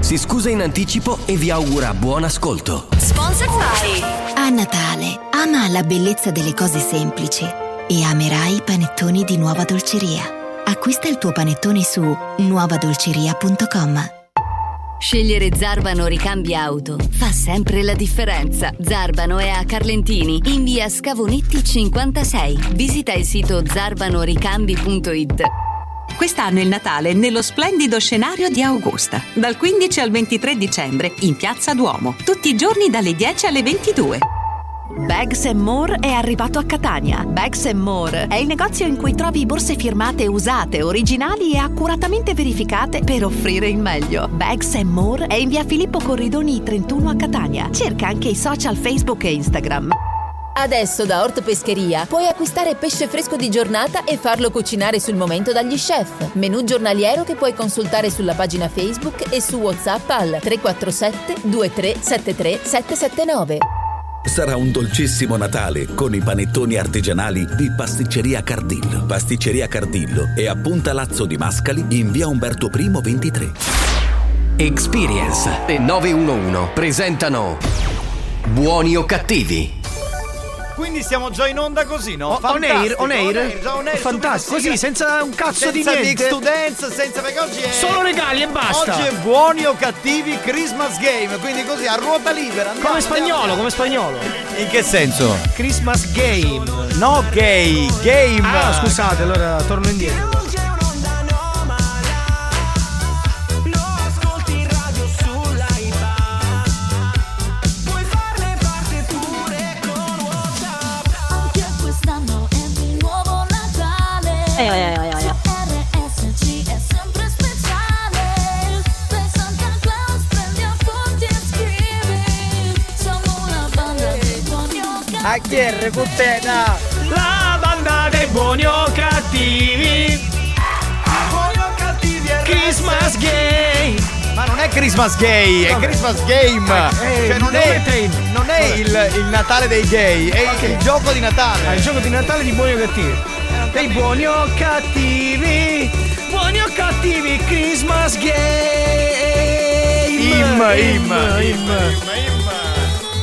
si scusa in anticipo e vi augura buon ascolto. Sponsor by A Natale, ama la bellezza delle cose semplici e amerai i panettoni di Nuova Dolceria. Acquista il tuo panettone su nuovadolceria.com. Scegliere Zarbano Ricambi Auto fa sempre la differenza. Zarbano è a Carlentini, in via Scavonetti 56. Visita il sito zarbanoricambi.it. Quest'anno il Natale nello splendido scenario di Augusta, dal 15 al 23 dicembre in Piazza Duomo, tutti i giorni dalle 10 alle 22. Bags More è arrivato a Catania. Bags More è il negozio in cui trovi borse firmate usate, originali e accuratamente verificate per offrire il meglio. Bags More è in via Filippo Corridoni 31 a Catania. Cerca anche i social Facebook e Instagram. Adesso da Orto Pescheria puoi acquistare pesce fresco di giornata e farlo cucinare sul momento dagli chef. Menù giornaliero che puoi consultare sulla pagina Facebook e su WhatsApp al 347 2373 779. Sarà un dolcissimo Natale con i panettoni artigianali di Pasticceria Cardillo. Pasticceria Cardillo è a Punta Lazzo di Mascali in via Umberto I 23. Experience e 911 presentano Buoni o cattivi? Quindi siamo già in onda così, no? O- on air, Fantastico, on air. già on air, Fantastico, super sigla. così, senza un cazzo di Senza niente. Mix to dance, senza perché oggi è Solo regali e basta. Oggi è buoni o cattivi Christmas game, quindi così a ruota libera. Andiamo, andiamo. Come spagnolo, come spagnolo. In che senso? Christmas game. No gay, game. Ah, scusate, allora torno indietro. Anche quest'anno è di nuovo Natale. Eh, eh, eh, eh, eh. RSC è sempre speciale. Per Santa Claus prendi appunti e scrivi. Siamo una banda di buoni o A chi è Cuttena? La banda dei buoni o cattivi. Ah, Buoni o cattivi RSC. Christmas game. Ma non è Christmas gay, è Vabbè. Christmas game. Eh, cioè non dove è, te- non è il, il Natale dei gay, è Ok. il gioco di Natale. Ah, il gioco di Natale di buoni o cattivi. Dei buoni o cattivi. Buoni o cattivi Christmas game. Im, im, im. im.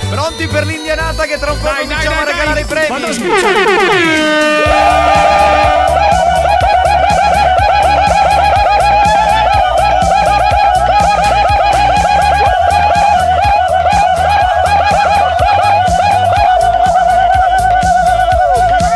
Pronti per l'indianata che tra un po' Dai, dai, cominciamo dai, a regalare dai. i premi? Vado a sbucciare.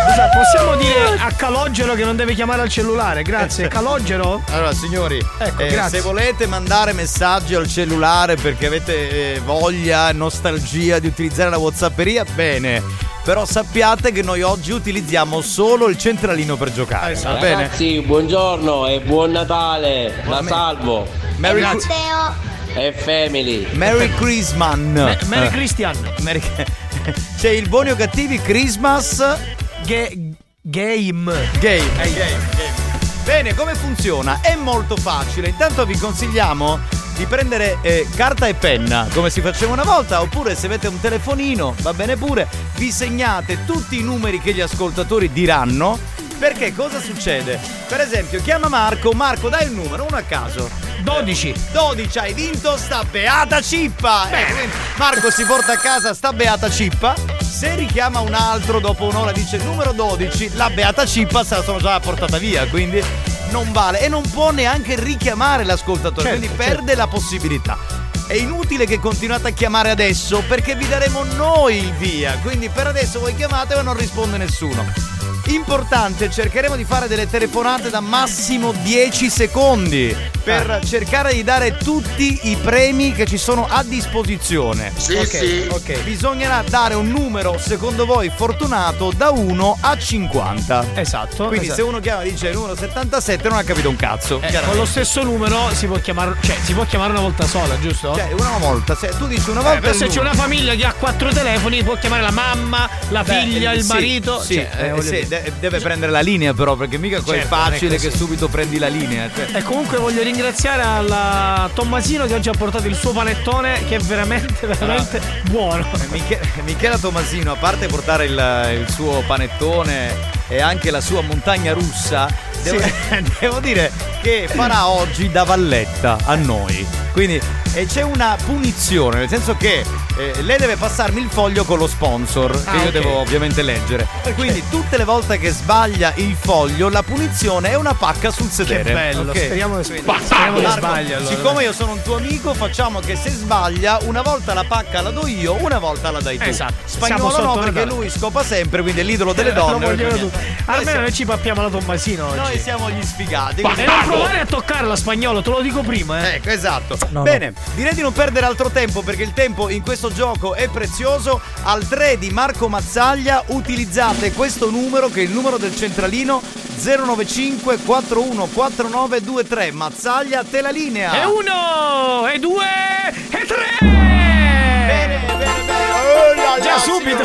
Scusa, Possiamo Oh, dire a Calogero che non deve chiamare al cellulare, grazie. Calogero? Eh. Allora signori, Ecco, eh, grazie. se volete mandare messaggi al cellulare perché avete eh, voglia, nostalgia di utilizzare la Whatsapperia, bene. Però sappiate che noi oggi utilizziamo solo il centralino per giocare, Esatto. va bene? Ragazzi, buongiorno e buon Natale. La salvo. Merry, E family. Merry Christmas. Merry Eh. Christian. Merry- C'è il buoni o cattivi Christmas Ge- game. Game. Eh, Bene, come funziona? È molto facile. Intanto vi consigliamo di prendere eh, carta e penna, come si faceva una volta, oppure se avete un telefonino, va bene pure, vi segnate tutti i numeri che gli ascoltatori diranno. Perché cosa succede? Per esempio, chiama Marco, Marco dai il numero, uno a caso. 12. 12 hai vinto sta beata cippa! Eh, quindi Marco si porta a casa sta beata cippa. Se richiama un altro dopo un'ora dice numero 12, la beata cippa se la sono già portata via, quindi non vale. E non può neanche richiamare l'ascoltatore, Certo, quindi certo. perde la possibilità. È inutile che continuate a chiamare adesso perché vi daremo noi il via. Quindi per adesso voi chiamate ma non risponde nessuno. importante, cercheremo di fare delle telefonate da massimo 10 secondi Ah. per cercare di dare tutti i premi che ci sono a disposizione. Sì, ok, sì. ok. Bisognerà dare un numero, secondo voi, fortunato da 1 a 50. Esatto. Quindi esatto. se uno chiama e dice numero 77 non ha capito un cazzo. Eh, con lo stesso numero si può chiamare, cioè si può chiamare una volta sola, giusto? Cioè, una volta, se tu dici una Eh, volta. però se c'è una famiglia che ha quattro telefoni, può chiamare la mamma, la figlia, il marito. eh, Sì, cioè, eh, eh, voglio sì, dire. de- deve prendere la linea però, perché mica qua è Certo, facile ecco, che sì. subito prendi la linea. cioè. E comunque voglio ringraziare alla Tommasino che oggi ha portato il suo panettone che è veramente, veramente buono. Miche- Michela Tomasino, a parte portare il, il suo panettone e anche la sua montagna russa, devo, devo dire che farà oggi da valletta a noi. Quindi e c'è una punizione, nel senso che eh, lei deve passarmi il foglio con lo sponsor, che Ah, io ok. devo ovviamente leggere. Quindi tutte le volte che sbaglia il foglio, la punizione è una pacca sul sedere. Che bello, Ok. speriamo, Quindi, speriamo che Marco, sbagli allora. Siccome io sono un tuo amico, facciamo che se sbaglia, una volta la pacca la do io, una volta la dai tu. Esatto. Siamo Spagnolo sotto no, perché Natale. lui scopa sempre, quindi è l'idolo delle Eh, donne. lo per cui vogliono niente. tutti. Almeno noi ci pappiamo la Tommasino oggi. Noi siamo gli sfigati. Ma- quindi- e non provare a toccarla spagnolo, te lo dico prima, eh. Ecco, esatto. Bene, direi di non perdere altro tempo perché il tempo in questo gioco è prezioso. Al 3 di Marco Mazzaglia utilizzate questo numero che è il numero del centralino 095 414923. Mazzaglia, te la linea. E uno, e due, e tre! Già subito!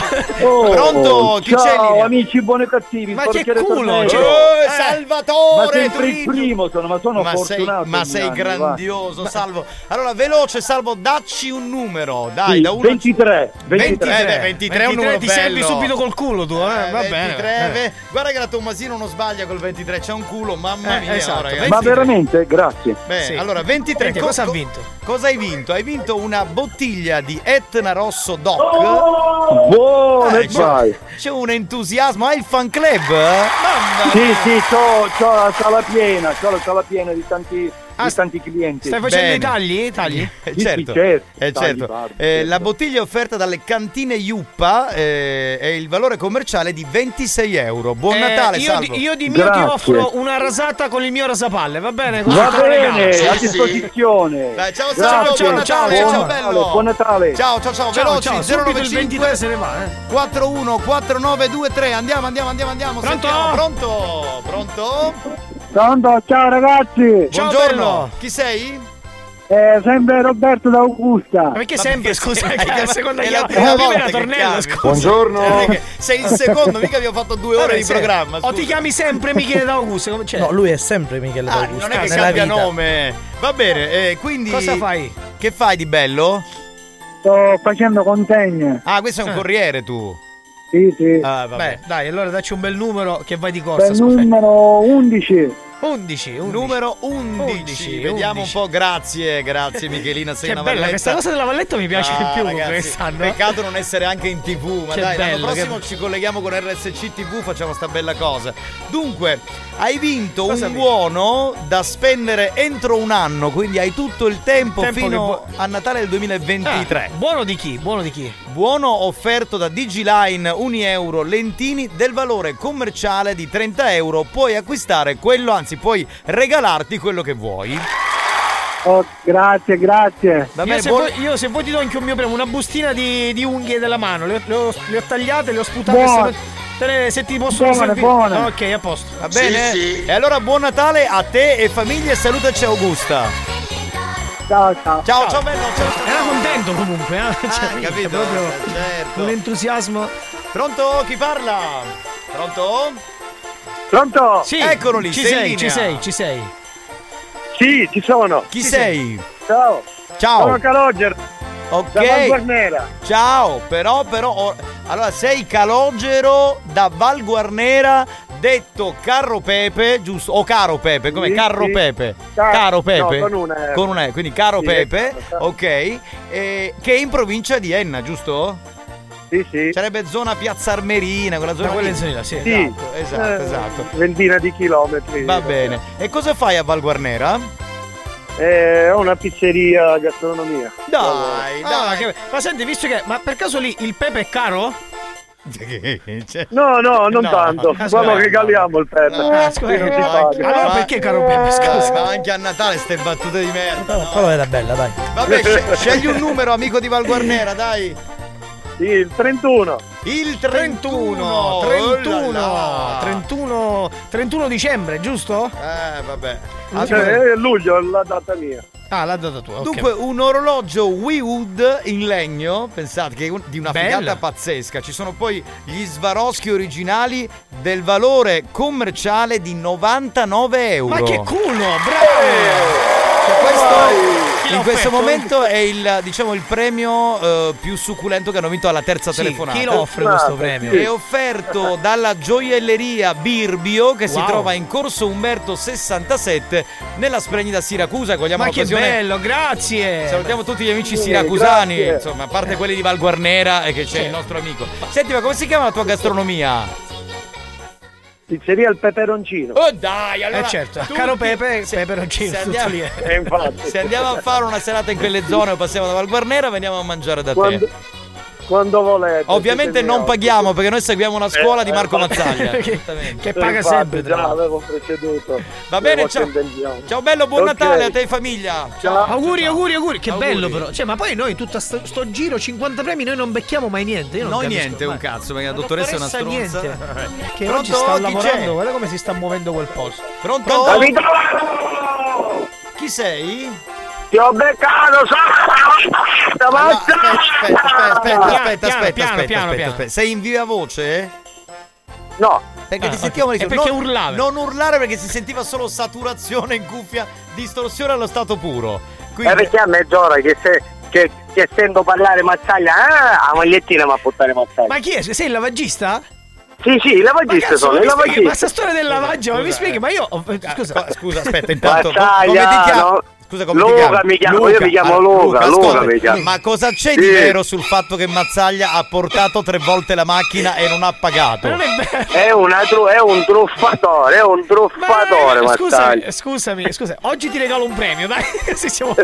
Pronto? Chi c'è in Oh, Ciao linea? amici buoni e cattivi. Ma che portiere culo! torneo. cioè. Eh, Ma Salvatore! sempre il Torino. primo sono, ma sono Ma sei, fortunato. ma ogni sei anno, va. grandioso, Salvo. Allora, veloce, Salvo, dacci un numero. Dai, Sì, da 1 23, 23. Eh, beh, 23 è un numero ti servi bello. subito col culo tu, eh? Va bene. 23, Eh. beh, guarda che la Tommasino non sbaglia col 23, c'è un culo, mamma Eh, mia. esatto. oh, ragazzi. Ma veramente, grazie. Beh, Sì. allora 23 Senti, co- cosa ha co- vinto? Cosa hai vinto? Hai vinto una bottiglia di Etna Rosso Doc. Oh! Buono, Eh, e vai. c'è, c'è un entusiasmo, hai il fan club? eh? Mamma Sì, mia. sì, c'ho, c'ho la sala piena, c'ho la sala piena di tanti, di tanti clienti. Ah, Stai facendo Bene. i tagli? I tagli? Eh, Sì, sì, certo, certo, eh, tagli certo. barbi, Eh, certo. la bottiglia è offerta dalle cantine Iuppa eh, e il valore commerciale è di 26 euro. Buon Eh, Natale, io, Salvo. di- io di mio Grazie. ti offro una rasata con il mio rasapalle, va bene? Così Va te lo regalo. bene, a Sì, sì. disposizione. Dai, ciao, Grazie. Salvo, buon Natale, ciao, Buon bello. Natale, buon Natale. Ciao, ciao, ciao, Ciao, veloci, ciao, subito il 095 23 se ne va, eh. 414923. Andiamo, andiamo, andiamo, andiamo. Pronto? Sentiamo, Pronto? Pronto? Pronto, ciao ragazzi. Ciao, Buongiorno. bello. Chi sei? Eh, sempre Roberto d'Augusta. Ah. Ma perché sempre, scusa, che è la seconda È la chiama- prima la prima volta era che tornella, chiami. scusa. Cioè, perché sei il secondo, mica abbiamo fatto due ore Vabbè, di Eh, sì. programma. O ti scusa. chiami sempre Michele D'Augusto, come c'è? No, lui è sempre Michele Ah, D'Augusta. non è che nella cambia vita. nome. Va bene, eh, quindi. Cosa fai? Che fai di bello? Sto facendo consegne. Ah, questo è un corriere tu. Sì, sì. Ah, vabbè. Eh. Beh, dai, allora dacci un bel numero che vai di corsa. Per scusa. numero 11. 11, 11. Numero 11. 11, Vediamo 11. un po'. Grazie, grazie Michelina, sei Che una bella, questa valletta. cosa della valletta mi piace di Ah, più ragazzi, quest'anno. Peccato non essere anche in tv, ma Che dai, l'anno bello, che prossimo bello. ci colleghiamo con RSC TV, facciamo sta bella cosa. Dunque, hai vinto Cosa un hai vinto? buono da spendere entro un anno, quindi hai tutto il tempo, Tempo fino che pu- a Natale del Ah, 2023. buono di chi? Buono di chi? Buono offerto da Digiline 1 euro lentini del valore commerciale di 30 euro. Puoi acquistare quello, anzi puoi regalarti quello che vuoi. Oh, grazie, grazie. Va io, bene, se buon- vuoi, io se vuoi ti do anche un mio premio, una bustina di, di unghie della mano. Le, le ho, le ho tagliate, le ho sputate. Buone. Se, te le- se ti possono Buone, servire. buone. Ah, Ok, a posto. Va bene? E allora buon Natale a te e famiglia e salutaci Augusta. Ciao, ciao. Ciao, ciao, bello, ciao, ciao. Era contento comunque, eh? Ah, Cioè, capito? proprio Certo. un entusiasmo. Pronto? Chi parla? Pronto? Pronto? Sì, Eccolo lì, ci sei in sei, linea. ci sei, ci sei. Sì, ci sono. Chi sei? Ciao. Ciao. Sono Calogero, da Ok. Valguarnera. Ciao, però però oh, allora sei Calogero da Val Guarnera detto Carro Pepe, giusto? O Caro Pepe, come Sì, Carro sì. Pepe? Car- Caro Pepe. no, con una E. Con una E, quindi Caro Sì, Pepe, esatto. ok? eh, che è in provincia di Enna, giusto? Sì, sì. Sarebbe zona Piazza Armerina, quella zona Da quella lì. in zona, sì. Sì. Esatto, esatto, Eh, esatto. Ventina di chilometri. Va bene. E cosa fai a Val Guarnera? Eh, ho una pizzeria gastronomia. Dai, Ah, dai. che- ma senti, visto che. Ma per caso lì il pepe è caro? Cioè, No, no, non No, tanto. scusa. Quello regaliamo il pezzo. Ah, Eh, Qui non si eh, paga. Eh, Ma Ah, anche a Natale ste battute di merda. no? Però era bella, dai. Vabbè, sce- scegli un numero, amico di Valguarnera, dai. Il 31. Il 31. 31, Oh là là. 31, 31 dicembre, giusto? Eh, vabbè. Cioè, è luglio la data mia. Ah, l'ha data tua. ok. Dunque, un orologio Wewood in legno, pensate che è un- di una Bella. figata pazzesca. Ci sono poi gli Swarovski originali del valore commerciale di 99 euro. ma che culo, Cioè, Chi questo, l'ha in questo offerto? momento è il, diciamo, il premio eh, più succulento che hanno vinto alla terza Sì, telefonata. chi lo offre questo premio? È offerto dalla gioielleria Birbio che si Wow. trova in corso Umberto 67 nella splendida Siracusa. Cogliamo bravo! Ma che l'occasione- bello, grazie! Salutiamo tutti gli amici Sì, siracusani, grazie. Eh. insomma, a parte quelli di Valguarnera e che c'è Sì. il nostro amico. Senti, ma come si chiama la tua gastronomia? Pizzeria il peperoncino. Oh dai, allora Eh certo, tu- caro Pepe, peperoncino, se tutto andiamo, lì. eh. Eh, se andiamo a fare una serata in quelle zone o passiamo da Valguarnera, veniamo a mangiare da Quando, te. quando volete. Ovviamente siete non miei. paghiamo perché noi seguiamo una scuola Eh, di eh, Marco infatti. Mazzaglia. Che- Esattamente. Eh, infatti, Già avevo preceduto. Va le bene, vostre ciao. intenzioni. Ciao bello, buon Ok. Natale a te e famiglia. Ciao. Auguri, auguri, auguri, che Auguri. bello però. Cioè, ma poi noi tutto sto, sto giro 50 premi noi non becchiamo mai niente. Io non Noi capisco niente, mai. un cazzo, perché la dottoressa è una dottoressa stronza. niente. Eh. Che Pronto, oggi sta chi lavorando, c'è? guarda come si sta muovendo quel posto. Pronto? Capito? Chi sei? Ti ho beccato, sa- Allora, aspetta, aspetta, aspetta, Piano, aspetta, aspetta, piano, aspetta, piano, aspetta, piano, aspetta, piano. aspetta. Sei in viva voce? eh? No, Perché Ah, ti ok. sentiamo E perché urlavi? Non urlare perché si sentiva solo saturazione in cuffia, distorsione allo stato puro. è Quindi Eh, perché a mezz'ora che, se, che, che sento parlare Mazzaglia, ah, la magliettina mi ha buttato Mazzaglia. Ma chi è? Sei il lavagista? Sì, sì, i Ma lavaggisti cazzo, sono, ma i mi spieghi- ma sta lavaggisti. storia del lavaggio, ma mi scusa, spieghi, eh. ma io. ho- Scusa. Ah, co- scusa, aspetta, intanto co- Mazzaglia, come ti chiami? no. Scusa, come Luca ti chiami? mi chiamo, io mi chiamo allora, Luca, Luca ascolta, mi chiamo. Ma cosa c'è Sì. di vero sul fatto che Mazzaglia ha portato tre volte la macchina e non ha pagato? Ma non è vero. È, una tru- è un truffatore, è un Ma- truffatore Mazzaglia. scusa, scusami, scusa, oggi ti regalo un premio, dai. Se siamo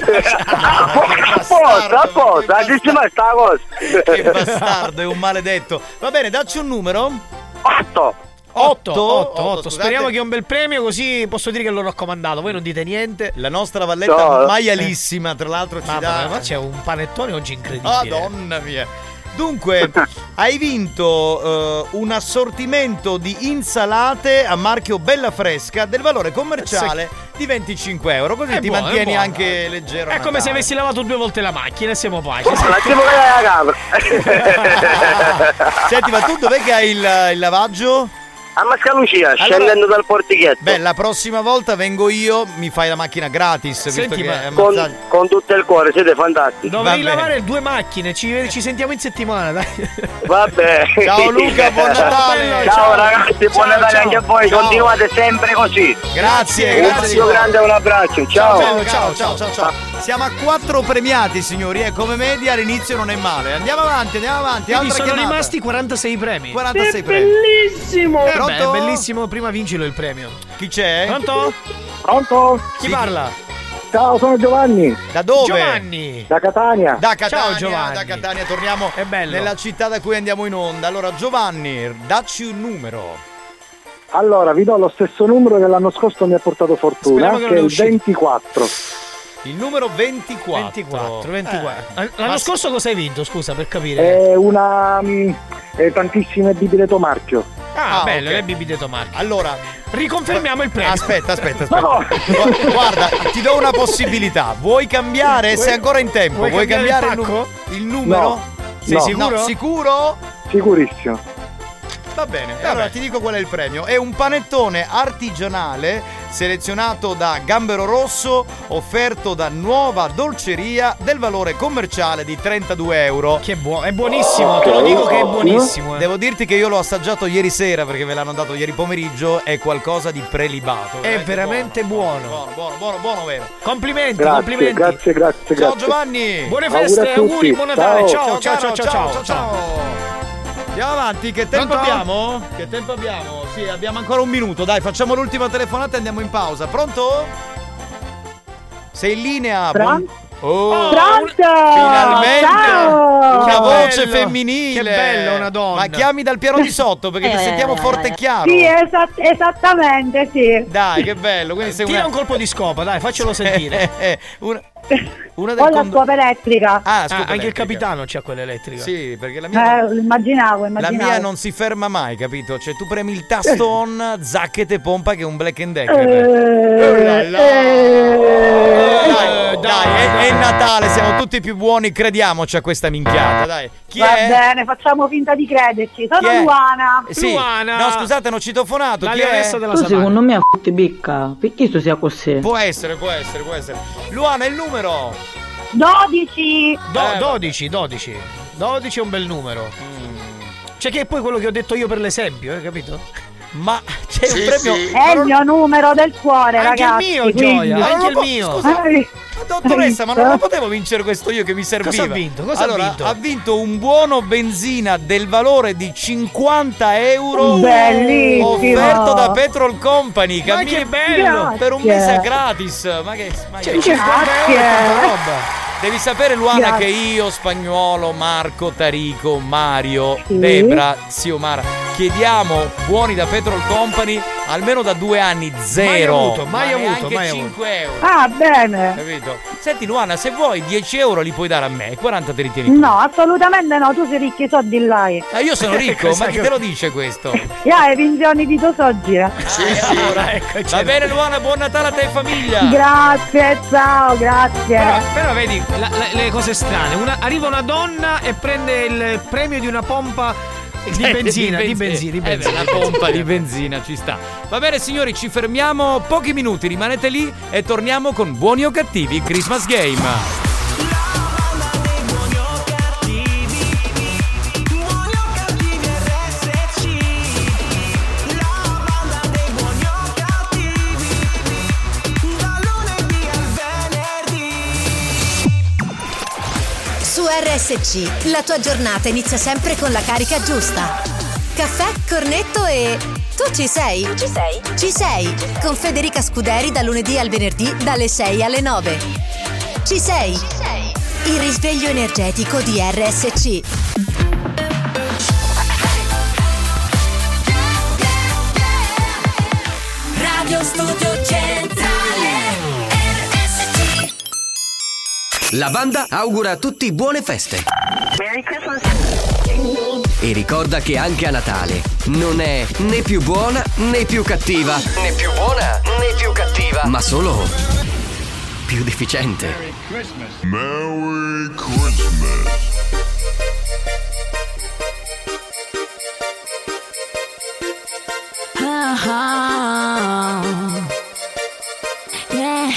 Apposta, apposta, dici mai sta cosa. Che bastardo, è un maledetto. Va bene, dacci un numero. 8. 8, 8, 8, 8. scusate. Speriamo che è un bel premio, così posso dire che l'ho raccomandato. Voi non dite niente. La nostra valletta No. maialissima, tra l'altro, ci Mamma, dà. mia, ma c'è un panettone oggi incredibile. Madonna mia. Dunque, hai vinto eh, un assortimento di insalate a marchio Bella Fresca del valore commerciale di 25 euro. Così È ti buono, mantieni è buono. anche leggero. a È come Natale. se avessi lavato due volte la macchina e siamo pace. Un attimo che la capra. Senti, ma tu dov'è che hai il, il lavaggio? A Mascalucia, scendendo dal portichetto. Beh, la prossima volta vengo io, mi fai la macchina gratis. visto Senti, che ma- è con, Mazzaglia. con tutto il cuore, siete fantastici. Dovrei Va bene. lavare due macchine, ci, ci sentiamo in settimana, dai. Vabbè. Ciao Luca, buon Natale. Ciao, ragazzi, buon Natale anche a voi, Ciao. continuate sempre così. Grazie, Un grazie. bacio grande e un abbraccio. Ciao, ciao, ciao, ciao, ciao. Siamo a quattro premiati, signori, e come media all'inizio non è male. Andiamo avanti, andiamo avanti. Quindi Altra sono chiamata. rimasti 46 premi. 46 premi. Bellissimo. Eh beh, Pronto? bellissimo, prima vincilo il premio. Chi c'è? Pronto? Pronto? Chi parla? Ciao, sono Giovanni Da dove? Giovanni. da Catania. Da Catania, Ciao, Giovanni. da Catania, torniamo È bello. nella città da cui andiamo in onda. Allora, Giovanni, dacci un numero. Allora, vi do lo stesso numero che l'anno scorso mi ha portato fortuna, Speriamo che non è uscito. 24. Il numero 24. 24, Eh, 24. ma- Eh. L'anno scorso cosa hai vinto, scusa, per capire? È una mm, è tantissime biglietto marchio. ah, ah, bello, ok. le bibite Tomarchi. Allora, Riconfermiamo il premio. aspetta, aspetta, aspetta. No. Gu- Guarda, ti do una possibilità. Vuoi cambiare? Vuoi- Sei ancora in tempo. vuoi Vuoi, cambiare cambiare, il il, nu- il numero? No. Sei No. sicuro? No. sicuro? Eh, Sicurissimo. Va bene, Eh, Vabbè. allora ti dico qual è il premio. È un panettone artigianale selezionato da Gambero Rosso, offerto da Nuova Dolceria del valore commerciale di 32 euro. Che buono, è buonissimo, te lo dico che è buonissimo. eh. Devo dirti che io l'ho assaggiato ieri sera perché me l'hanno dato ieri pomeriggio, è qualcosa di prelibato. È veramente buono. Buono, buono, buono, buono, vero. Complimenti, Grazie, complimenti. grazie, grazie, Ciao grazie. Giovanni! Buone Auguri feste, a tutti. auguri, buon Natale. Ciao, ciao, ciao, caro, ciao, ciao, ciao, ciao. Andiamo avanti, che tempo Pronto? abbiamo? Che tempo abbiamo? Sì, abbiamo ancora un minuto, dai, facciamo l'ultima telefonata e andiamo in pausa. Pronto? Sei in linea? Buon- Oh, Pronto? Finalmente Ciao! una voce bello, femminile. che bello, una donna. Ma chiami dal piano di sotto perché ti Eh, sentiamo forte e chiaro. Sì, esa- esattamente, sì. Dai, che bello. Quindi sei Tira una... un colpo di scopa, dai, faccelo sentire. una... del Ho la condo- scopa elettrica. Ah, anche il capitano c'ha quella elettrica. Sì, perché la mia, Eh, immaginavo, la immaginavo. mia non si ferma mai, capito? Cioè, tu premi il tasto on, zac e te pompa che è un black and decker. Eh, Oh là là. eh, Dai, dai, è, è Natale, siamo tutti più buoni, crediamoci a questa minchiata, dai. Chi Va è? bene, facciamo finta di crederci. Chi è? Eh, Sono Luana. Sì. No, scusate, non ho citofonato. Chi è? Tu secondo me a ti becca. Perché tu sia così? Può essere, può essere, può essere. Luana, il numero. 12. Do- Eh, 12, 12. 12 è un bel numero. Cioè che è poi quello che ho detto io per l'esempio, hai capito? Ma c'è Sì, sì. È Eh, il mio numero del cuore, Anche il ragazzi. mio, quindi. Gioia, anche non il lo po- mio. scusa, Eh, ma dottoressa, ma non lo potevo vincere questo io che mi serviva. Cosa ha vinto? Cosa ha allora, vinto? un buono benzina del valore di 50 euro. Bellissimo. Offerto da Petrol Company. Ma cammini- che bello! Per un Grazie. mese gratis. Ma che. Ma Cioè, che- 50 euro Grazie. è tanta Devi sapere, Luana, Grazie. che io, Spagnuolo, Marco, Tarico, Mario, Sì. Debra, Zio Mara, chiediamo buoni da Petrol Company almeno da due anni zero. avuto, mai Oh, ma avuto, neanche mai avuto. 5 euro. Ah, bene. Capito? Senti, Luana, se vuoi 10 euro li puoi dare a me, 40 te li tieni. tu. No, assolutamente no, tu sei ricchi, so di là. Ma io sono ricco, ma chi te lo dice questo? Ah, Ya, hai vinzioni di eh. tosoggira. Allora, ecco, Va bene, Luana, buon Natale a te e famiglia. Grazie, ciao, grazie. Però, però vedi la- la- le cose strane. Una- arriva una donna e prende il premio di una pompa di benzina, di benzina, di Eh beh, benzina. la pompa di benzina ci sta. Va bene, signori, ci fermiamo pochi minuti, rimanete lì e torniamo con buoni o cattivi Christmas Game. Su RSC la tua giornata inizia sempre con la carica giusta. Caffè, cornetto e. Tu ci sei? Ci sei? Ci sei! Con Federica Scuderi da lunedì al venerdì dalle 6 alle 9. Ci sei! Ci sei! Il risveglio energetico di RSC. Radio Studio Centrale RSC La banda augura a tutti buone feste. Merry Christmas E ricorda che anche a Natale non è né più buona né più cattiva. Né più buona né più cattiva. Ma solo più deficiente. Merry Christmas Uh-huh. Oh, yeah.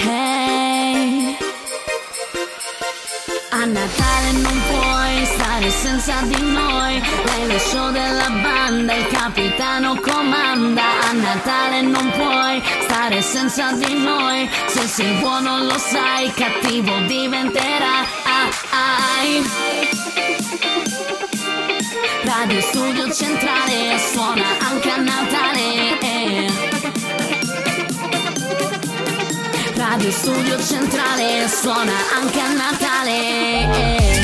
A Natale non puoi stare senza di noi Lei è lo show della banda, il capitano comanda A Natale non puoi stare senza di noi Se sei buono lo sai, cattivo Ah, diventerai ah. Radio Studio Centrale suona anche a Natale Radio Studio Centrale suona anche a Natale.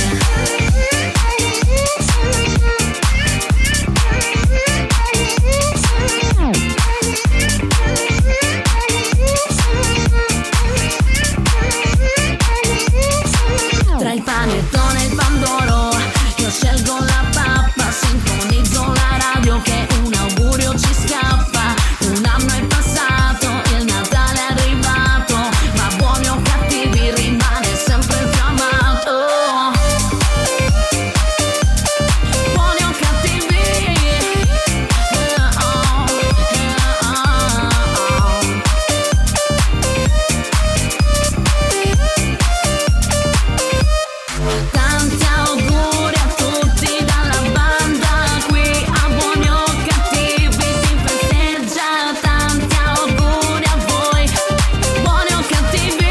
Tra il panettone e il pandoro, io scelgo la pappa, sintonizzo la radio che un augurio ci scappa. Un anno è passato, il Natale è arrivato, ma buoni o cattivi rimane sempre fiammato. Buoni o cattivi, eh, oh, eh, oh, oh. eh, oh. Tanti auguri a tutti dalla banda qui a buoni o cattivi si festeggia Tanti auguri a voi, buoni o cattivi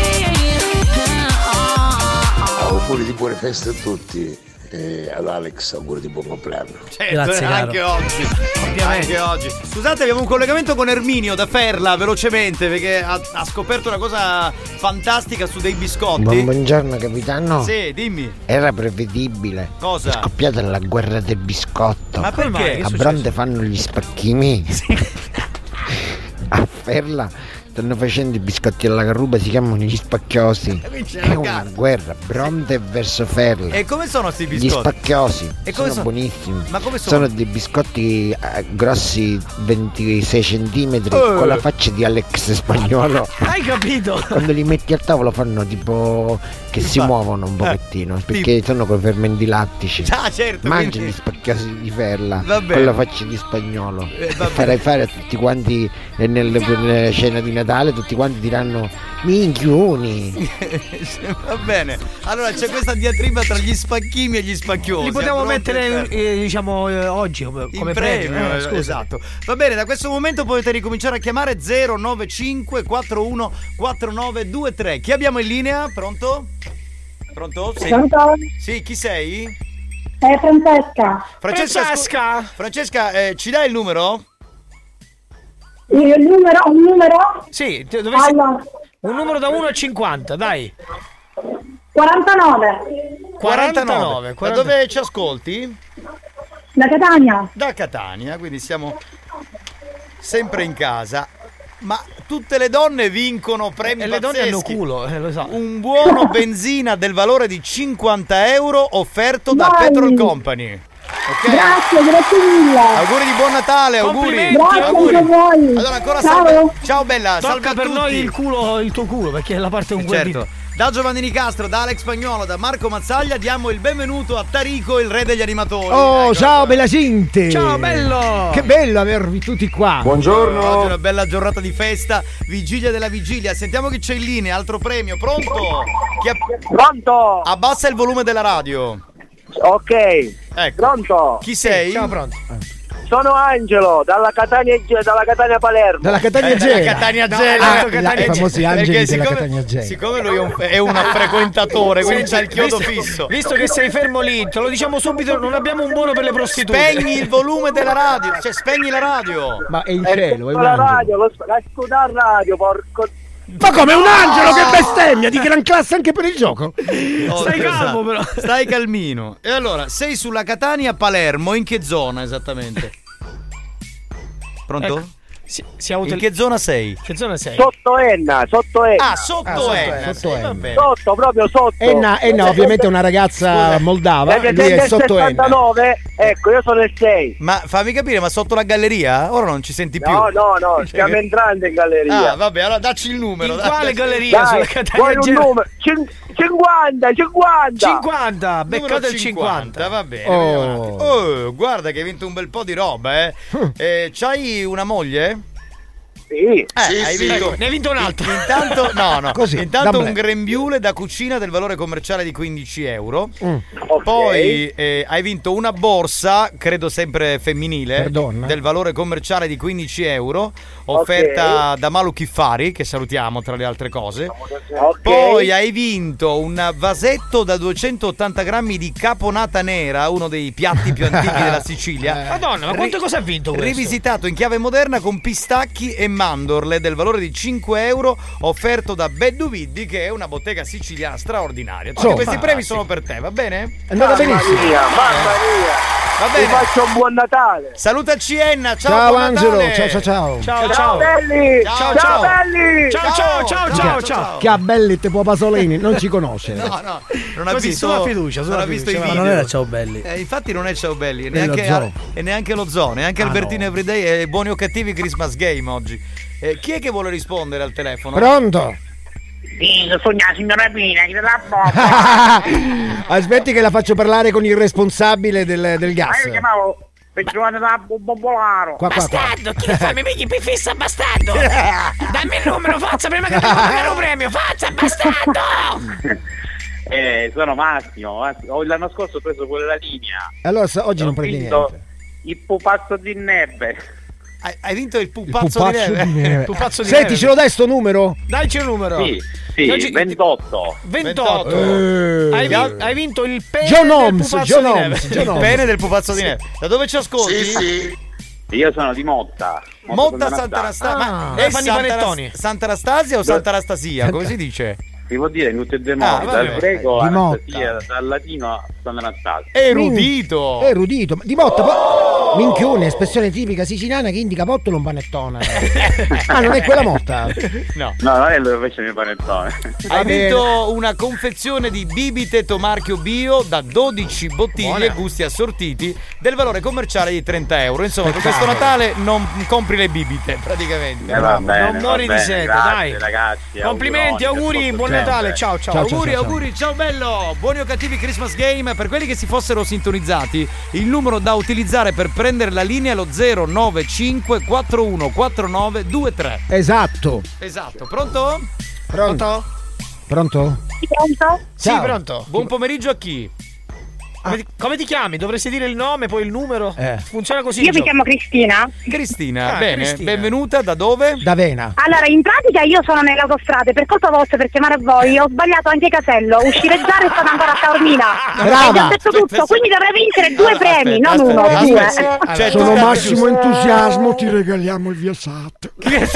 Eh, oh, oh. Auguri di buone feste a tutti e ad Alex auguri di buon compleanno. Eh, Certo, anche oggi. Anche oggi. Scusate, abbiamo un collegamento con Erminio da Ferla, velocemente, perché ha, ha scoperto una cosa fantastica su dei biscotti. Buon- buongiorno capitano. Sì, dimmi. Era prevedibile. Cosa? È scoppiata la guerra del biscotto. Ma perché? Che è A successo? Bronte fanno gli spacchini. A Ferla stanno facendo i biscotti alla carruba, si chiamano gli spacchiosi. È una guerra, Bronte verso Ferla. Eh, E come sono questi Gli biscotti? spacchiosi E come sono, sono? buonissimi. Ma come sono? dei biscotti eh, grossi 26 cm Eh. con la faccia di Alex Spagnolo. Hai capito? Quando li metti a tavola fanno tipo che si muovono eh, un pochettino perché sono con fermenti lattici. Ah, certo, Mangia quindi- gli spacchiosi di ferla Va bene. con la faccia di spagnolo. Eh, va bene. Farai fare a tutti quanti eh, nel- nella cena di Natale, tutti quanti diranno minchioni. Va bene. Allora c'è questa diatriba tra gli spacchini e gli spacchiosi. Li potevamo A Bronte e Ferla. mettere, eh, diciamo, eh, oggi come, In come premio, premio, eh, eh, scusa. esatto. Va bene, da questo momento potete ricominciare a chiamare 095 41 4923. Chi abbiamo in linea? Pronto? Pronto? Sì. Pronto? Sì, chi sei? Eh, È Francesca. Francesca, scu- Francesca, eh, ci dai il numero? Il numero, un numero? Sì, te- dovessi- Allora. un numero da 1 a 50, dai. 49. 49, 49. Da dove ci ascolti? Da Catania. Da Catania, quindi siamo sempre in casa. Ma tutte le donne vincono premi E Eh, le donne hanno pazzeschi. culo, eh, lo so. Un buono benzina del valore di 50 euro offerto da Dai. Petrol Company. Grazie, grazie mille. Auguri di buon Natale, auguri. Complimenti, Grazie auguri. anche a voi. Allora ancora Ciao. salve. Ciao bella, Tocca salve a per tutti. noi il culo, il tuo culo, perché è la parte un Certo. Da Giovanni Nicastro, da Alex Spagnolo, da Marco Mazzaglia diamo il benvenuto a Tarico, il re degli animatori. Ecco, Oh, ciao bella Sinte! Ciao, bello! Che bello avervi tutti qua! Oggi è una bella giornata di festa, vigilia della vigilia. Sentiamo che c'è in linea, altro premio, pronto? Chi ha- Pronto? Abbassa il volume della radio. Ok. Ecco. Pronto? Chi sei? Sono Angelo, dalla Catania, dalla Catania Palermo. Dalla Catania Eh, dalla Gela. Catania No, Gela. ah, Ecco, la- Catania i famosi Gela. angeli Perché della siccome- Catania Gela. Siccome lui è un, è un frequentatore, quindi c'ha il chiodo fisso. Visto che sei fermo lì, te lo diciamo subito, non abbiamo un buono per le prostitute. Spegni il volume della radio, cioè spegni la radio. Ma è in cielo, è un la angelo. radio, lo ascolto la radio, porco. Ah, Ma come un angelo che bestemmia di gran classe anche per il gioco? Stai calmo, però. Oh, Stai calmino. E allora, sei sulla Catania Palermo, in che zona esattamente? Pronto? siamo In tel- che zona sei? Che zona sei? Sotto Enna, sotto Enna. Ah, sotto Enna, sì, va bene. Sotto, proprio sotto. Enna, Enna ovviamente è una ragazza moldava, Perché lui sei è del sotto Enna. 79, ecco, io sono il 6. Ma fammi capire, ma sotto la galleria? Ora non ci senti più. No, no, no, Cioè, stiamo che- entrando in galleria. Ah, vabbè, allora dacci il numero. In dai. quale galleria? Dai, Sulla Catania vuoi un Gela- numero? 50, 50. 50, Numero beccato il 50. va bene. Oh. vediamo un attimo. Oh, guarda che hai vinto un bel po' di roba, eh. Eh, c'hai una moglie? Sì. Eh, hai vinto. Ne hai vinto un altro. Intanto, no, no. Così, Intanto double. un grembiule da cucina del valore commerciale di 15 euro. Mm. Poi eh, hai vinto una borsa, credo sempre femminile, Per donna. del valore commerciale di 15 euro, offerta da Malu Kiffari, che salutiamo tra le altre cose. Ok. Poi hai vinto un vasetto da 280 grammi di caponata nera, uno dei piatti più antichi Ah. della Eh. Sicilia. Madonna, ma quante cose ha vinto questo? Rivisitato in chiave moderna con pistacchi e mandorle del valore di 5 euro offerto da Bedduviddi che è una bottega siciliana straordinaria. Tutti Insomma, questi premi sì. Eh, sono per te, va bene? È andata Mamma benissimo. mia, mamma mia. Va bene. Ti Eh. faccio un buon Natale. Salutaci Enna, ciao, Ciao buon Angelo, Natale. ciao ciao Ciao, ciao. Ciao, ciao. belli. Ciao, Ciao, ciao. belli. Ciao, ciao, ciao, ciao, ciao. Che a belli te può Pasolini, non ci conosce. No, no, Eh, non ha Così, visto sulla fiducia, sulla non ha fiducia, visto i ma video. non era Ciao Belli. Eh, infatti non è Ciao Belli, e lo neanche, zoo. e neanche lo zoo, neanche Ah, Albertino Everyday e buoni o cattivi Christmas Game oggi. Eh, chi è che vuole rispondere al telefono? Pronto? Io sono la signora Pina, che la Aspetti che la faccio parlare con il responsabile del, del gas. chiamavo per trovare da bombolaro. Qua, qua, qua. Bastardo, chi fa? Mi picchi mi fissa, bastardo! Dammi il numero, forza, prima che ti compri un premio, forza, bastardo! Eh, sono Massimo, Massimo. l'anno scorso ho preso quella linea. Allora sa- oggi Ho non prendi vinto niente. Il pupazzo di nebbe. Hai, hai vinto il pupazzo, pupazzo di neve. di neve. Pupazzo di Senti, neve. ce lo dai sto numero? Daici un numero. Sì, sì, Oggi- 28. 28. Eh. Hai, vin- hai vinto il pene John del Holmes, pupazzo John di Holmes, neve. John Il Holmes. pene del pupazzo di Sì. neve. Da dove ci ascolti? Io sono di Motta. Monta Sant'Anastasia. Ah. Ma E è fanno i Sant'Anas- panettoni. Sant'Anastasia o Sant'Anastasia? Come si dice? Si può dire in tutti e due i Ah, modi, va dal bene. greco Di Motta. Anastasia, dal latino a Sant'Anastasia. Erudito! Mm. Erudito, ma di botta, po- minchione, espressione tipica siciliana che indica potto non panettona. ah, non è quella motta. No. No, non è dove invece il mio panettone. Hai bene. vinto una confezione di bibiteto marchio bio da 12 bottiglie gusti assortiti del valore commerciale di 30 euro. Insomma, per questo Natale non compri le bibite, praticamente. Eh, va bene, non va muori di bene, sete, grazie, dai. ragazzi, auguroni, Complimenti, auguri, ascolto buon sempre. Natale, ciao ciao. Ciao, ciao, auguri, ciao. auguri, ciao bello. Buoni o cattivi Christmas game per quelli che si fossero sintonizzati. Il numero da utilizzare per prendere la linea è lo 095 414923. Esatto. Esatto, pronto? Pronto? Pronto? Pronto? Ciao. Sì, pronto. Buon pomeriggio a chi? Come, ti, come ti chiami? Dovresti dire il nome, poi il numero. Ah. Eh. Funziona così. Io mi chiamo Cristina. Cristina, bene, benvenuta da dove? Da Vena. Allora, in pratica io sono nelle autostrade, per colpa vostra per chiamare a voi, ho sbagliato anche Casello, uscire Zara è stata ancora a Taormina. Brava. E vi ho detto tutto, quindi dovrei vincere due Allora, premi, aspetta, non uno, aspetta, due. Eh, aspetta. Cioè, Sono tu- massimo entusiasmo, ti regaliamo il Viasat. Eh,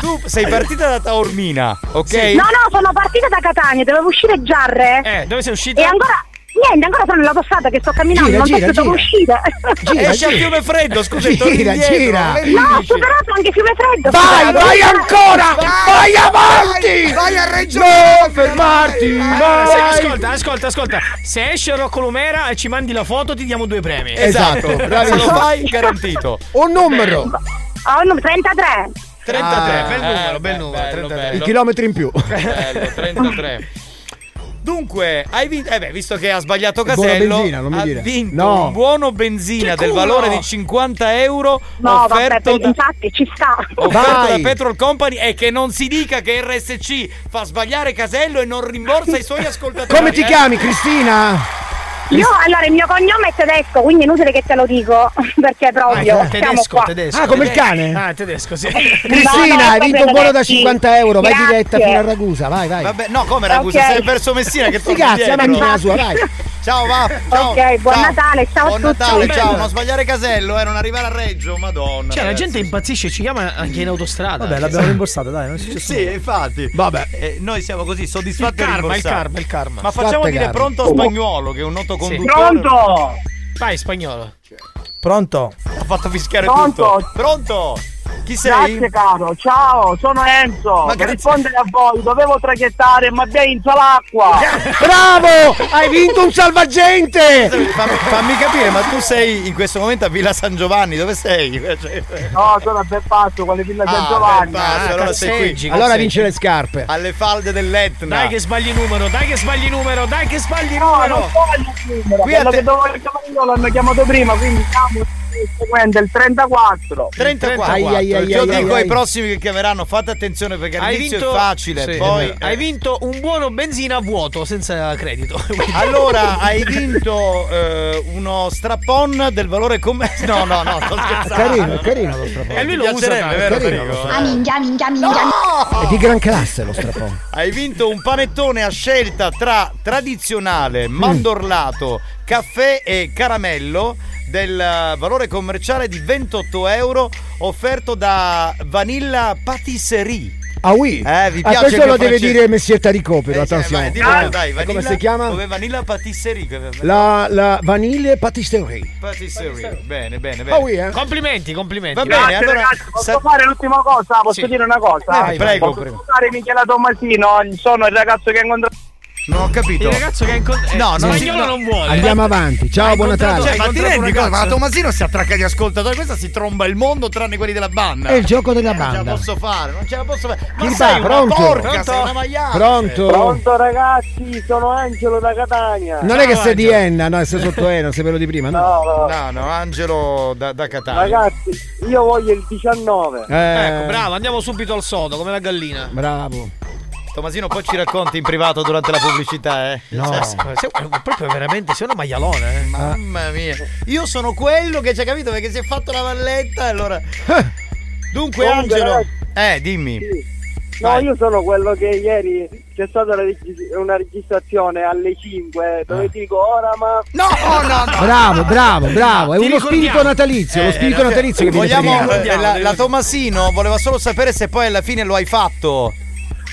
tu sei partita da Taormina, ok? No, no, sono partita da Catania, dovevo uscire Giarre. Eh, dove sei uscita? E ancora. Niente, ancora sono nell'autostrada che sto camminando, Gira, non gira, so se sono gira. uscita. Gira, Esci al gira. fiume freddo, scusa, e torni Gira, indietro. gira. Vedi, No, ho dici. superato anche fiume freddo. Vai, scusate. vai ancora! Vai vai, avanti! vai a Reggio Non fermarti! Allora, se- Vai! ascolta, ascolta, ascolta. Se esce Rocco Lumera e ci mandi la foto, ti diamo due premi. Esatto, se lo fai garantito. Un numero. Ho un numero 33. 33, Eh, bel numero, bel numero, 33. I chilometri in più. Bello, 33. Dunque, hai vinto, eh beh, visto che ha sbagliato Buona Casello, benzina, non mi ha dire. vinto No. un buono benzina Che del culo! valore di 50 euro No, vabbè, offerto, per- infatti ci sta. offerto da Vai. Petrol Company e che non si dica che RSC fa sbagliare Casello e non rimborsa i suoi ascoltatori. Come ti eh. chiami, Cristina? Io allora il mio cognome è tedesco, quindi è inutile che te lo dico, perché proprio Ah, siamo tedesco, qua. tedesco. Ah, come il tedesco. cane? Ah, tedesco, sì. Cristina, no, hai vinto un buono da ragazzi. 50 euro. Vai Grazie. diretta fino a Ragusa, vai, vai. Vabbè, no, come Ragusa, Ok. sei verso Messina che Sti torni cazzi, la indietro. macchina sua, vai. Ciao, va. Ciao. Ok, buon ciao. Natale, ciao Buon a tutti. Natale, ciao, non sbagliare Casello, eh, non arrivare a Reggio, madonna. Cioè, la ragazzi. gente impazzisce, ci chiama anche in autostrada. Vabbè, l'abbiamo rimborsata, dai, non è successo Sì, infatti. Vabbè. Eh, noi siamo così soddisfatti Il karma, e rimborsati. il karma, il karma. Ma facciamo Squatte dire karma. Oh. pronto a Spagnuolo, che è un noto conduttore. Pronto! Vai, spagnolo. Pronto? Ha fatto fischiare Pronto? tutto. Pronto? Chi sei? Grazie caro, ciao, sono Enzo. Ma per grazie. rispondere a voi dovevo traghettare, ma dentro l'acqua. Bravo! Hai vinto un salvagente! Fammi, fammi capire, ma tu sei in questo momento a Villa San Giovanni, dove sei? Cioè- No, sono a Belpasso, con le Villa San Ah, Giovanni. Belpasso, allora sei qui. Allora vince le scarpe. Alle falde dell'Etna. Dai che sbagli numero, dai che sbagli numero, dai che sbagli No, non numero. voglio il numero, Qui quello a te- che dovevo chiamare io l'hanno chiamato prima, quindi siamo sul seguente, il 34. 34. Ai, ai, ai, Te lo ai, dico ai, ai ai. prossimi che chiameranno, fate attenzione perché all'inizio è facile, sì, poi eh. è vero. hai vinto un buono benzina a vuoto senza credito. Allora, hai vinto eh, uno strappon del valore commerciale. No, no, no, sto scherzando. Ah, Carino, è carino lo strappone. E lui lo usa, tanto, vero, carino Federico? lo Eh. È di gran classe lo strappone. Hai vinto un panettone a scelta tra tradizionale, Mm. mandorlato, caffè e caramello del eh, valore commerciale di 28 euro offerto da Vanilla Patisserie. Ah oui? Eh, vi Ah, piace questo il mio lo deve francese? dire Messier Taricopero, Eh, sì, attenzione. vai, dillo, Ah, dai, e vanilla, come si chiama? Come Vanilla Patisserie. La, la Vanille Patisserie. Patisserie. Bene, bene, bene. Ah oui, eh? Complimenti, complimenti. Va Grazie bene, allora ragazzi, posso fare l'ultima cosa? Posso Sì. dire una cosa? Eh, prego, posso prego. scusare Michela Tommasino, sono il ragazzo che ha incontrato. non ho capito. Il ragazzo che ha incontrato- No, eh, non spagnolo non vuole. Andiamo avanti. Ciao, buon Natale. Cioè, ma ti rendi conto? Ma Tomasino si attracca di ascoltatori, questa si tromba il mondo tranne quelli della banda. È il gioco della Non ce la banda. posso fare, non ce la posso fare. Ma Chi sei va? una Pronto? porca, Pronto? sei una maiale. Pronto? Pronto ragazzi, sono Angelo da Catania. Non è che sei di Enna, no, sei sotto Enna, sei quello di prima, no? Ah, No, no, Angelo da, da Catania. Ragazzi, io voglio il 19. Eh, Ecco, bravo, andiamo subito al sodo come la gallina. bravo. Tomasino, poi ci racconti in privato durante la pubblicità, eh? No. proprio veramente sei una maialone. Mamma mia. Io sono quello che ci ha capito perché si è fatto la valletta e allora. Eh. Dunque, Comunque, Angelo. ragazzi- Eh, dimmi. No, io sono quello che ieri c'è stata una regis- una registrazione alle 5 dove dico ora ma... Eh. No, no, no! Bravo, bravo, bravo. È Ti uno ricordiamo. spirito natalizio, lo Eh, spirito eh, no, natalizio che vogliamo, viene prima. eh, la, la Tomasino voleva solo sapere se poi alla fine lo hai fatto.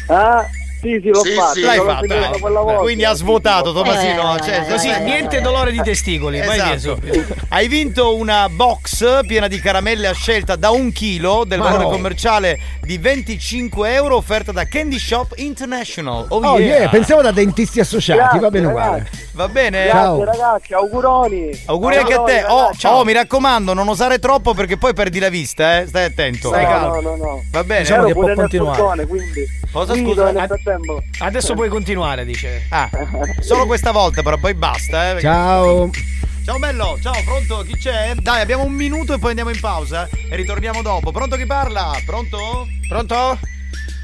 Ah, sì, sì, l'ho Sì, fatto. sì, l'hai sono fatto, segnato eh. quella volta. Quindi ha svuotato Tomasino. Eh, cioè, così, niente dolore di testicoli, vai via Esatto. subito. Hai vinto una box piena di caramelle a scelta da un chilo del Ma valore no. commerciale di 25 euro offerta da Candy Shop International. Oh, Oh, yeah. yeah, pensavo da dentisti associati, va bene uguale. Va bene? Grazie, Ciao. ragazzi, auguroni. Auguri anche a te. Oh, oh, mi raccomando, non osare troppo perché poi perdi la vista, eh. Stai attento. Stai calmo. No, no, no. Va bene. Diciamo Ero che pure può nel continuare. furgone, quindi. Cosa Sì, scusa? nel Ad- frattempo. Adesso puoi continuare, dice. Ah, solo questa volta, però poi basta, eh. perché- Ciao. Ciao bello, ciao, pronto? Chi c'è? Dai, abbiamo un minuto e poi andiamo in pausa eh. e ritorniamo dopo. Pronto chi parla? Pronto? Pronto?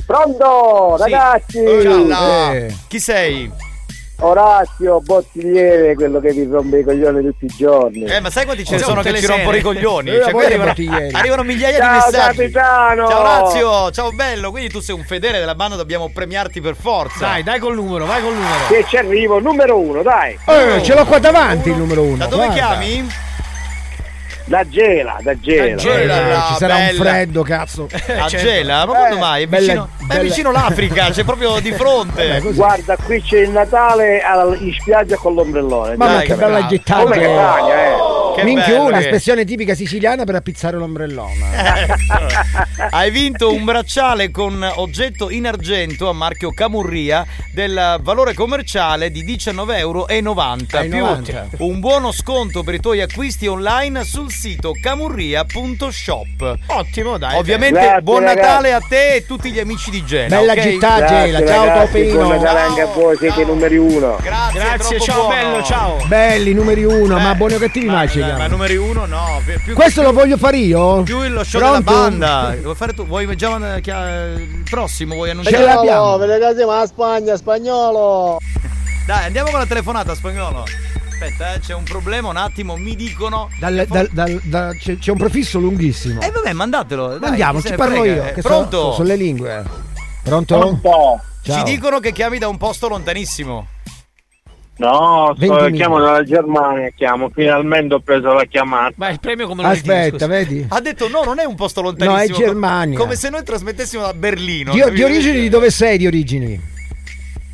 Pronto, Sì. ragazzi. Eh. Oh, ciao, là. Chi sei? Orazio Bottigliere, quello che vi rompe i coglioni tutti i giorni. Eh, ma sai quanti ce ne Oh, sono che ci telesere. rompono i coglioni? Io Cioè, voglio qui arrivano, Bottiglieri. arrivano migliaia Eh, Ciao, di messaggi. capitano. Ciao Razio, ciao bello, quindi tu sei un fedele della banda, dobbiamo premiarti per forza. Dai, dai col numero, vai col numero. Che ci arrivo, numero uno, dai. Eh, ce l'ho qua davanti il numero uno. Da dove guarda. chiami? Da Gela, da Gela. Eh, ci sarà un freddo, cazzo. A Gela? Eh, Ma quando mai? È vicino, bella- è vicino l'Africa, c'è proprio di fronte. Guarda, qui c'è il Natale alla- in spiaggia con l'ombrellone. Mamma Dai, che bella bravo. gettata. Come che cagna, eh. Minchia, bello una che- espressione tipica siciliana per appizzare l'ombrellone. Hai vinto un bracciale con oggetto in argento a marchio Camurria del valore commerciale di 19,90 euro Ai più 90. un buono sconto per i tuoi acquisti online sul sito camurria.shop. Ottimo, dai. Ovviamente Grazie, buon ragazzi. Natale a te e tutti gli amici di Ah, Gela. Bella ok? città, Gela. Ciao, Topino. Buon Natale anche a voi, siete i numeri uno. Grazie, Grazie, troppo ciao buono. bello, ciao. Belli, numeri uno, ma buoni o cattivi mai ci Eh. Ma chiamano. numeri uno no, più- più- Questo lo voglio fare io? più lo show Pronto? della banda. Vuoi fare tu? Vuoi già eh, chi- eh, il prossimo? Vuoi annunciare? vedete ma a Spagna, spagnolo. Dai, andiamo con la telefonata spagnolo. Aspetta, eh, c'è un problema, un attimo, mi dicono. Dal- dal- dal- da- c'è, c'è un prefisso lunghissimo. Eh vabbè, mandatelo. dai, Andiamo, chi se ci ne parlo frega, io. eh. Che so- Pronto? so- sono le lingue. Pronto? Ci Ciao. dicono che chiami da un posto lontanissimo. No, sto, 20.000. chiamo dalla Germania, chiamo, finalmente ho preso la chiamata. Ma il premio come Aspetta, vedi? Ha detto no, non è un posto lontanissimo. No, è co- Germania. Come se noi trasmettessimo da Berlino. Di, di capito? origini di dove sei di origini?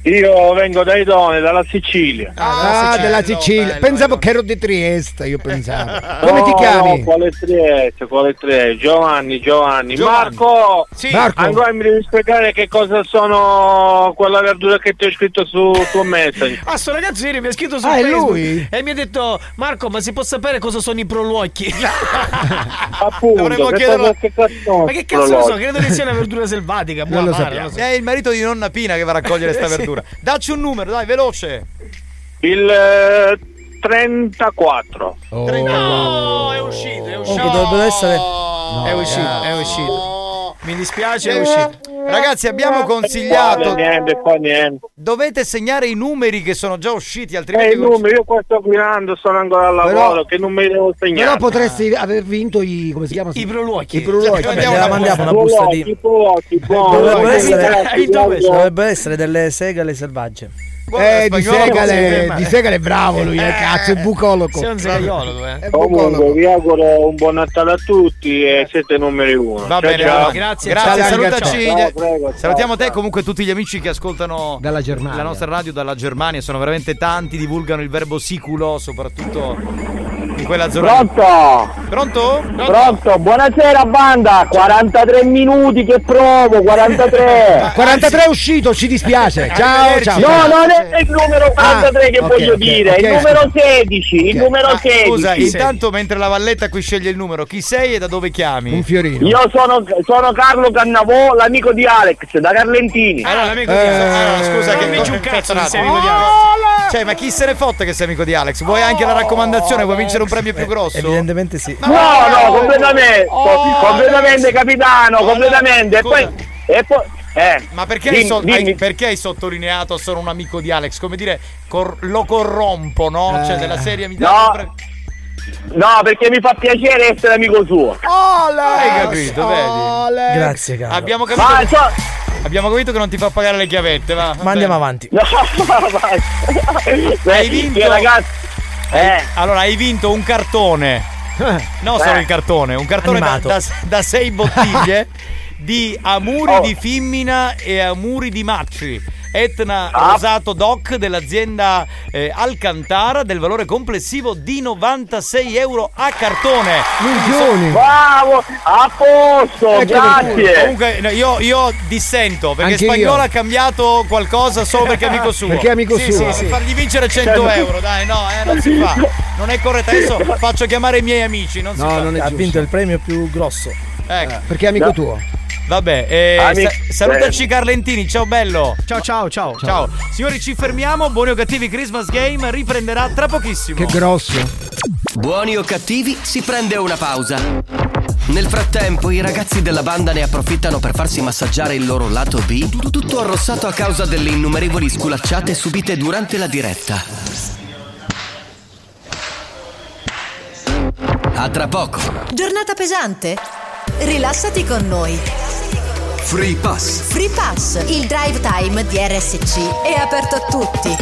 Io vengo da Idone, dalla Sicilia. Ah, della Sicilia. pensavo che ero di Trieste, io pensavo. Come ti chiami? No, quale Trieste, quale Trieste? Giovanni, Giovanni. Giovanni. Marco! Sì. Marco. Ancora mi devi spiegare che cosa sono quella verdura che ti ho scritto su tuo messaggio. Ah, sto ragazzo ieri mi ha scritto su Ah, è Facebook lui? e mi ha detto Marco, ma si può sapere cosa sono i proluocchi? Appunto, Dovremmo che chiederlo- cosa- che cazzo sono ma che cazzo lo so? prologi? Credo che sia una verdura selvatica. buona lo amara, sappiamo. so. Eh È il marito di nonna Pina che va a raccogliere sta Sì. verdura. Dacci un numero, dai, veloce. Il eh, 34. Oh. No, è uscito, è uscito. che Oh, dovrebbe essere- eh. è uscito, è uscito. Mi dispiace, Ah, è uscito. Eh, Ragazzi, abbiamo Qua consigliato. Eh, niente, qua niente. Dovete segnare i numeri che sono già usciti, Eh, altrimenti. i numeri, io qua sto guidando, sono ancora al Però- lavoro, che non mi devo Però segnare. potresti aver vinto i. come si chiama? I proluochi. I proluochi. Cioè, gliela mandiamo una busta di- Dovrebbero Dovrebbe essere, dove sono? dovrebbero essere delle segale selvagge. Eh, di Spagnolo non si segale, ferma. di segale è bravo lui, eh, cazzo, è bucoloco. Sei un segaiolo, eh. È Comunque bucoloco. vi auguro un buon Natale a tutti e siete numeri uno. Eh. Va Ciao, bene, ciao. allora, grazie, grazie, Ciao, salutaci. ciao. Ciao, prego, ciao, Salutiamo te e ciao. comunque tutti gli amici che ascoltano Dalla Germania. la nostra radio dalla Germania, sono veramente tanti, divulgano il verbo siculo, soprattutto in quella zona. lì. Pronto? Pronto? Pronto? Buonasera banda, 43 minuti che provo, 43. 43 è uscito, ci dispiace. Ciao, ciao. No, non è il numero 43 che ok, voglio ok, dire, ok, è il numero scusa. 16, il Ok. numero Ah, 16. scusa, intanto mentre la valletta qui sceglie il numero, chi sei e da dove chiami? Un fiorino. Io sono, sono Carlo Cannavò, l'amico di Alex, da Carlentini. Allora, eh, l'amico di Alex. allora, scusa, che dici un cazzo di sei amico di Alex. Cioè, ma chi se ne fotte che sei amico di Alex? Vuoi anche la raccomandazione? Vuoi vincere un premio più grosso? Evidentemente sì. No, oh, no, completamente, completamente capitano, completamente. E poi, e poi- e poi, Eh, Ma perché, hai, dimmi, sol- hai- dimmi. perché hai sottolineato sono un amico di Alex? Come dire, cor- lo corrompo, no? Cioè, della serie mi dai No. pre- No, perché mi fa piacere essere amico suo. Hai capito, vedi? Grazie, caro. Eh, Abbiamo capito, Ma, abbiamo capito che non ti fa pagare le chiavette, va. Ma andiamo avanti. No, vai. Eh, Hai vinto. Sì, ragazzi. Hai- Allora, hai vinto un cartone. No, solo Eh. il cartone, un cartone da, Animato. da- da sei bottiglie di amuri Oh. di Fimmina e amuri eh, di Macci. Etna Ah. Rosato Doc dell'azienda eh, Alcantara del valore complessivo di 96 euro a cartone. Minchioni. Bravo, a posto, Oh, Ecco grazie. Comunque no, io, io dissento perché Anche Spagnolo io. ha cambiato qualcosa solo perché è amico suo. Perché è amico Sì, suo. Certo. sì, per fargli vincere 100 euro, dai, no, eh, non si fa. Non è corretto. Adesso faccio chiamare i miei amici, non si fa. ha vinto il premio più grosso. Ecco. Eh, Perché è amico tuo. Vabbè, eh, Amico- sa- salutaci Carlentini, ciao bello. Ciao ciao ciao. Ciao. Ciao. Signori, ci fermiamo. Buoni o cattivi Christmas Game riprenderà tra pochissimo. Che Buoni o cattivi, si prende una pausa. Nel frattempo, i ragazzi della banda ne approfittano per farsi massaggiare il loro lato B, tu- tutto arrossato a causa delle innumerevoli sculacciate subite durante la diretta. A tra poco. Giornata pesante? Rilassati con noi. Free Pass. Free Pass, il drive time di RSC, è aperto a tutti.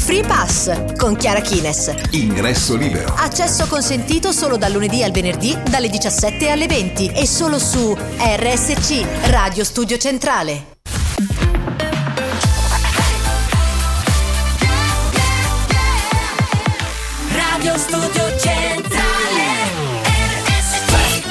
Free Pass con Chiara Kines. Ingresso libero. Accesso consentito solo dal lunedì al venerdì dalle 17 alle 20 e solo su RSC Radio Studio Centrale. Radio Studio Centrale RSC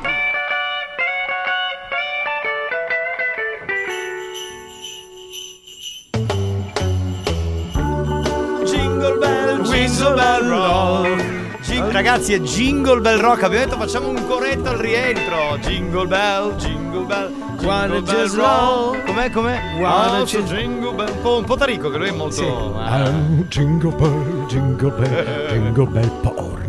Jingle bell, jingle bell rock. Jing- Ragazzi, è Jingle Bell Rock. Abbiamo detto facciamo un corretto al rientro. Jingle bell, jingle bell. Jingle Wanna bell just roll. roll. Com'è, com'è? Wanna Ah, just- jingle bell. Un po', un po' tarico che lui è molto. Ah. Ah, Jingle bell, jingle bell, jingle bell porn.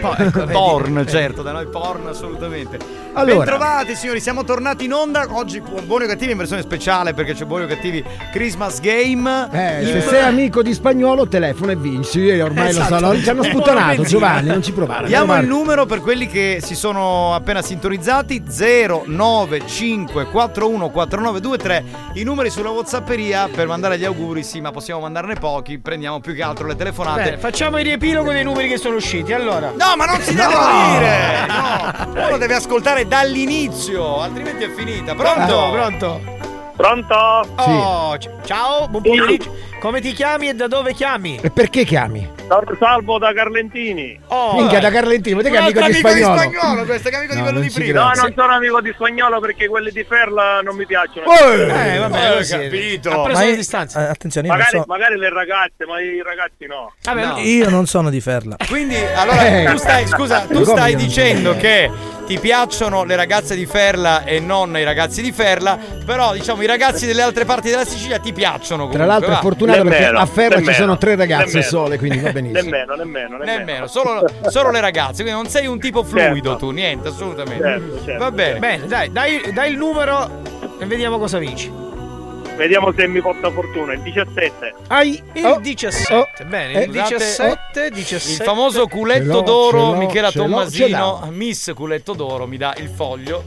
Po- ecco, Vedi? porn, Eh. certo, da noi porn assolutamente. Allora. Bentrovati signori, siamo tornati in onda. Oggi bu- Buoni o Cattivi in versione speciale perché c'è Buoni o Cattivi Christmas Game. Eh, Il- se sei amico di spagnolo, telefona e vinci. Eh, ormai Esatto. lo so, lo- ci hanno Eh, sputtonato benzina. Giovanni, non ci provare. Diamo il Giovanni. numero per quelli che si sono appena sintonizzati 095414923 I numeri sulla Whatsapperia per mandare gli auguri, sì, ma possiamo mandarne pochi, prendiamo più che altro le telefonate. Bene, facciamo il riepilogo dei numeri che sono usciti. Allora. No, ma non si deve morire! No, uno deve ascoltare dall'inizio, altrimenti è finita. Pronto? Ah. Pronto, pronto. Pronto? Oh, c- ciao, buon pomeriggio. Come ti chiami e da dove chiami? E perché chiami? Salvo da Carlentini. Oh, Minchia, da Carlentino, te che è amico di spagnolo. questo che è amico No, non ci No, credo. non sono amico di spagnolo perché quelli di Ferla non mi piacciono. Eh, vabbè, ho così è. capito. Ha preso Ma le io- distanze. eh, attenzione, io non, Magari, so- magari le ragazze, ma i ragazzi no. no. io non sono di Ferla. Quindi, allora, Eh. tu stai, scusa, tu Come stai non- dicendo che ti piacciono le ragazze di Ferla e non i ragazzi di Ferla, però diciamo i ragazzi delle altre parti della Sicilia ti piacciono Tra comunque. l'altro va. è fortunato perché a Ferra ci nemmeno, sono tre ragazze nemmeno. sole, quindi va benissimo. Nemmeno, nemmeno, nemmeno. Nemmeno, solo, solo le ragazze, quindi non sei un tipo fluido Certo. tu, niente, assolutamente. Va bene, Bene, dai, dai, dai il numero e vediamo cosa vinci. Vediamo se mi porta fortuna. Il 17. Hai il 17. oh, Bene, il Scusate, 17, Il 17. famoso Ce culetto l'ho, d'oro ce l'ho, Michela ce l'ho, ce Tommasino, l'ho. Miss Culetto d'oro, mi dà il foglio.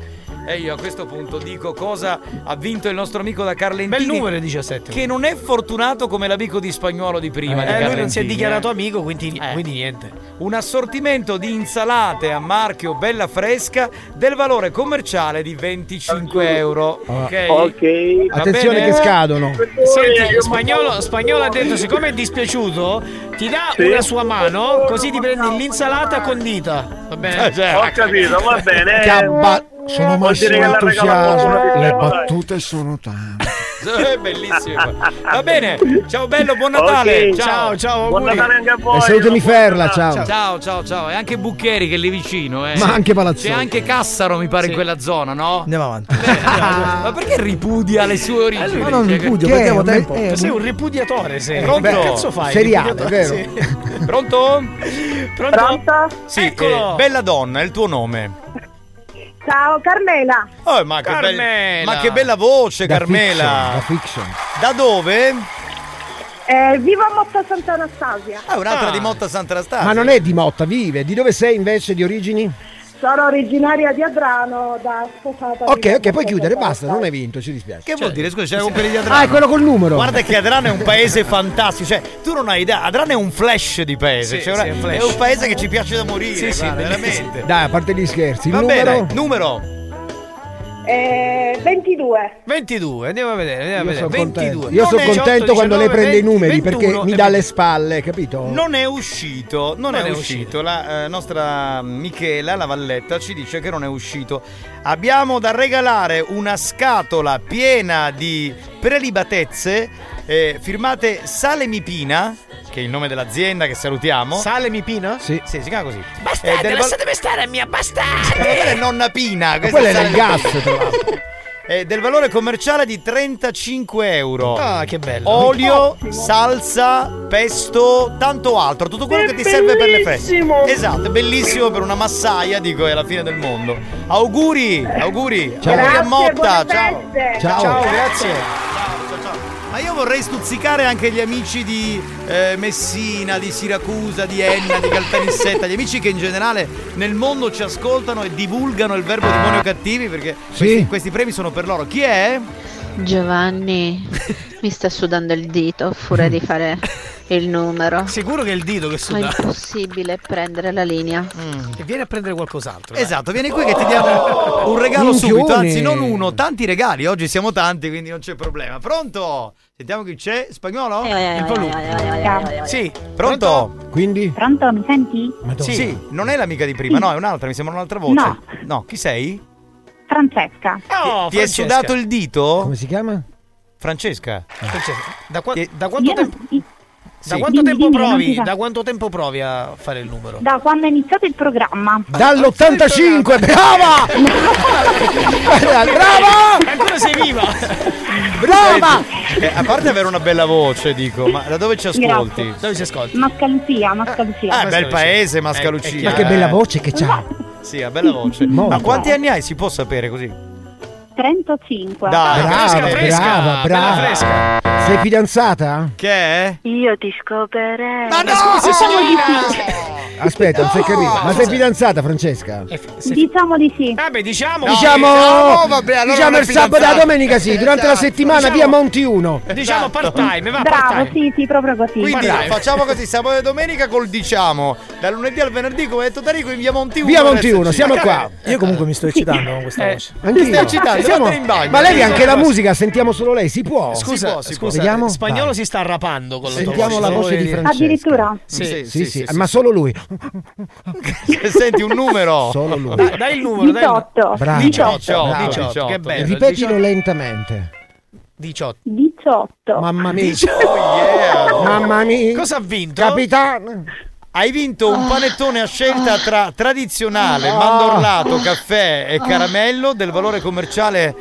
E io a questo punto dico cosa ha vinto il nostro amico da Carlentini. Bel numero il 17. Che non è fortunato come l'amico di spagnolo di prima. Eh, di lui non Carlentini, si è dichiarato eh. amico, quindi, quindi niente. Un assortimento di insalate a marchio Bella Fresca del valore commerciale di 25 euro. Ah. Ok. Ok. Va Attenzione bene? che scadono. Senti, spagnolo, spagnolo ha detto: siccome è dispiaciuto, ti dà Sì. una sua mano, così ti prendi l'insalata condita. Va bene? Eh, cioè, Ho capito, va bene. eh. Che abba- Vuol sono dire massimo che la regala entusiasmo. qualcuno, Le dai. battute sono tante. È Eh, bellissimo. Va bene. Ciao bello, buon Natale. Ok. Ciao, ciao. Buon auguri. Natale anche a voi. E salutami Ferla, ciao. Ciao, ciao, ciao. E anche Buccheri che è lì vicino. Eh. Ma anche Palazzolo. C'è anche Cassaro, mi pare, in quella zona, no? Andiamo avanti. Ma perché ripudia le sue origini? Ma non Cioè, ripudio, che- perché avevo tempo. eh, Sei un ripudiatore, sei. Pronto? Che cazzo fai? Seriale, Ripudiatore, vero? sì. Pronto? Pronto? Sì, Eccolo. eh, bella donna, è il tuo nome. Ciao Carmela. Oh, ma, che bel- Carmela. ma che bella voce, Carmela. fiction. Da dove? Eh, vivo a Motta Santa Anastasia. Ah, un'altra di Motta Sant'Anastasia. Ma non è di Motta, vive. Di dove sei invece di origini? Sono originaria di Adrano, da sposata. di Ok, ok, Motta puoi chiudere, Santa basta, non hai vinto, ci dispiace. Che Cioè, vuol dire? Scusa, c'era con quelli di Adrano. Ah, è quello col numero. Guarda che Adrano è un paese fantastico, cioè tu non hai idea, Adrano è un flash di paese, Sì, cioè, sì, è, è un un flash. paese che ci piace da morire, Sì, sì, guarda, bellissimo. veramente. Dai, a parte gli scherzi, il Va numero... bene, numero Anastasia. Eh, 22. 22, andiamo a vedere, andiamo a Io vedere. sono 22. contento, Io sono 18, contento quando lei 19, prende i 20, numeri 21, perché mi dà le spalle, capito? non è uscito, non, Non è, è uscito. La eh, nostra Michela, la Valletta, ci dice che non è uscito. Abbiamo da regalare una scatola piena di prelibatezze eh, firmate Sale Mipina, che è il nome dell'azienda che salutiamo. Sale Mipina? Sì. si chiama così. Bastate, Eh, del- Eh, lasciatemi stare, mia Ma quella è bastate! nonna Pina. questa quello è era il Sale gas, Mipina. tra l'altro. Eh, del valore commerciale di 35 euro. Ah, che bello. Olio, salsa, pesto, tanto altro. Tutto quello È che ti serve per le feste. bellissimo. Esatto, è bellissimo per una massaia, dico, è la fine del mondo. Auguri, auguri. Ciao. Auguri a Grazie, Motta. buone Ciao. feste. Ciao. grazie. Ma io vorrei stuzzicare anche gli amici di eh, Messina, di Siracusa, di Enna, di Caltanissetta, gli amici che in generale nel mondo ci ascoltano e divulgano il verbo di buoni o cattivi perché questi, questi premi sono per loro. Chi è? Giovanni mi sta sudando il dito a furia di fare il numero. Sicuro che è il dito che Ma è suda. impossibile prendere la linea. E vieni a prendere qualcos'altro. Esatto, vieni Mm. qui che ti diamo un regalo Minchione. subito, anzi non uno, tanti regali, oggi siamo tanti quindi non c'è problema. Pronto? Sentiamo chi c'è, spagnolo? Il Palù. Sì, pronto? Quindi? Pronto, mi senti? Sì, sì, non è l'amica di prima, no, è un'altra, mi sembra un'altra voce. No. No, chi sei? Francesca. Ti è sudato il dito? Come si chiama? Francesca. Eh, Da, qua- da quanto tempo, da Sì. quanto Dimmi, tempo dimmi, non provi? ti sa. Da quanto tempo provi a fare il numero? Da quando è iniziato il programma. Dall'85, brava! brava! Ancora sei viva! Brava! Eh, a parte avere una bella voce, dico, ma da dove ci ascolti? Dove ci ascolti? Mascalucia, Mascalucia. Ah, bel paese, Mascalucia. Eh, Ma che bella voce che c'ha. Sì, ha bella voce. Ma Molto. quanti anni hai? Si può sapere così? 35. Dai, brava, brava, brava. Sei fidanzata? Ah. Che è? Io ti scoprirei. Ma no, scusi, signorina! Aspetta, non si è No! capito. Ma sei fidanzata, Francesca? Diciamo di sì. Vabbè, diciamo. diciamo diciamo, vabbè, allora diciamo non è il sabato e la fidanzata. domenica sì, durante la settimana Diciamo- via Monti 1. Diciamo part time, va part Bravo, time. sì, sì, proprio così. Quindi Dai. facciamo così, sabato e domenica col diciamo, dal lunedì al venerdì come ha detto Tarico in via Monti 1. Via Monti 1, siamo qua. Io comunque mi sto eccitando con questa Eh, voce. Anch'io. Stai eccitando, Siamo- vattene in bagno. Ma levi Sì, anche sì, la sì. musica, sentiamo solo lei, si può? Scusa, scusa, Vediamo. spagnolo Vai. si sta rapando con la Sentiamo tua la voce di Francesca. Addirittura. Sì, sì, Sì, sì, ma solo lui. Cioè, Senti un numero. Solo lui. Dai, dai il numero, dai. il- 18. Bravo. 18, Bravo. 18, che bello. Ripetilo 18. lentamente. 18. 18. Mamma mia. Oh, Mamma mia. Oh, Cosa ha vinto? Capitano. Hai vinto un panettone a scelta tra tradizionale, mandorlato, caffè e caramello del valore commerciale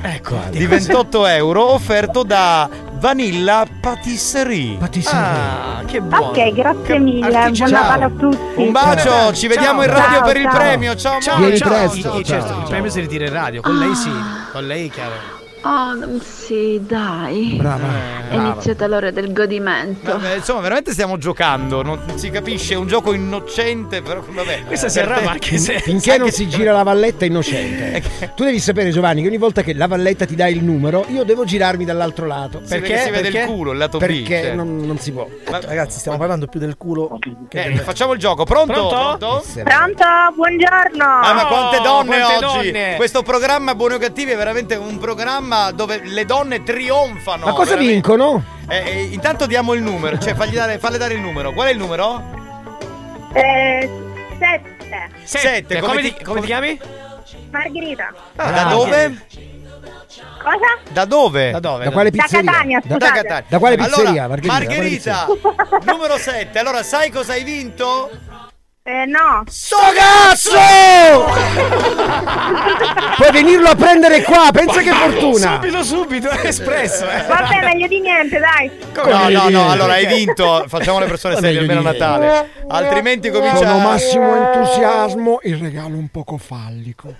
ecco, Ah, di 28 euro offerto da Vanilla Patisserie. Ah, che buono. Ok, grazie mille. Buon artigiano. Natale a tutti. Un bacio, ci Ciao. vediamo in radio Ciao, per il ciao. premio. Ciao, Ciao, amore. ciao. Sì, certo, il premio si ritira in radio, con lei sì, con lei chiaro. Oh, non- sì, dai. È iniziata l'ora del godimento. Eh, Insomma, veramente stiamo giocando, non si capisce, è un gioco innocente, però vabbè. Eh, Questa si arrabbi anche se- Finché non si gira la valletta è innocente. Tu devi sapere, Giovanni, che ogni volta che la valletta ti dà il numero, io devo girarmi dall'altro lato. Perché? si vede il culo, il lato Perché B. cioè. non, non si può. Ragazzi, stiamo parlando più del culo che Eh, del facciamo il gioco, pronto? Pronto? Pronto, buongiorno. Ah, ma quante donne quante oggi! donne. Questo programma Buoni o Cattivi è veramente un programma dove le donne trionfano. Ma cosa veramente. vincono? Eh, eh, intanto diamo il numero, cioè fagli dare, falle dare il numero. Qual è il numero? Eh, 7. Sette, come, come ti, come ti chiami? Ah, Margherita. da dove? Cosa? Da dove? Da Da quale Da pizzeria? Catania, Da- scusate. da Catania. Da quale pizzeria, Allora, Margherita, da quale Margherita, numero 7. Allora, sai cosa hai vinto? Eh, no. Sto Puoi venirlo a prendere qua, pensa che fortuna! Subito, subito, è espresso. eh. Vabbè, meglio di niente, dai. No, no, no, niente. allora hai vinto. Facciamo le persone serie almeno a Natale. Altrimenti Con comincia massimo entusiasmo il regalo un poco fallico.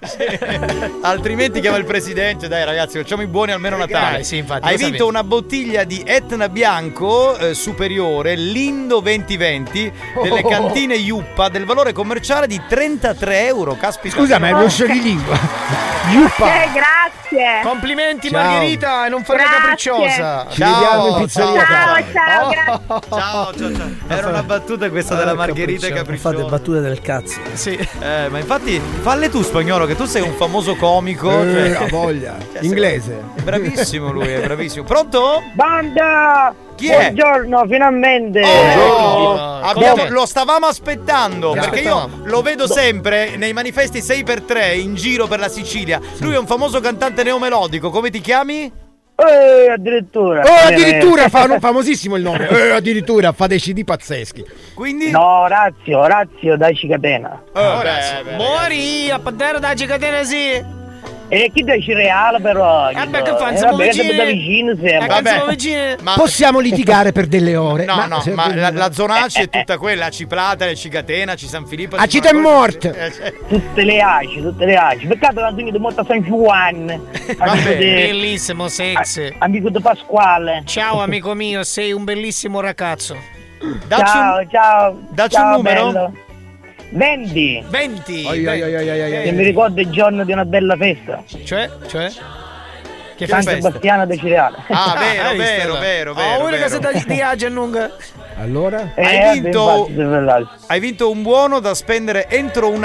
Altrimenti chiama il presidente. Dai, ragazzi, facciamo i buoni almeno a Natale. Dai, sì, infatti, hai lo vinto sapevo. una bottiglia di Etna Bianco eh, superiore Lindo 2020 delle Oh. cantine Iuppa del valore commerciale di 33 euro. Caspita. Scusa, ma è uno show di lingua. Eh, Yuppa! grazie. Complimenti Ciao. Margherita e non fare la Grazie. capricciosa. Ci vediamo in pizzeria. Ciao, Oh. ciao, Ciao, ciao, ciao. Era una battuta questa della Margherita Capricciosa. Fate battute del cazzo. Sì. Eh, ma infatti falle tu spagnolo che tu sei un famoso comico. Eh, cioè- ha voglia. Cioè, sei- Inglese. Bravissimo lui, è bravissimo. Pronto? Banda! Chi è? Buongiorno, finalmente! Oh, Buongiorno. abbiamo- Come? lo stavamo aspettando Lo perché io aspettavamo. Boh. lo vedo Bo- sempre nei manifesti 6x3 in giro per la Sicilia. Lui è un famoso cantante neomelodico. Come ti chiami? Eh, addirittura! Oh, addirittura fa- no, famosissimo il nome. Eh, addirittura fa dei CD pazzeschi. Quindi? No, Orazio, Orazio, dai Eh, Cicatena. Mori, a Pantero da Cicatina sì. E chi dice reale però? Eh, beh, che fa? Eh, Siamo vabbè, che vicini. da vicino Eh, sembra. che siamo vicini. Possiamo litigare per delle ore. No, no, se- ma la, la zona Eh, H è tutta quella, Ciprata, le Cicatena, ci San Filippo. A Ah, ci Cita è Marco- morto. Eh, sì. Tutte le aci, tutte le aci. Peccato che non venite molto a San Giovanni. Eh, Amico di- Bellissimo sexy. Amico di Pasquale. Ciao amico mio, sei un bellissimo ragazzo. Dacci Ciao, un- ciao. dacci un Ciao, numero. bello. 20. 20. Oi, oi, oi, Eh, Che mi ricordo il giorno di una bella festa. Cioè, cioè? Che San festa? Sebastiano di Cereale. Ah, Ah, hai vero, visto, vero, allora? vero, Ah, vero. una vero. casetta di, di Agenung. Allora? Eh, Hai vinto, infatti, per l'altro. hai vinto un buono da spendere entro un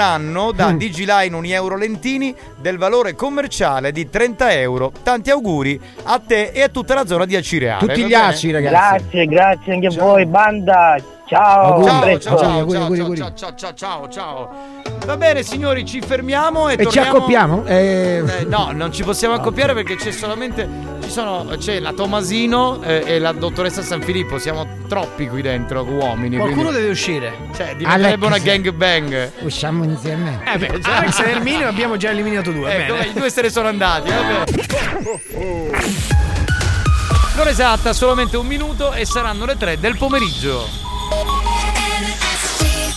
Mm. anno da Digiline un euro lentini del valore commerciale di 30 euro. Tanti auguri a te e a tutta la zona di Acireale. va Ah, bene? Grazie, grazie anche a voi, banda. Ciao, a Ciao, ciao, presto. ciao, ciao, ciao, ciao, ciao, ciao, ciao. Va bene signori, ci fermiamo e, E ci torniamo- accoppiamo? Eh, Eh, no, non ci possiamo accoppiare perché c'è solamente. Ci sono. C'è la Tomasino eh, e la dottoressa San Filippo. Siamo troppi qui dentro, uomini. Qualcuno quindi- deve uscire. Cioè, diventerebbe una Alex. gang bang. Usciamo insieme. Eh beh, Alex e Erminio abbiamo già eliminato due. Ecco, bene. i due se ne sono andati. eh, Vabbè. Non esatta, solamente un minuto e saranno le tre del pomeriggio.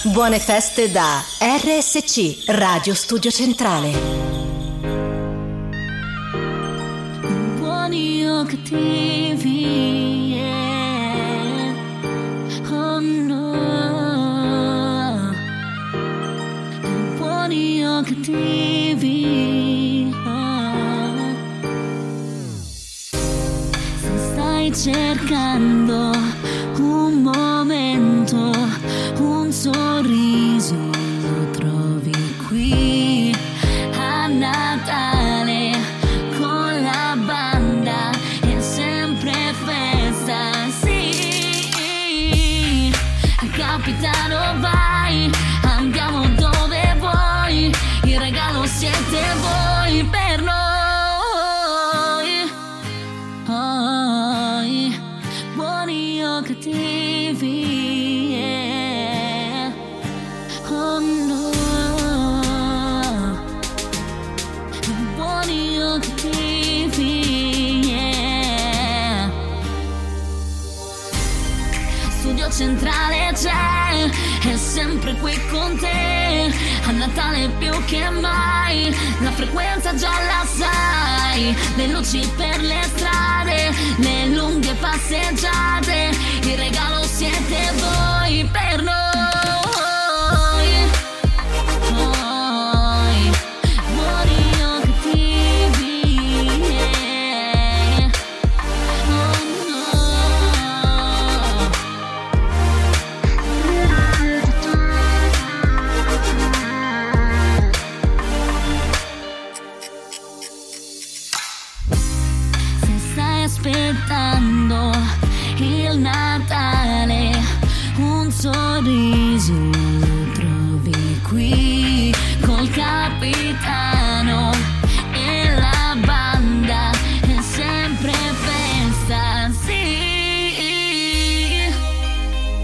Buone feste da RSC, Radio Studio Centrale. Buoni o cattivi, yeah. oh no. Buoni o cattivi, ah. se stai cercando un momento, un sorriso, lo trovi qui a Natale con la banda è sempre festa, sì. Capitano vai, andiamo dove vuoi, il regalo siete voi per noi. Oi, buoni o cattivi, yeah. oh no. Buoni o cattivi, yeah. Studio centrale c'è, è sempre qui con te. A Natale più che mai, la frequenza già la sai. Le luci per le strade, le lunghe passeggiate. Il regalo siete voi per noi. Noi. Buoni o cattivi, yeah. Oh no. Se stai aspettando il Natale, un sorriso lo trovi qui col capitano e la banda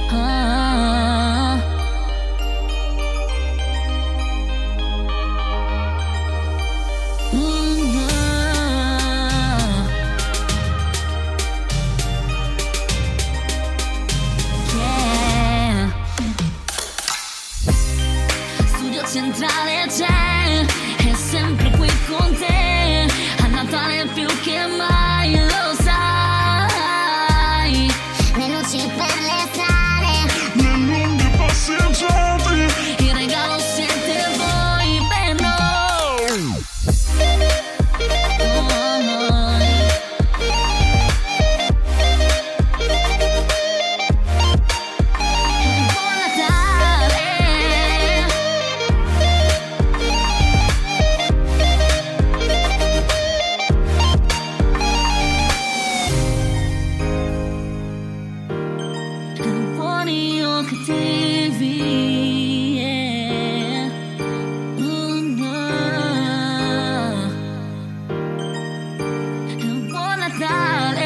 Ah. Mm-hmm. per le strade, nell'onde passeggiate, il regalo siete voi per noi. Oh, Buon Natale. buoni o cattivi. yeah. Mm, ah. Buon Natale.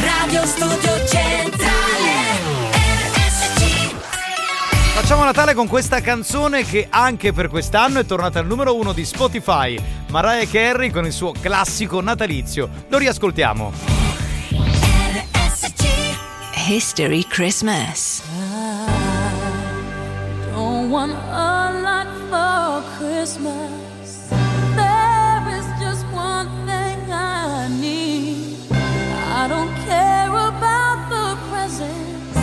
Radio Studio Centrale RSC Facciamo Natale con questa canzone che anche per quest'anno è tornata al numero uno di Spotify. Mariah Carey con il suo classico natalizio. Lo riascoltiamo. History Christmas. Don't want a lot for Christmas. There is just one thing I need. I don't care about the presents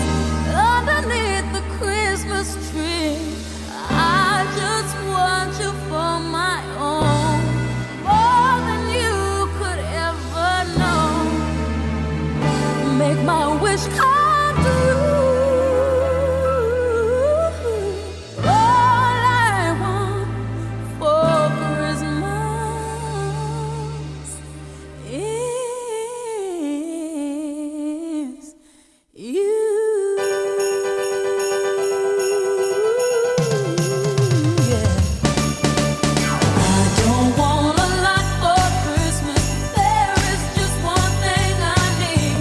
underneath the Christmas tree. I just want you for my own. More than you could ever know. Make my wish come true. All I want for Christmas is you. Yeah. I don't want a lot for Christmas. There is just one thing I need.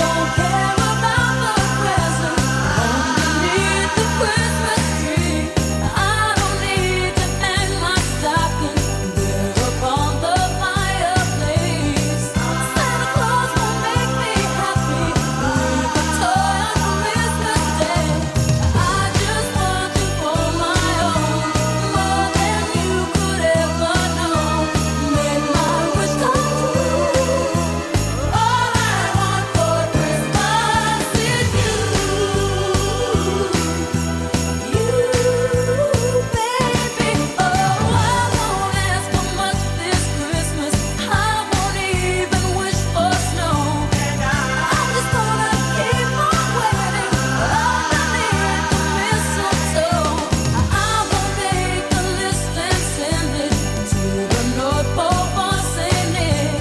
Don't care about the presents underneath the Christmas tree. I don't need to hang my stocking there upon the fireplace. Santa Claus will make me happy with a toy on Christmas Day. I just want you for my own, more than you could ever know. Make my wish come true. All I want for Christmas is you, you, baby. Oh, I won't ask for much this Christmas. I won't even wish for snow. I just thought I'd keep on waiting underneath the mistletoe. I will make a list and send it to the North Pole for Saint Nick.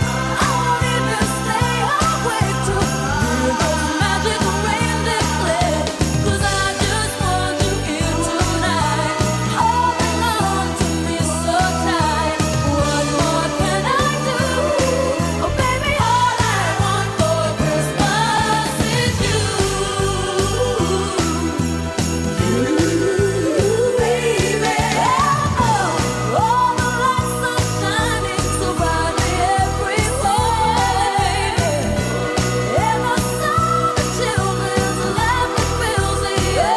I won't even stay awake to hear those magic rain declare. 'Cause I just want you here tonight, holding on to me so tight. What more can I do? Oh baby, all I want for Christmas is you, you, baby. Oh, all the lights are shining so brightly everywhere. And I saw the children's laughing music, and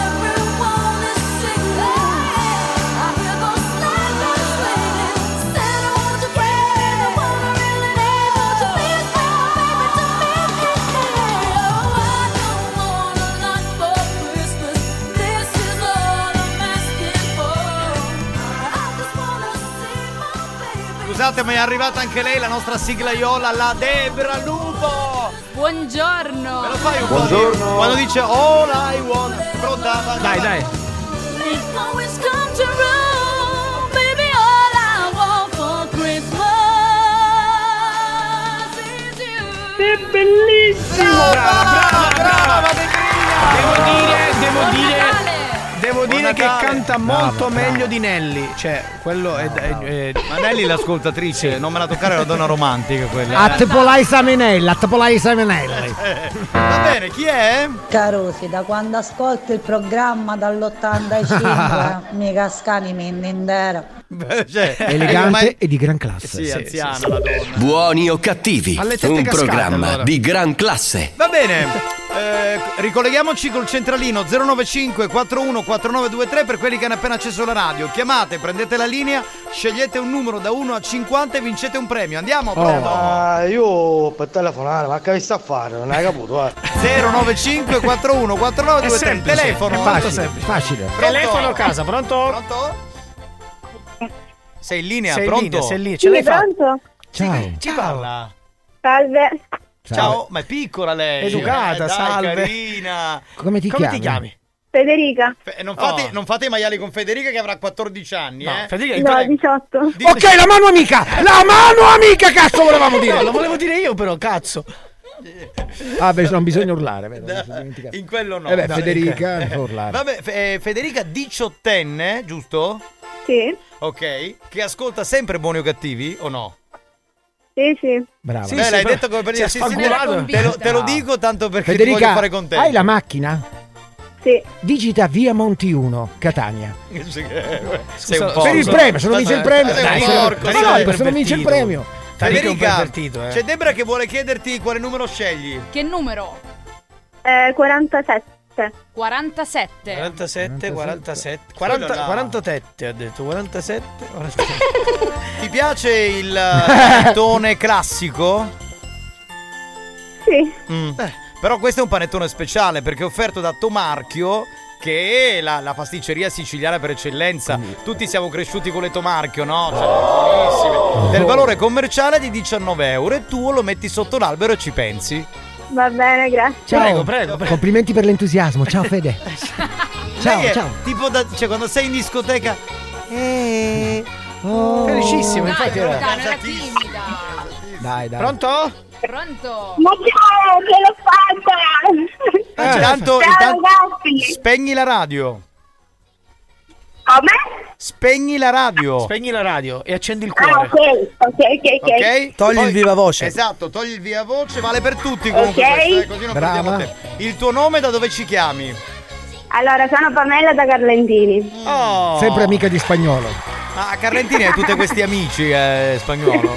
everyone is singing. I hear those sleigh bells ringing. Santa, won't you bring me the one I really need? Won't you please bring my baby to me? Oh, I don't want a lot for Christmas. This is all I'm asking for. I just wanna see my baby. Scusate, ma è arrivata anche lei, la nostra siglaiola, la Debra Lupo. Buongiorno. Lo fai un po' di- Quando dice "Oh, all I want. Pronta? va- Dai, dai. It always comes around, baby. All I want for Christmas is you. È bellissimo. Brava, brava, brava, Devo dire, devo dire, Devo Buon dire che Natale. canta Brava, molto brava. meglio di Nelly. Cioè, quello è. è- è- Ma Nelly l'ascoltatrice, non me la toccare è una donna romantica quella. eh. A Tepolai Saminella, a Tepolai Saminelli. Va bene, chi è? Carosi, da quando ascolto il programma dall'85 mi cascani mi indera. Cioè, Elegante ormai- e di gran classe. Eh Sì, anziana la donna. Buoni o cattivi, Alle tette un cascate, programma allora. di gran classe. Va bene, eh, ricolleghiamoci col centralino 095 41 4923 per quelli che hanno appena acceso la radio. Chiamate, prendete la linea, scegliete un numero da 1 a 50 e vincete un premio. Andiamo, prego. Ah, io per telefonare, ma che mi sta a fare? Non hai capito, eh. 095 41 4923 il telefono. facile. Telefono a casa, pronto? Pronto? Sei in linea, Sei in pronto? linea, sei Ciao. lì, ce l'hai Sì, pronto? Ciao. Ci parla. Salve. Ciao. ma è piccola lei. Educata, Eh, dai, salve. carina. Come ti chiami? Federica. Fe- non, fate, non fate i maiali con Federica che avrà 14 anni, eh. No, 18. Ok, la mano amica! La mano amica, cazzo, volevamo dire! No, No, lo lo volevo dire io, però, cazzo. Ah, beh, non bisogna urlare, vedo. In quello no. Eh beh, Dai, Federica, ok. non può urlare. Vabbè, Fe- eh, Federica diciottenne, giusto? Sì, Ok. Che ascolta sempre buoni o cattivi o no? sì, sì. Brava. Beh, l'hai detto come per dire sì, sì, te, lo, Ah. te lo dico tanto perché ti voglio Federica, fare contento. hai la macchina? Sì. Digita via Monti 1, Catania. Sei un per il porco. premio, se non vince il premio. Sei un Dai, se non- porco, ma sei. no, se non vince il premio. Federica, c'è Debra che vuole chiederti quale numero scegli. Che numero? Eh, 47. Eh, 47. 47, 47, Quello 40, là. 40 tette ha detto, 47, 47. Ti piace il eh, panettone classico? Sì. Mm. Eh, Però questo è un panettone speciale perché è offerto da Tomarchio che è la, la pasticceria siciliana per eccellenza. Tutti siamo cresciuti con le Tomarchio, no? Cioè, Oh. buonissime. Del valore commerciale di 19 euro e tu lo metti sotto l'albero e ci pensi. Va bene, grazie. Ciao. Prego, prego, prego. Eh, Complimenti per l'entusiasmo. Ciao Fede. ciao, Lei è ciao. Tipo da, cioè, quando sei in discoteca... Eh, Felicissimo, infatti era. Dai, dai. Pronto? Pronto? Ma ciao, ce l'ho fatta! Eh, Intanto, Ciao, intanto- ragazzi. spegni la radio. Come? Spegni la radio. Spegni la radio e accendi il Ah, cuore. ok, ok, ok, ok. Ok? Togli il viva voce. Esatto, togli il viva voce, vale per tutti comunque. Ok. questo, eh, così non Brava. perdiamo tempo. Il tuo nome da dove ci chiami? Allora, sono Pamela da Carlentini. Oh. Sempre amica di spagnolo. Ma a Carlentini hai tutti questi amici eh, spagnolo.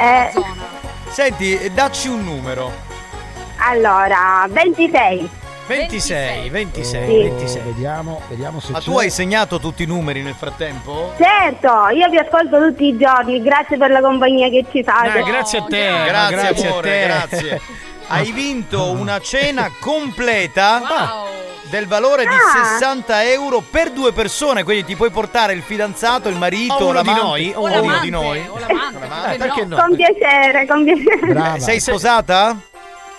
Eh, Senti, eh, dacci un numero. allora, 26. 26, 26, Sì. 26. Vediamo, vediamo se Ma c'è. tu hai segnato tutti i numeri nel frattempo? Certo, io vi ascolto tutti i giorni, grazie per la compagnia che ci fate. Eh, grazie a te, Grazie, ma grazie amore, a te. grazie. Hai vinto una cena completa del valore di Ah. 60 euro per due persone, quindi ti puoi portare il fidanzato, il marito, O uno la di noi, o o uno uno di di noi. perché no? Con piacere, con piacere. Brava. Sei sposata?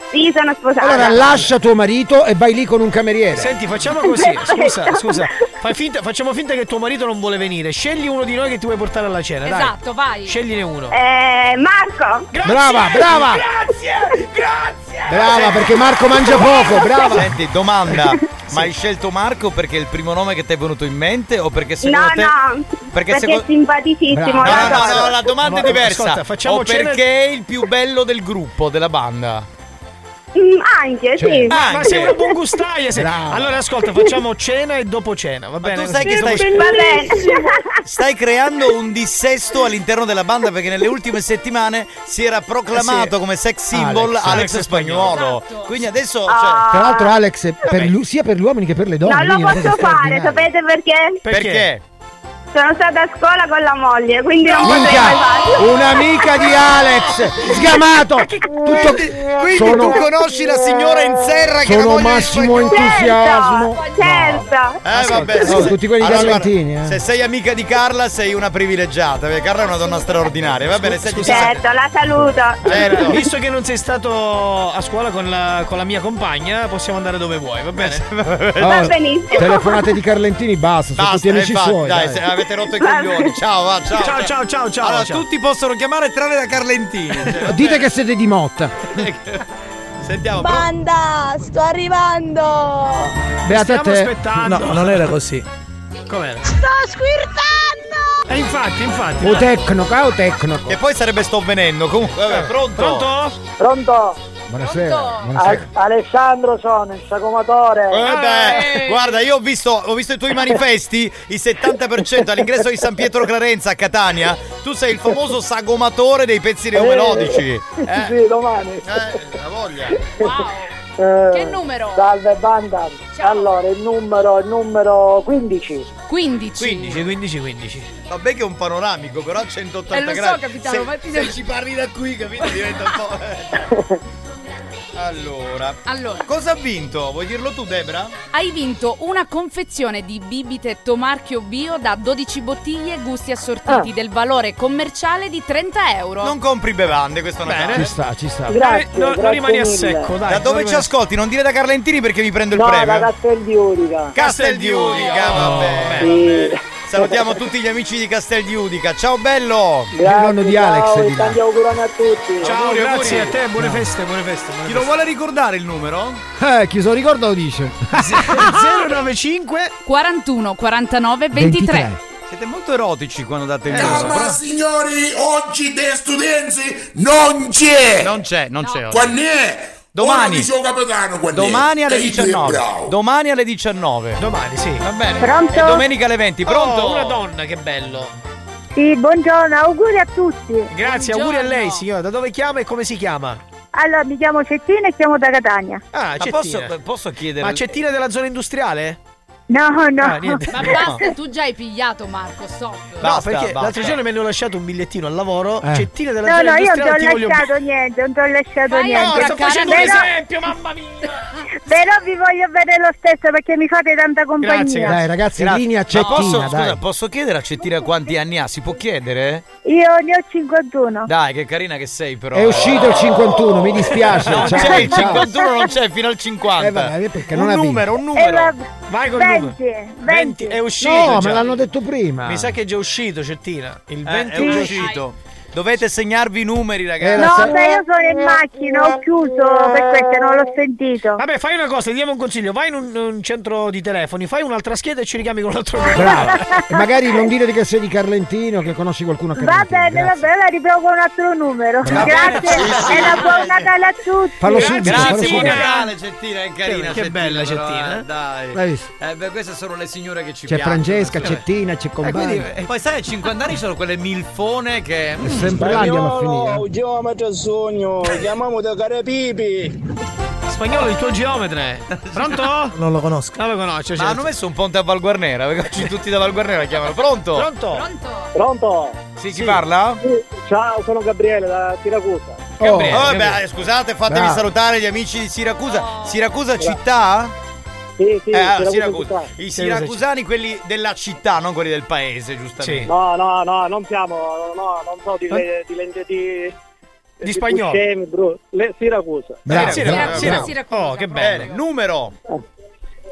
Sì, sono sposata. Allora lascia tuo marito e vai lì con un cameriere. Senti, facciamo così. Scusa, scusa. Fai finta- facciamo finta che tuo marito non vuole venire. Scegli uno di noi che ti vuoi portare alla cena. Esatto, vai. Dai. Scegliene uno. Eh, Marco. Brava, brava. Grazie, grazie. Brava, perché Marco mangia poco, brava. Senti, domanda. Ma hai scelto Marco perché è il primo nome che ti è venuto in mente o perché No, secondo te no, perché perché, secondo- è simpaticissimo. No, lo no, no, esatto. adoro. no, la domanda è Ma- diversa. ascolta, facciamo o cena- perché è il più bello del gruppo, della banda. Mm, anche, sì. Ah, ma Anche. sei una buon gustaia. sei- Brava. Allora, ascolta, facciamo cena e dopo cena, va bene? tu sai che Così- stai- Va bene. Stai creando un dissesto all'interno della banda perché nelle ultime settimane si era proclamato Eh sì. come sex symbol Alex, Alex, Alex Spagnuolo. Quindi adesso cioè, Ah. Tra l'altro Alex, per lu- sia per gli uomini che per le donne. Non lo quindi è una posso cosa fare, straordinaria. sapete perché? perché? Sono stata a scuola con la moglie, quindi non potrei mai Minchia, farlo. un'amica di Alex, sgamato. Tutto Quindi sono, tu conosci la signora cioè, in serra che la sono moglie di massimo Spagnuolo- entusiasmo. Certo. Eh vabbè, no, tutti quelli di guarda, Carlentini, eh. Se sei amica di Carla sei una privilegiata, perché Carla è una donna straordinaria. Va bene, senti, Certo, la saluto. Certo. Visto che non sei stato a scuola con la, con la mia compagna, possiamo andare dove vuoi, va bene? Oh. Va benissimo. Telefonate di Carlentini, basta, sono tutti Basta, amici infatti, suoi. dai, dai. se avete rotto i coglioni. Ciao, va, ciao. Ciao, ciao, ciao, ciao, Allora, ciao. tutti possono chiamare tranne da Carlentini. Cioè, Dite che siete di Motta. Sentiamo, però- Banda, sto arrivando! Beata te. aspettando. No, non era così. Com'era? Sto squirtando! E infatti, infatti. O tecnico, eh, o tecnico. E poi sarebbe sto venendo. Comunque, vabbè, pronto? Eh, Pronto? Pronto? Buonasera. A- Alessandro sono, il sacomatore. Eh beh, guarda, io ho visto, ho visto i tuoi manifesti, il 70% all'ingresso di San Pietro Clarenza a Catania. Tu sei il famoso sagomatore dei pezzi neomelodici. Eh, sì, domani. Eh, la voglia. Eh, che numero? Salve banda. Allora, il numero, il numero 15. 15. 15, 15, 15. Vabbè che è un panoramico, però a 180 Eh, lo so, gradi. capitano, Se- ma ti- se ci parli da qui, capito? Diventa un po'... Allora. Allora. Cosa ha vinto? Vuoi dirlo tu, Debra? Hai vinto una confezione di bibite Tomarchio Bio da 12 bottiglie gusti Ah. assortiti del valore commerciale di 30 euro. Non compri bevande, questo non Ci sta, ci sta. Grazie, non grazie rimani a mille. secco, da dove ci ascolti? Non dire da Carlentini perché mi prendo il No, eh? premio. da Castel di Udica. Castel di Udica, vabbè. vabbè. Salutiamo tutti gli amici di Castel di Udica. Ciao bello! Grazie, nonno di Alex ciao, è di e là. tanti auguroni a tutti. Ciao, Auguri, auguri. grazie a te, buone No. feste, buone feste. Buone Chi lo vuole ricordare il numero? Eh, chi se lo ricorda lo dice. 095 41 49 23. Siete molto erotici quando date il numero. Eh, Ma signori, oggi dei studenti non c'è! Non c'è, non c'è oggi. Quando è? Ora Domani. dicevo capitano, quando è? Domani Cioè, alle E io 19. bravo. Domani alle 19. Domani, sì. Va bene. Pronto? E domenica alle 20. Pronto? Oh, una donna, che bello. Sì, buongiorno, auguri a tutti. Grazie, auguri a lei, signora. Da dove chiama e come si chiama? Allora, mi chiamo Cettina e chiamo da Catania. Ah, Ma Cettina. posso, posso chiedere? Ma Cettina della zona industriale? No, no. Ah, niente. Ma basta, tu già hai pigliato Marco, stop. No, Basta, perché basta. l'altro giorno mi hanno lasciato un bigliettino al lavoro. Eh. Cettina della No, zona no, io non industriale ti ho lasciato niente, non ti ho lasciato Fai niente. ora, sto facendo un Però- esempio, mamma mia! Però vi voglio bene lo stesso perché mi fate tanta compagnia. Dai, ragazzi, Grazie. linea Ma Cettina, posso, dai. scusa, posso chiedere a Cettina quanti anni ha? Si può chiedere? Io ne ho 51. Dai, che carina che sei però. È uscito il 51, mi dispiace. Non ciao, c'è, il ciao. 51 non c'è fino al 50. Eh, vabbè, perché non un ha vinto. numero, un E Eh, numero. va- Vai con il numero. 20, 20 20. è uscito. No, già. me l'hanno detto prima. Mi sa che è già uscito, Cettina. Il Eh, 20 è uscito. Dovete segnarvi i numeri, Eh, ragazzi. No, ma io sono in macchina, ho chiuso, per questo non l'ho sentito. Vabbè, fai una cosa, ti diamo un consiglio. Vai in un, un centro di telefoni, fai un'altra scheda e ci richiami con un altro numero. Bravo. E magari non dire che sei di Carlentino, che conosci qualcuno a Va Carlentino. bene, va grazie. bene, la riprovo con un altro numero. Bravo. Grazie e la buona Natale a tutti. Fallo subito. Grazie, fallo buon subito. Natale Cettina, è carina. Che- che Cettina, bella però, Cettina, eh, eh. dai. L'hai visto? Eh, beh, queste sono le signore che ci eh, C'è piacciono. Francesca, queste- c'è Tina, c'è Compagni. E eh, poi sai, ai 50 anni sono quelle milfone che... mm, E sempre là andiamo a finire. Spagnolo, geometra sogno, chiamiamo da Carepipi. Spagnolo, il tuo geometra. è. Pronto? Non lo conosco. Non lo conosce. Ma hanno messo un ponte a Valguarnera, perché oggi tutti da Valguarnera chiamano. Pronto? Pronto? Pronto? Sì, chi parla? Ciao, sono Gabriele da Siracusa. Gabriele, Oh, vabbè, Gabriele. eh, scusate, fatemi Bravo. salutare gli amici di Siracusa. Siracusa città? Oh. Sì, sì, eh, allora, Siracusa. Siracusa. I Siracusa siracusani, quelli della città, non quelli del paese, giustamente. Sì. No, no, no, non siamo, no, non so, di, le- di, lente- di, Di spagnolo. Buscemi, bro. Le- Siracusa. Bravo, Sì, bravo, sì, bravo. sì. Siracusa, Oh, che Bene, bello. numero.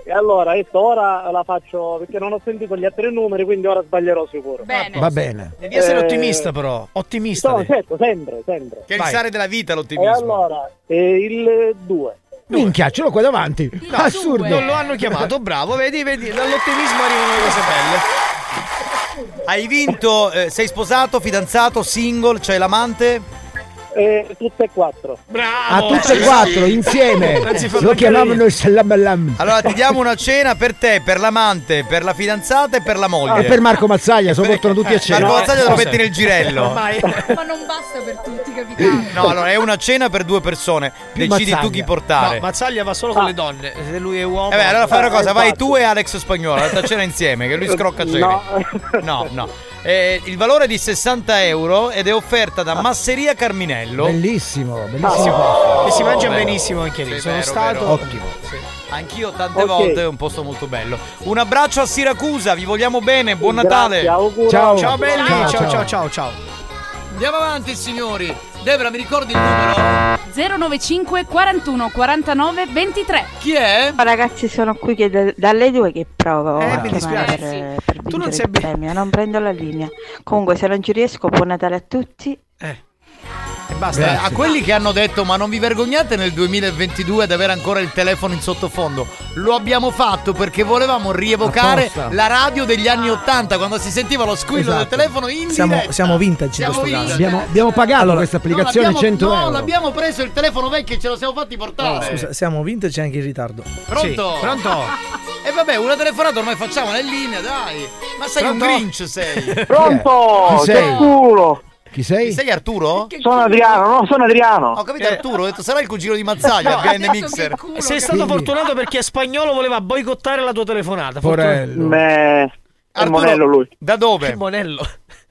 E allora, adesso ora la faccio perché non ho sentito gli altri numeri, quindi ora sbaglierò sicuro. Bene. Va bene. Devi essere Eh, ottimista, però. Ottimista. No, devi. certo, sempre, sempre. Che è il Vai. sale della vita E l'ottimismo. allora, eh, il 2. Minchia, ce l'ho qua davanti. Assurdo. Non lo hanno chiamato, bravo, vedi, vedi, dall'ottimismo arrivano le cose belle. Hai vinto, eh, sei sposato, fidanzato, single, c'è l'amante? Eh, tutte e quattro. A Bravo! tutte e quattro, insieme. si fa Lo mancare chiamavano Salamallam. Allora ti diamo una cena per te, per l'amante, per la fidanzata e per la moglie. E Eh, per Marco Mazzaglia, sono portano tutti a Marco cena. Mazzaglia te lo Scusa. metti nel girello. Ormai. Ma non basta per tutti, capitano. No, allora è una cena per due persone. Decidi tu Mazzaglia. chi No, portare. Ah. Mazzaglia va solo con Ah. le donne, se lui è uomo. Eh beh, allora fai una cosa, Eh, vai infatti. tu e Alex Spagnolo, andate a cena insieme, che lui scrocca cene. No. no. no. Eh, il valore è di 60 euro ed è offerta da Masseria Carminello. Bellissimo, bellissimo. Bellissimo. E si mangia Vero. benissimo anche lì. Sì, Sono vero, stato vero. Ottimo. Anch'io tante Ok. volte, è un posto molto bello. Un abbraccio a Siracusa, vi vogliamo bene, buon Natale. Grazie, auguri. Ciao. Ciao belli, ciao Ciao, ciao ciao ciao. ciao. Andiamo avanti, signori. Debra, mi ricordi il numero? 095 41 49 23. Chi è? Oh, Ragazzi, sono qui che da- dalle due che provo Eh, a mi chiamare dispiace. per, Eh, per Tu vincere non sei il be- premio, non prendo la linea. Comunque, se non ci riesco, buon Natale a tutti. Eh. Basta, Grazie. a quelli che hanno detto ma non vi vergognate nel 2022 ad avere ancora il telefono in sottofondo, lo abbiamo fatto perché volevamo rievocare Apposta. la radio degli anni 80 quando si sentiva lo squillo del Esatto. telefono in Siamo, diretta. siamo vintage Siamo in questo caso. vintage. Abbiamo- pagato questa No, l'abbiamo- no, l'abbiamo preso il telefono vecchio e ce lo siamo fatti portare. Oh, Scusa, siamo vintage anche in ritardo. Pronto? pronto? E vabbè, una telefonata ormai facciamo nella linea, dai. Ma sei Pronto? un Grinch sei. Pronto? Chi Oh, Che sei? culo! Chi sei? Chi sei Arturo? Sono Adriano, no, sono Adriano. Ho capito Arturo, ho detto sarà il cugino di Mazzaglia, BN Mixer. Sei stato fortunato perché spagnolo voleva boicottare la tua telefonata. Fortunato. Beh, è Monello lui. Da dove? Monello.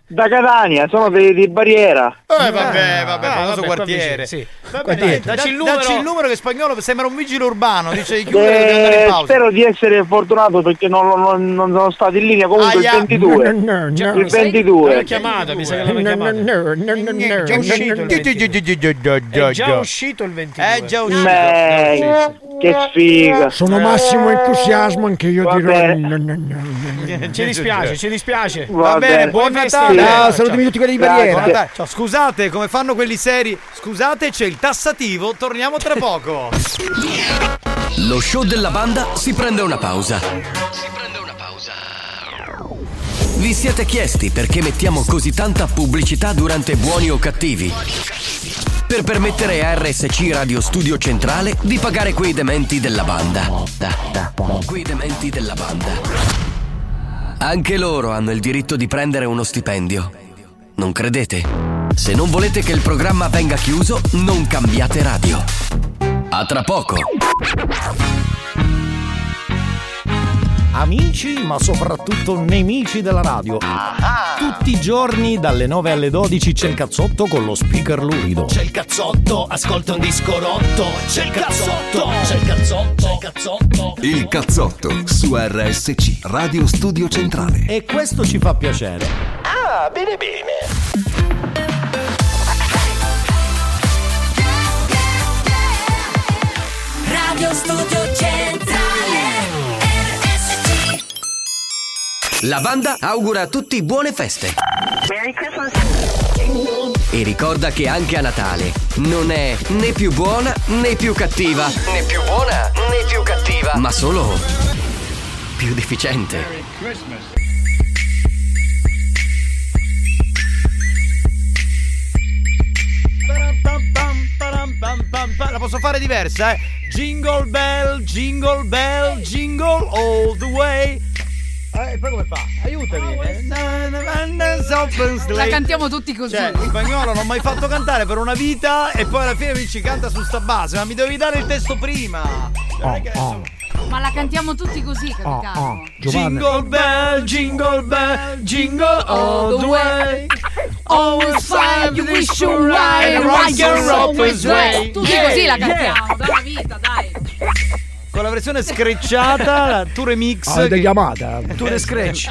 Da Catania, sono di, di Barriera. Eh vabbè, vabbè, famoso vabbè, qua quartiere. vicino, sì. Va Qua bene, dietro. dacci, il Da- dacci il numero che spagnolo sembra un vigile urbano, dice di chiudere e andare in Eh, pausa. spero di essere fortunato perché non, non- non sono stato in linea comunque Aia. il 22. No, no, no, no. Il 22. L'hanno chiamato, mi sa che l'hanno chiamato. È già uscito il 22. È È già uscito il 22. già uscito. Beh, che sfiga. Eh, Sono massimo entusiasmo anche io Va dirò. bene. No, no, no, Eh, no, no. Ci dispiace, ci dispiace. Va bene. buon Sì. Natale. Ciao, salutami tutti quelli di Barriera. Buon Natale. Ciao, Scusate, come fanno quelli seri? Scusate, c'è il tassativo, torniamo tra poco. Lo show della banda si prende una pausa. Vi siete chiesti perché mettiamo così tanta pubblicità durante buoni o cattivi? Per permettere a RSC Radio Studio Centrale di pagare quei dementi della banda. Da, da, Quei dementi della banda. Anche loro hanno il diritto di prendere uno stipendio. Non credete? Se non volete che il programma venga chiuso, non cambiate radio. A tra poco. Amici, ma soprattutto nemici della radio. Tutti i giorni dalle 9 alle 12 c'è il cazzotto con lo speaker lurido. C'è il cazzotto, ascolta un disco rotto. C'è il cazzotto, c'è il cazzotto, c'è il cazzotto. Il cazzotto su RSC Radio Studio Centrale. E questo ci fa piacere. Ah, bene bene. Radio Studio Centrale RSC La banda augura a tutti buone feste. Merry Christmas E ricorda che anche a Natale non è né più buona né più cattiva. Né più buona né più cattiva. Ma solo più deficiente. La posso fare diversa, eh? Jingle bell, jingle bell, jingle all the way. Eh, e poi come fa? Aiutami. Eh, na, na, na, na, open sleigh. La cantiamo tutti così. Cioè, il spagnolo non ho mai fatto cantare per una vita e poi alla fine mi dici canta su sta base, ma mi devi dare il testo prima. Ma la cantiamo tutti così, capitano. Jingle bell, jingle bell, jingle all the way. Always find you wish you right And rock and roll is way. Tutti Yeah, così la yeah. cantiamo, dalla vita, dai Con la versione screcciata, la Tour Mix. Ah, è chiamata. Tu le scratch.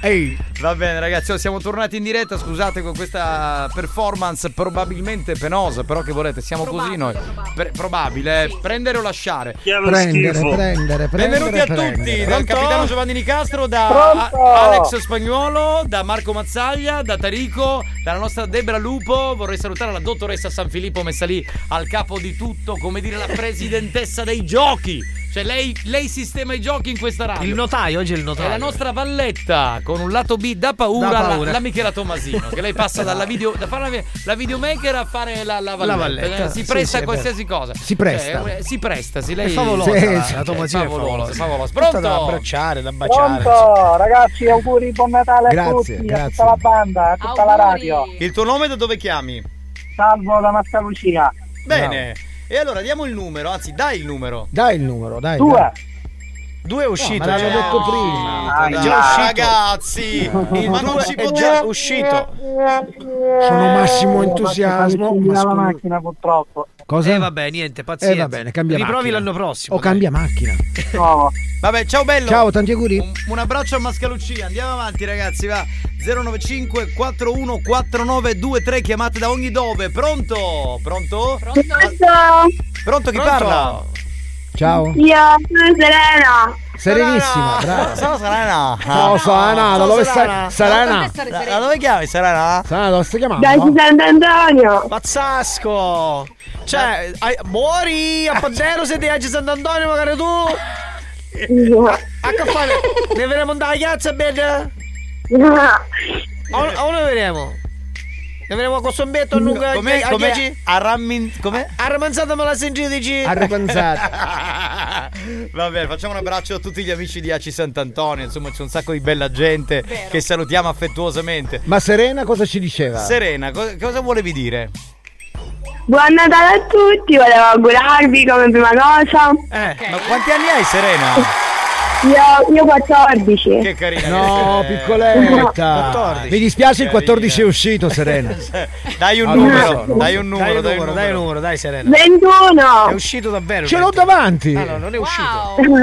Ehi. Va bene ragazzi, oh, siamo tornati in diretta, scusate con questa performance probabilmente penosa, però che volete, siamo così noi. Pre- probabile, eh. prendere o lasciare. Prendere, prendere, prendere. Benvenuti a tutti, prendere. dal capitano Giovanni Nicastro, da Pronto? A- Alex Spagnuolo, da Marco Mazzaglia, da Tarico, dalla nostra Debra Lupo. Vorrei salutare la dottoressa San Filippo messa lì al capo di tutto, come dire la presidentessa dei giochi. Cioè lei, lei sistema i giochi in questa radio. Il notaio, oggi è il notaio. È la nostra valletta con un lato B da paura, Da la- paura. La, Michela Tommasino. Che lei passa dalla video, da fare la, la videomaker a fare la, la valletta. valletta, Eh, Si sì, presta sì, è a qualsiasi vero. cosa. Si presta. Cioè, eh, si presta, si lei È favolosa Sì, la- sì, la Tommasino è è favolosa. favolosa, favolosa. Tutta Pronto? da abbracciare, da baciare. Pronto, ragazzi, auguri, buon Natale a Grazie, tutti, a grazie. tutta la banda, a tutta la radio. Il tuo nome da dove chiami? Salvo da Masca Lucia. Bene. E allora diamo il numero, anzi dai il numero. Dai il numero, dai. Due. dai. Due è uscito. No, me l'hanno già. detto prima. Dai. Ah, è già uscito. Ragazzi, il ma non due si è può già uscito. Sono massimo entusiasmo, Ma ma la scusa. macchina purtroppo. Cosa? Eh vabbè, niente, pazienza. Eh, va bene, cambia Riprovi macchina. l'anno prossimo. O cambia macchina. Vabbè, ciao bello. Ciao, tanti auguri. Un abbraccio a Mascalucia, andiamo avanti ragazzi, va. 095 414923 chiamate da ogni dove. Pronto? Pronto? Pronto? Pronto chi Pronto? parla? Ciao. Io sono Serena. Serenissima, brava. Sarà Sarana. No, Sarana, da dove stai? Sarana. Da da dove chiami Sarana? Sarana, dove stai chiamando? Dai, si Sant'Antonio! Pazzasco! Cioè, ai- muori a Pozzero se ti leggi Sant'Antonio, magari tu! A che fare? Ne veremo andare a piazza, bene? A un- a uno veremo. Ne veremo con sombetto a nuca a Come, die- a 10. come? Arramanzata me la sentite, dici? Va bene, facciamo un abbraccio a tutti gli amici di Aci Sant'Antonio. Insomma, c'è un sacco di bella gente che salutiamo affettuosamente. Ma Serena cosa ci diceva? Serena, co- cosa volevi dire? Buon Natale a tutti, volevo augurarvi come prima cosa. Eh, Ma quanti anni hai, Serena? Io, io 14. Che carina. No, che sei. piccoletta. Mi dispiace, il Carina. 14 è uscito, Serena. Dai un Ah, non lo numero, so, non lo dai so. un numero, dai un numero. Dai un numero, dai Serena. 21. È uscito davvero. Ce l'ho davanti. Ah, no, non è uscito. Non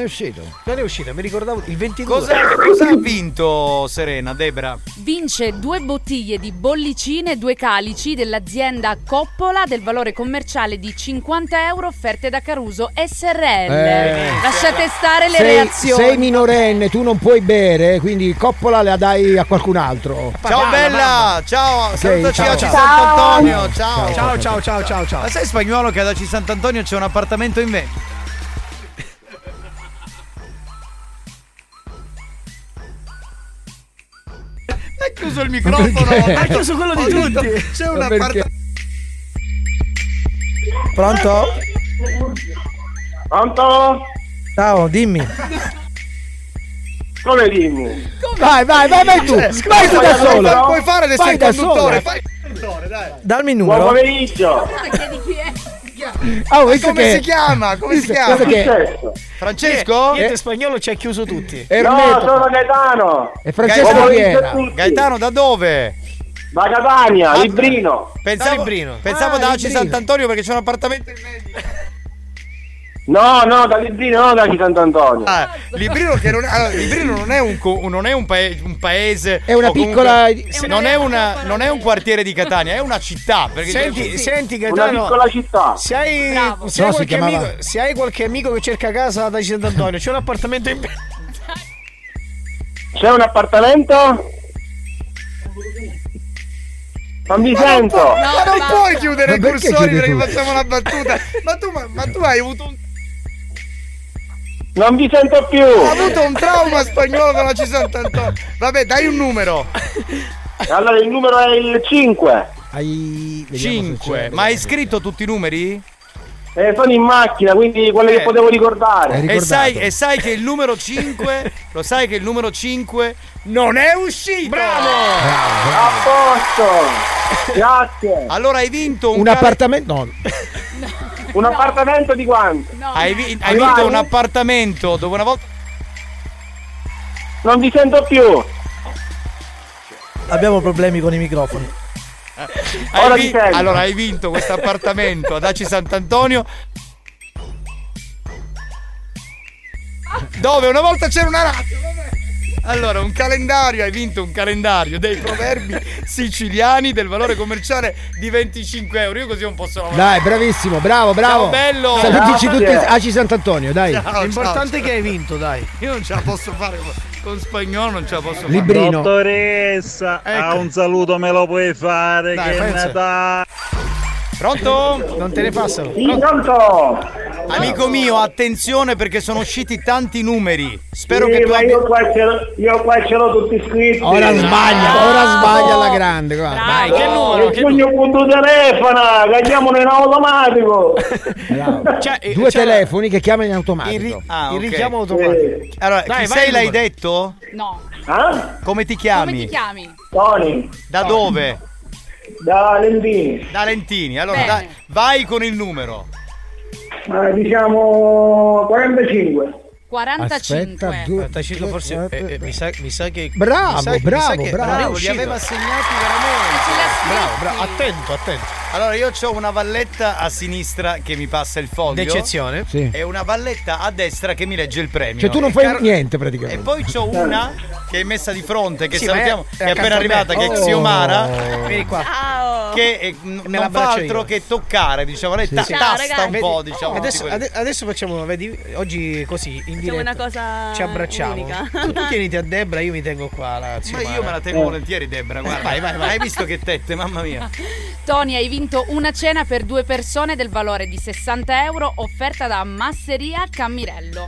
è uscito. Non è uscito, mi ricordavo il 22. Cosa, cosa ha vinto Serena, Debra? Vince due bottiglie di bollicine e due calici dell'azienda Coppola del valore commerciale di 50 euro offerte da Caruso SRL. Eh. Lasciate stare le sei, reazioni. sei minorenne, tu non puoi bere, quindi coppola la dai a qualcun altro. Ciao bella, ciao, Ok, salutaci ciao, Aci ciao. Sant'Antonio, ciao. Ciao, ciao, ciao, ciao, ciao. Ma sai spagnolo che ad Aci Sant'Antonio c'è un appartamento in vendita? Ha chiuso il microfono, Perché? ha chiuso quello di Ho tutti. detto, C'è ma una perché? parte. Pronto? Pronto? Ciao, dimmi. Come dimmi? Vai, vai, vai, vai tu. Cioè, Vai tu da Puoi- solo. puoi fare le le sei sei conduttore. fai- Dammi Buon il numero. pomeriggio! Oh, Oh, Ah, visto Come che- si chiama? Come si visto- chiama? guarda che- Francesco? Francesco? Eh? Niente spagnolo ci ha chiuso tutti. Ernesto. No, sono Gaetano! E Francesco Buon pomeriggio Piera. a tutti. Gaetano da dove? Da Catania, Librino! Pensavo, pensavo Ah, da Aci Librino. Sant'Antonio perché c'è un appartamento in vendita. No, no, da Librino, no, da Ci Sant'Antonio! Ah, Librino, che non, allora, Librino non è un, co- non è un, pae- un paese. È una o comunque- piccola- non, è una- non è un quartiere di Catania, è una città. Perché Senti, senti Una Gaetano, piccola città! se hai, se, No, hai si qualche chiamava- amico, se hai qualche amico che cerca casa da Sant'Antonio, c'è un appartamento in C'è un appartamento? Non mi sento! ma non puoi chiudere Ma i perché cursori chiudi perché tu? facciamo una battuta. Ma tu, ma, ma tu hai avuto un, Non vi sento più! hai avuto un trauma spagnolo con la C Sant'Antonio. Vabbè, dai un numero: Allora il numero è il 5! Ai- vediamo se c'è. 5. Ma hai scritto tutti i numeri? Eh, sono in macchina, quindi quello Eh. che potevo ricordare. E sai, e sai che il numero 5, lo sai che il numero 5 non è uscito. Bravo! A posto! Grazie! Allora hai vinto un, Un car- appartamento. No. Un appartamento di quanto? Hai, vi- hai vinto un appartamento dove una volta. Non vi sento più! Eh, Abbiamo problemi con i microfoni. Hai Ora vi- ti sento. allora hai vinto questo appartamento ad Aci Sant'Antonio. Dove una volta c'era una radio. vabbè. Allora, un calendario, hai vinto un calendario dei proverbi siciliani del valore commerciale di 25 euro. Io così non posso Dai, lavorare. bravissimo, bravo, bravo. Ciao, bello. Salutici Grazie. tutti Aci Sant'Antonio, dai. Ciao, L'importante ciao. è che hai vinto, dai. Io non ce la posso fare con- con spagnolo, non ce la posso fare. Librino. Dottoressa, Ecco. ah, un saluto me lo puoi fare Dai, che è pensa. Natale. Pronto? Non te ne passano. Sì, pronto! Amico mio, attenzione perché sono usciti tanti numeri. Spero Sì, che tu ma abbia io qua ce l'ho, io qua ce l'ho tutti scritti. Ora sbaglia, ora sbaglia alla grande, guarda. Dai, che numero? Io Che sogno con tuo telefono, cagniamolo in automatico. Bravo. Cioè, eh, Due cioè, telefoni che chiamano in automatico. Il, ri- Ah, il ok. richiamo automatico. Eh, Allora, Dai, chi vai sei il l'hai numero. detto? No, ah? Come ti come chiami? ti chiami? Tony, Da dove? da Lendini. Da Lentini. Allora, Bene. dai, vai con il numero. Eh, diciamo 45. 45. Aspetta, due- Aspetta, Ciclo, forse eh, eh, mi, sa, mi sa che. Bravo, mi sa che- mi bravo, sa bravo. che- non è Bravo, li uscito. aveva assegnati veramente. Bravo, bravo. Attento, attento. Allora, io ho una valletta a sinistra che mi passa il foglio. D'eccezione. Sì. E una valletta a destra che mi legge il premio. Cioè tu non E fai Car- niente E praticamente. poi c'ho una che è messa di fronte, che Sì, ma è- salutiamo, è che è appena accanto a me. arrivata, che è Oh. Xiomara. Vieni qua. Che che eh, n- non fa abbraccio altro io. che toccare, diciamo, lei ta- tasta un po', Vedi, diciamo. Adesso, tutti quelli- ade- adesso facciamo, vedi, oggi così, in Facciamo diretta. una cosa Ci abbracciamo. unica. Tu, tu tieniti a Debra, io mi tengo qua, ragazzi. Ma guarda. io me la tengo volentieri, Debra, guarda. Vai, vai, vai. Hai visto che tette, mamma mia. Tony, hai vinto una cena per due persone del valore di 60 euro offerta da Masseria Cammirello.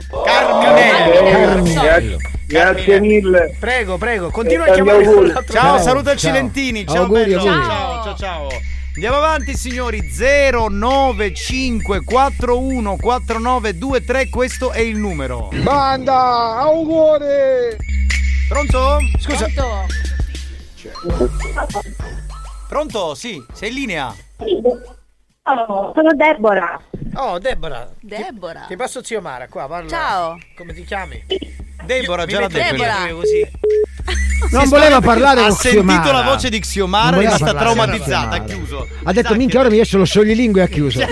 Grazie. Grazie mille. Prego, prego, continua a Eh, chiamare. auguri. quell'altro Ciao, numero. saluta il Cilentini. Ciao, Auguri, bello. auguri. Ciao, ciao, ciao. Andiamo avanti signori 095414923 questo è il numero. Banda, auguri! Pronto? Scusa. Pronto? Sì, sei in linea. Oh, sono Deborah. Oh, Debora. Debora. Ti, ti passo zio Mara qua, parla. Ciao. Come ti chiami? Debora, Mi già la metti in Debora. prendere così. Non voleva parlare con Ha sentito Xiomara. la voce di Eh, Xiomara, Non è voleva rimasta parlare con traumatizzata, ha Xiomara. chiuso. Ha detto minchia ora mi esce lo scioglilingue e ha chiuso. Cioè,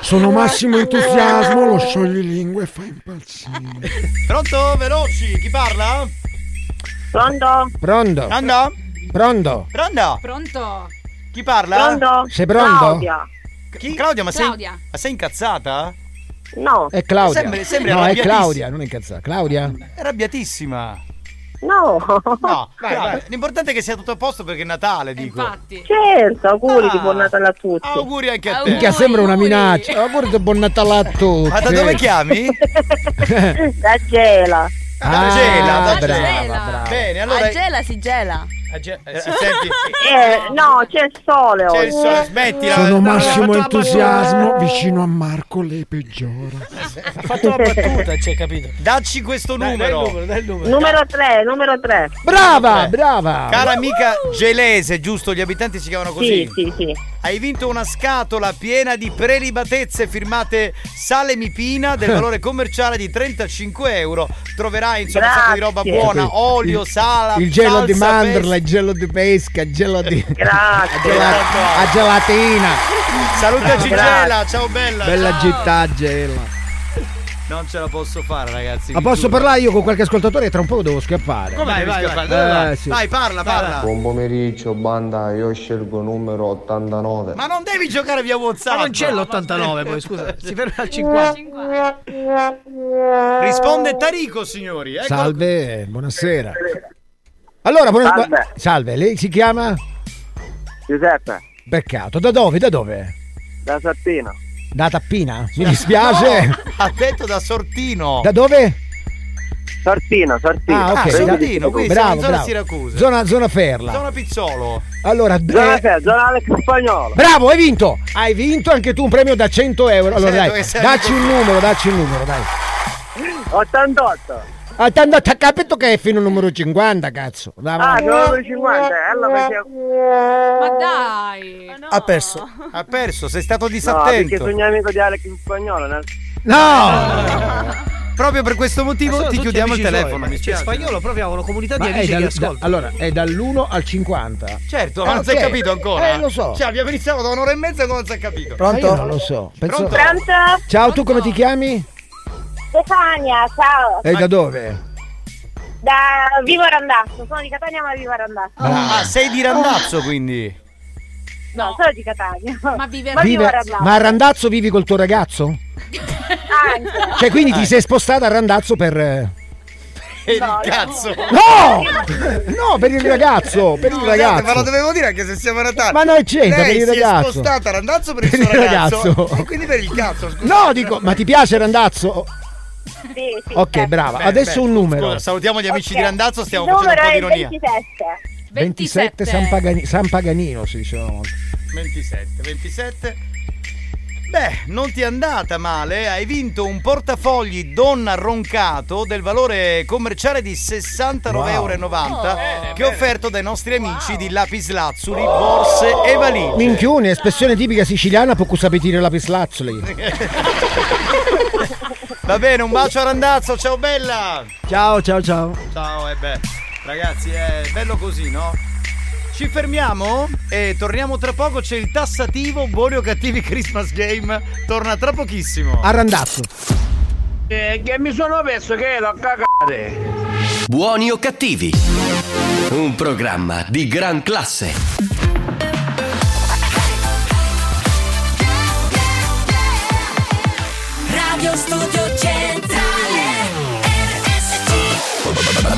sono massimo entusiasmo, lo scioglilingue fa impazzire. Pronto? Veloci, chi parla? Pronto? Pronto? Pronto? Pronto? Pronto? Pronto? Chi parla? Pronto? Sei pronto? Claudia. Chi? Claudia, ma sei, Claudia. ma sei incazzata? No. È Claudia. Sembri- sembri no, è arrabbiatissima. Claudia, non è incazzata. Claudia? È arrabbiatissima. No. No, Vai, Claudia, vai. l'importante è che sia tutto a posto perché è Natale, dico. Certo, auguri di Ah. buon Natale a tutti. Auguri anche a te. Minchia, sembra una minaccia. Auguri di buon Natale a tutti. Ma da dove chiami? da Gela. Eh. Ah, Gela, da brava, Gela. brava. Bene, Ah, allora... A gela si gela. Eh, senti, Eh, no, c'è il sole C'è oggi. il sole, smettila. Sono Dai, massimo fatto la entusiasmo battuta. vicino a Marco lei peggiora. Ha fatto la battuta, c'è capito. Dacci questo Dai, dai il numero. numero, dai il numero. Numero 3, numero 3. Brava, brava. Cara amica Gelese, giusto? Gli abitanti si chiamano così. Sì, sì, sì. Hai vinto una scatola piena di prelibatezze firmate Sale Mipina del valore commerciale di 35 euro. Troverai insomma un sacco di roba Grazie. buona, olio, Il- sala, Il gelo di salsa, mandorla, il gelo di pesca, il gelo di. Grazie. a gela- a gelatina. pesto. Salutaci Grazie. Gela, ciao bella. Bella ciao. città, gela. Non ce la posso fare ragazzi. Ma vi posso giuro. parlare io con qualche ascoltatore? Tra un po' devo scappare. Come vai, vai, vai, Eh, vai. sì. Vai, parla, parla. Buon pomeriggio, banda. Io scelgo numero 89. Ma non devi giocare via WhatsApp. Ma non c'è l'89 poi, scusa. Si ferma al 50. Risponde Tarico, signori. Ecco Salve, buonasera. Allora, buona- Salve. bu- salve, lei si chiama? Giuseppe, Peccato, da dove? Da dove? da Sattino, Da Tappina? Mi dispiace. Ha detto da Sortino. Da dove? Sortino, Sortino. Ah, ok. da- Sortino, quindi siamo bravo, in zona bravo. Siracusa. Zona, zona Ferla. Zona Pizzolo. Allora, Zona eh, Fe- zona Alex Spagnolo. bravo, hai vinto. Hai vinto anche tu un premio da 100 euro. Allora, Certo dai, che sei dacci un numero, dacci un numero, dai. 88. Ah, tanto ti ha capito che è fino al numero 50, cazzo. Dai, Ah, vai. sono 50. Allora Ma dai! Ha perso. Ha perso, sei stato No, perché disattento. sono un amico di Alex Spagnolo. nel- Proprio per questo motivo Sono ti tutti chiudiamo il amici suoi, telefono. ma Mi C'è spiace. spagnolo, proviamo una comunità di Ma è amici dal- che da- ascoltano. allora, è dall'1 al 50. Certo, Eh, ma non si ok. è capito ancora. Eh, lo so. Cioè, abbiamo iniziato da un'ora e mezza e non si è capito. Ma io non lo so. Penso- Pronto? Ciao, tu come ti chiami? Stefania, ciao. E da dove? Da Vivo Randazzo. Sono di Catania ma vivo Randazzo. Ah, sei di Randazzo quindi. No, sono di Catania. Ma vive Vive- vivo Randazzo. Ma a Randazzo vivi col tuo ragazzo? Anche. Cioè, quindi Eh. ti sei spostata a Randazzo per. eh, E di cazzo. No! No, per il ragazzo! Per il Scusate, ragazzo! Ma lo dovevo dire anche se siamo a Natale. Ma non c'entra, Lei per il si ragazzo. è spostata a Randazzo per il Per suo il ragazzo. ragazzo. E quindi per il cazzo. scusa. No, dico, ma ti piace Randazzo? Sì, sì, Ok, certo. brava. Bene, Adesso bene. un numero. Scusa, salutiamo gli amici di Randazzo, stiamo Il numero facendo un po' è di il ironia. 27 27. San, Pagani- San Paganino si diceva una volta. 27, 27. Beh, non ti è andata male, hai vinto un portafogli Donna Roncato del valore commerciale di 69,90 Oh, Wow. che è offerto dai nostri amici di Lapislazzuli, borse e valigie. Minchione, espressione tipica siciliana, può sapetire la pislazzoli. Va bene, un bacio a Randazzo, ciao bella! Ciao, ciao, ciao. Ciao, e beh, ragazzi, è bello così, no? Ci fermiamo e torniamo tra poco, c'è il tassativo Buoni o Cattivi Christmas Game, torna tra pochissimo. A Randazzo. Eh, che mi sono perso che l'ho cagate. Buoni o cattivi? Un programma di gran classe. Radio Studio Centrale RSC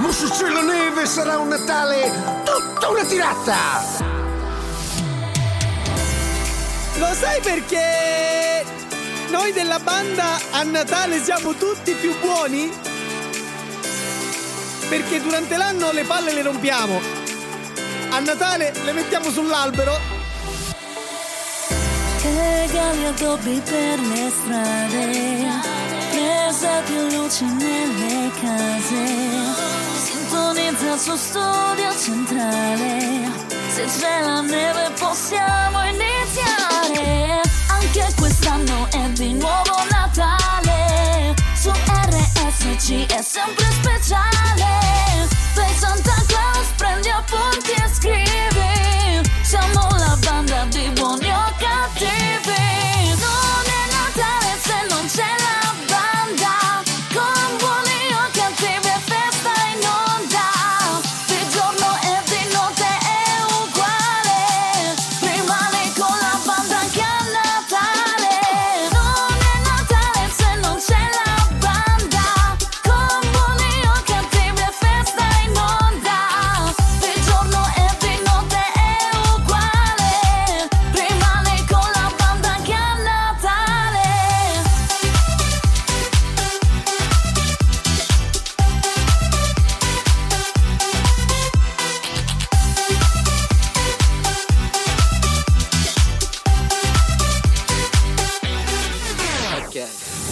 Musuccello Neve sarà un Natale tutta una tirata! Lo sai perché noi della banda a Natale siamo tutti più buoni? Perché durante l'anno le palle le rompiamo. A Natale le mettiamo sull'albero. Che galli addobbi per le strade Presa più luce nelle case Sintonizza il suo studio centrale Se c'è la neve possiamo iniziare Anche quest'anno è di nuovo Natale Su RSC è sempre speciale Sei Santa Claus, prendi appunti e scrivi Siamo la banda di buoni o cattivi Non è Natale se non c'è la banda Con buoni o cattivi è festa in onda Di giorno e di notte è uguale Rimani con la banda anche a Natale Non è Natale se non c'è la banda Con buoni o cattivi è festa in onda Di giorno e di notte è uguale Rimani con la banda anche a Natale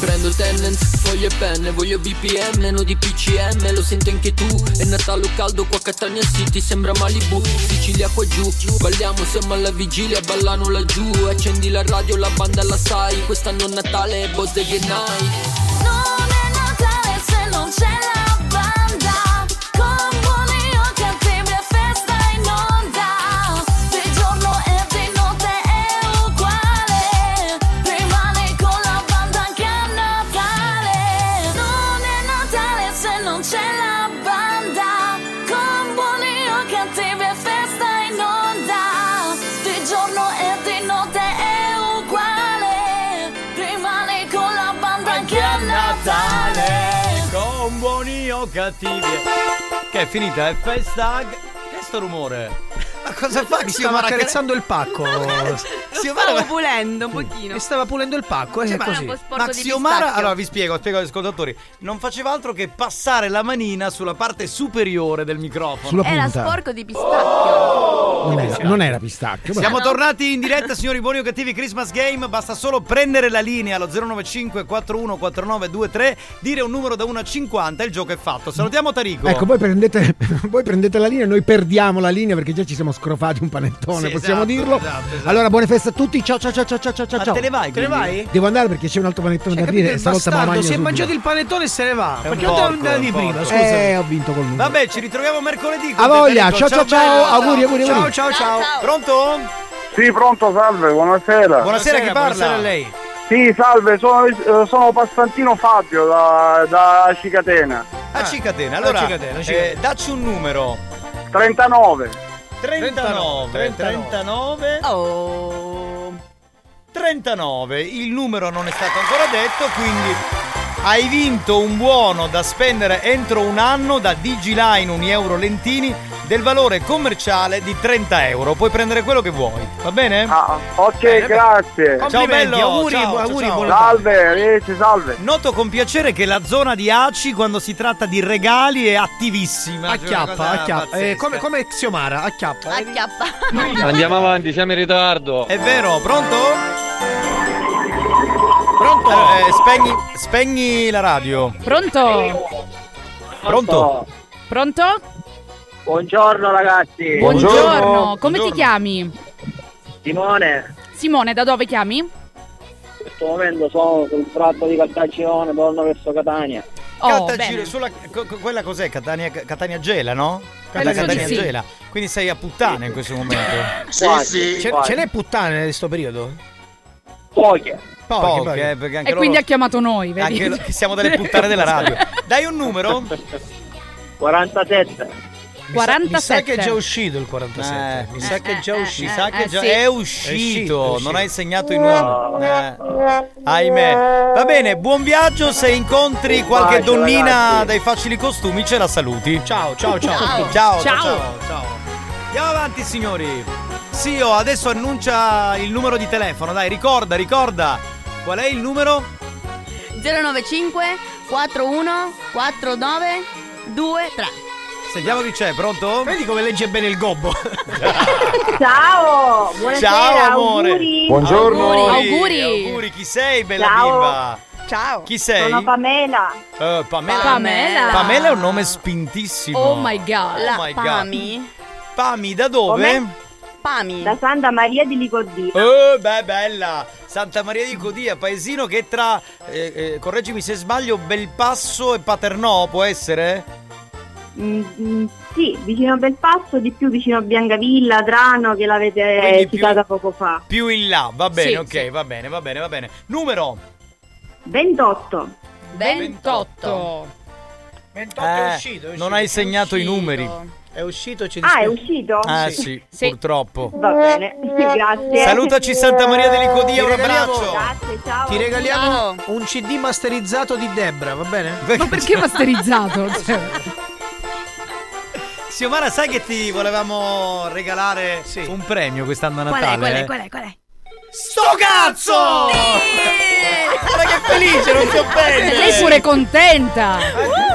Prendo Tennant, foglio e penne, voglio BPM, meno di PCM, lo senti anche tu È Natale caldo qua a Catania City, sembra Malibu Sicilia qua giù, balliamo, siamo alla vigilia, ballano laggiù Accendi la radio, la banda la sai, quest'anno è Natale è Bodeghe Night Non è Natale se non c'è la banda Con buoni o cattivi è festa in onda Di giorno e di notte è uguale Rimani con la banda anche a Natale Non è Natale se non c'è la banda Con buoni o cattivi è festa in onda Di giorno e di notte è uguale Rimani con la banda anche a Natale Con Ecco, buoni o cattivi. Che è finita, è festa. Che è sto rumore? Ma cosa fa Mi Xio stava Maracane- accarezzando il pacco. Xiomara- pulendo un pochino. Mi stava pulendo il pacco, eh, Sì, è ma- così. ma Xiomara, allora vi spiego, spiego agli ascoltatori, non faceva altro che passare la manina sulla parte superiore del microfono. Era sporco di pistacchio. Non era, non era pistacchio. però- Siamo tornati in diretta, signori buoni o cattivi Christmas Game. Basta solo prendere la linea allo 095 41 4923, dire un numero da 1 a 50 e il gioco è fatto. Salutiamo Tarico. Ecco, voi prendete, voi prendete la linea e noi perdiamo la linea perché già ci siamo scrofati un panettone, Sì, possiamo esatto, dirlo. esatto, esatto. Allora, buone feste a tutti. Ciao, ciao, ciao, ciao, ciao, ciao. Ah, ciao. te ne vai, Te ne quindi? vai? Devo andare perché c'è un altro panettone da Cioè, Capito, aprire. il Stavolta me la bastardo mangio si è subito. mangiato il panettone e se ne va. un Perché non deve porco, andare è di un porco. prima? Scusa. Eh, ho vinto col numero. Vabbè, ci ritroviamo mercoledì. A voglia, ciao, ciao, ciao, bello. auguri, auguri, auguri. Ciao, ciao, ciao. Pronto? Sì, pronto, salve, buonasera. Buonasera, chi parla? Sì, salve, sono, eh, sono Passantino Fabio da, da Cicatena. A Ah, Cicatena. Allora, A Ah. Cicatena, a eh, Cicatena. dacci un numero. 39. 39 39 Oh. 39 il numero non è stato ancora detto quindi hai vinto un buono da spendere entro un anno da Digiline un euro lentini del valore commerciale di 30 euro puoi prendere quello che vuoi va bene? Ah, ok grazie. ciao bello Complimenti, auguri, ciao, ciao, auguri, ciao. buon Natale. Salve, arrivederci, salve noto con piacere che la zona di Aci quando si tratta di regali è attivissima cioè una cosa Acchiappa, acchiappa. Eh, pazzesca. come, come Xiomara, acchiappa. Andiamo avanti, siamo in ritardo. È vero, pronto? Pronto? Eh, spegni, spegni la radio. Pronto? Pronto? Pronto? Buongiorno ragazzi. Buongiorno, come ti chiami? Simone, Simone, da dove Eh, chiami? in questo momento sono sul tratto di Caltagirone, torno verso Catania. Catta Oh, bene. giro sulla co- co- quella cos'è? Catania, Catania Gela, no? Penso La Catania di sì. Gela. Quindi sei a puttana in questo momento. Ce, ce n'è puttane in questo periodo? Poche. Poche, Poche, eh, perché anche E quindi loro- ha chiamato noi, vedi? anche lo- siamo delle puttane della radio. Dai un numero? 47. Mi sa che è già 47. uscito il 47. Eh, mi sa che è già uscito. Mi sa che già sì. è, uscito, È uscito. non hai segnato i numeri. Eh, ahimè. Va bene, buon viaggio. Se incontri Un qualche bacio, donnina ragazzi. dai facili costumi, ce la saluti. Ciao, ciao, ciao. Ciao, Ciao. ciao, Ciao. ciao, ciao. Andiamo avanti, signori. Sio, adesso annuncia il numero di telefono. Dai, ricorda, ricorda. Qual è il numero? 095 41 49 23 Sentiamo chi c'è, pronto? Vedi come legge bene il gobbo. Ciao, buonasera, Ciao amore. auguri. Buongiorno. Auguri. auguri. Chi sei, bella Ciao. bimba? Ciao. Chi sei? Sono Pamela. Eh, Pamela. Pamela. Pamela è un nome spintissimo. Oh my God. Oh La my God. Pami. Pami, da dove? Come? Pami. Da Santa Maria di Licodia. Eh, beh, bella! Santa Maria di Codia, paesino che è tra, eh, eh, correggimi se sbaglio, Belpasso e Paternò, può essere? Mm, mm, sì, vicino a Belpasso, di più vicino a Biancavilla, Trano, che l'avete Quindi eh, più- citata poco fa. Più in là, va bene, Sì, ok, va bene, va bene, va bene. Numero? 28. 28. 28 Eh, è uscito, è uscito. Non hai segnato i numeri. È uscito, ci Ah, è dispiace. uscito? Ah sì, purtroppo. Va bene, grazie. Salutaci Santa Maria di Licodia, Ti un regaliamo- abbraccio. Grazie, ciao. Ti regaliamo un CD masterizzato di Debra, va bene? Ma perché masterizzato? Cioè- Siomara, sai che ti volevamo regalare un premio quest'anno a Qual Natale? è, qual eh? è, qual è, qual è? Sto cazzo! Guarda che felice, non ti offende! Sei pure contenta. Eh.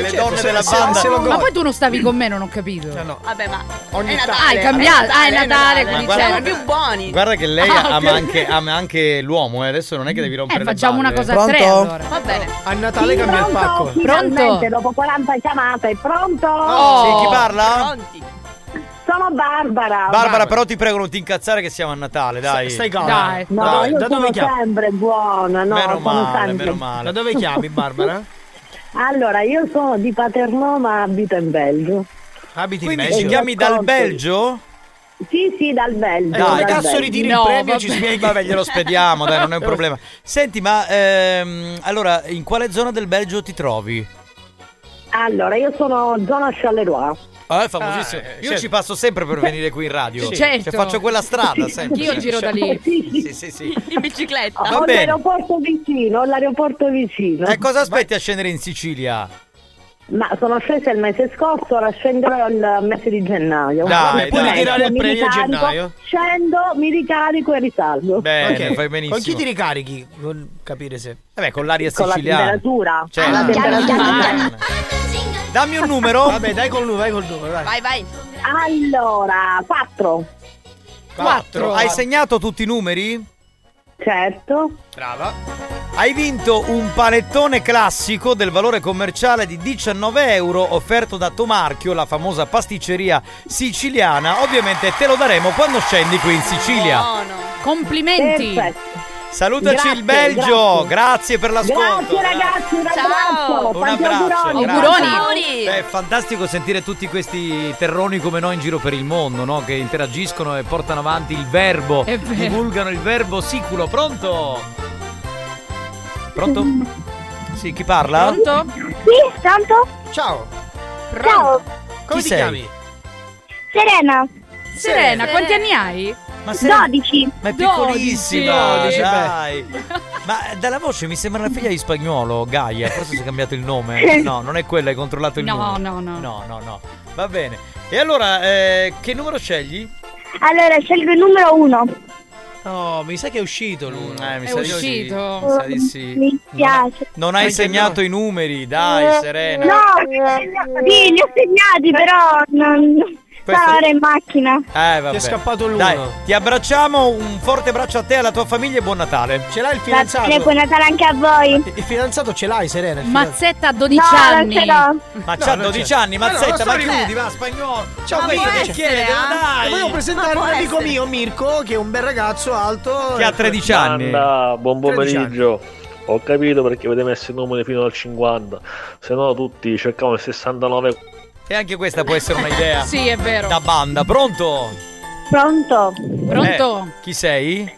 Le donne della Se- banda. se lo Ma poi tu non stavi con me, non ho capito. Vabbè, ma Ogni è tanto- Natale. Ah, è cambiato. Ah, è Natale, Ma quindi guarda- Siamo c'è. più buoni. Guarda che lei Ah, ama, ok. anche, ama anche l'uomo, eh. adesso non è che devi rompere Eh, le facciamo una balle. cosa a tre, Pronto? allora. Va bene. A Natale cambia il pacco. Finalmente, dopo 40 chiamate, pronto? Oh, Sì, chi parla? Sono Barbara. Barbara, però ti prego non ti incazzare che siamo a Natale, dai. Stai calma. No, io da dove sono chiami? sempre buona, no, meno sono male, sempre- meno male. Da dove chiami, Barbara? Allora, io sono di Paternò, ma abito in Belgio. Abiti in Quindi Belgio. Ti chiami dal Ascolti. Belgio? Sì, sì, dal Belgio. dal Belgio. Vabbè, glielo spediamo, dai, non è un problema. Senti, ma ehm, allora, in quale zona del Belgio ti trovi? Allora, io sono zona Charleroi. Ah, è famosissimo. Io ci passo sempre per venire qui in radio. Sì, Cioè, certo. faccio quella strada sempre. Anch'io giro da lì. Sì, sì, sì. In bicicletta. Va ho bene. l'aeroporto vicino, ho l'aeroporto vicino. E cosa aspetti a scendere in Sicilia? Ma sono scesa il mese scorso, ora scenderò il mese di gennaio. Dai, dai. Poi esco, Puoi ritirare il mi premio a ricarico, gennaio? Scendo, mi ricarico e risalgo. Bene, fai benissimo. Con chi ti ricarichi? Non capire se. Vabbè, con l'aria Con la siciliana. temperatura. Ah, Certo. Con la temperatura. Dammi un numero. Vabbè, dai col numero, vai col numero, dai. Vai, vai. Allora, 4. Quattro. Hai segnato tutti i numeri? Certo. Brava. Hai vinto un panettone classico del valore commerciale di 19 euro offerto da Tomarchio, la famosa pasticceria siciliana. Ovviamente te lo daremo quando scendi qui in Sicilia. Complimenti. Salutaci Grazie, il Belgio, grazie, grazie. per l'ascolto. Grazie ragazzi, un abbraccio. Un Tanti abbraccio, auguroni. grazie. Beh, è fantastico sentire tutti questi terroni come noi in giro per il mondo, no? Che interagiscono e portano avanti il verbo, È vero. divulgano il verbo siculo. Pronto? Pronto? Sì, chi parla? Pronto? Sì, pronto? Ciao. Ciao. Come ti sei? chiami? Serena. Serena, quanti anni hai? Ma Serena- 12. Ma è piccolissima, Dodici, dodici, dai. Ma dalla voce mi sembra la figlia di spagnolo, Gaia. Forse si è cambiato il nome. No, non è quella, hai controllato il No, nome. no, no. No, no, no. Va bene. E allora, eh, che numero scegli? Allora, scelgo il numero 1. No, Oh, mi sa che è uscito lui. Eh, mi È sa di sì, uscito. mi sa di sì. piace. Non hai segnato i numeri, dai, Serena. Eh, No, eh, sì, li ho segnati, però non... Questo- Stavo ora in macchina. Eh, vabbè. Ti è scappato l'uno. Dai, ti abbracciamo, un forte abbraccio a te, alla tua famiglia e buon Natale. Ce l'hai il Grazie, fidanzato? buon Natale anche a voi. Il fidanzato ce l'hai, Serena? il fidanzato? Mazzetta a 12 No, non anni. ce l'ho. Ma No, c'ha non 12 c'è. anni, Ma no, mazzetta, non ma sto chiudi, riudi, va, spagnolo. Ciao, Ma questo può che essere, chiede, eh? dai. Ma Volevo può presentare un amico mio, Mirko, che è un bel ragazzo alto. Che ha 13 anni. Anna, buon pomeriggio. Ho capito perché avete messo il numero fino al 50, se no tutti cercavano il 69. E anche questa può essere un'idea. Sì, è vero. Da banda, pronto? Pronto? Eh, chi sei?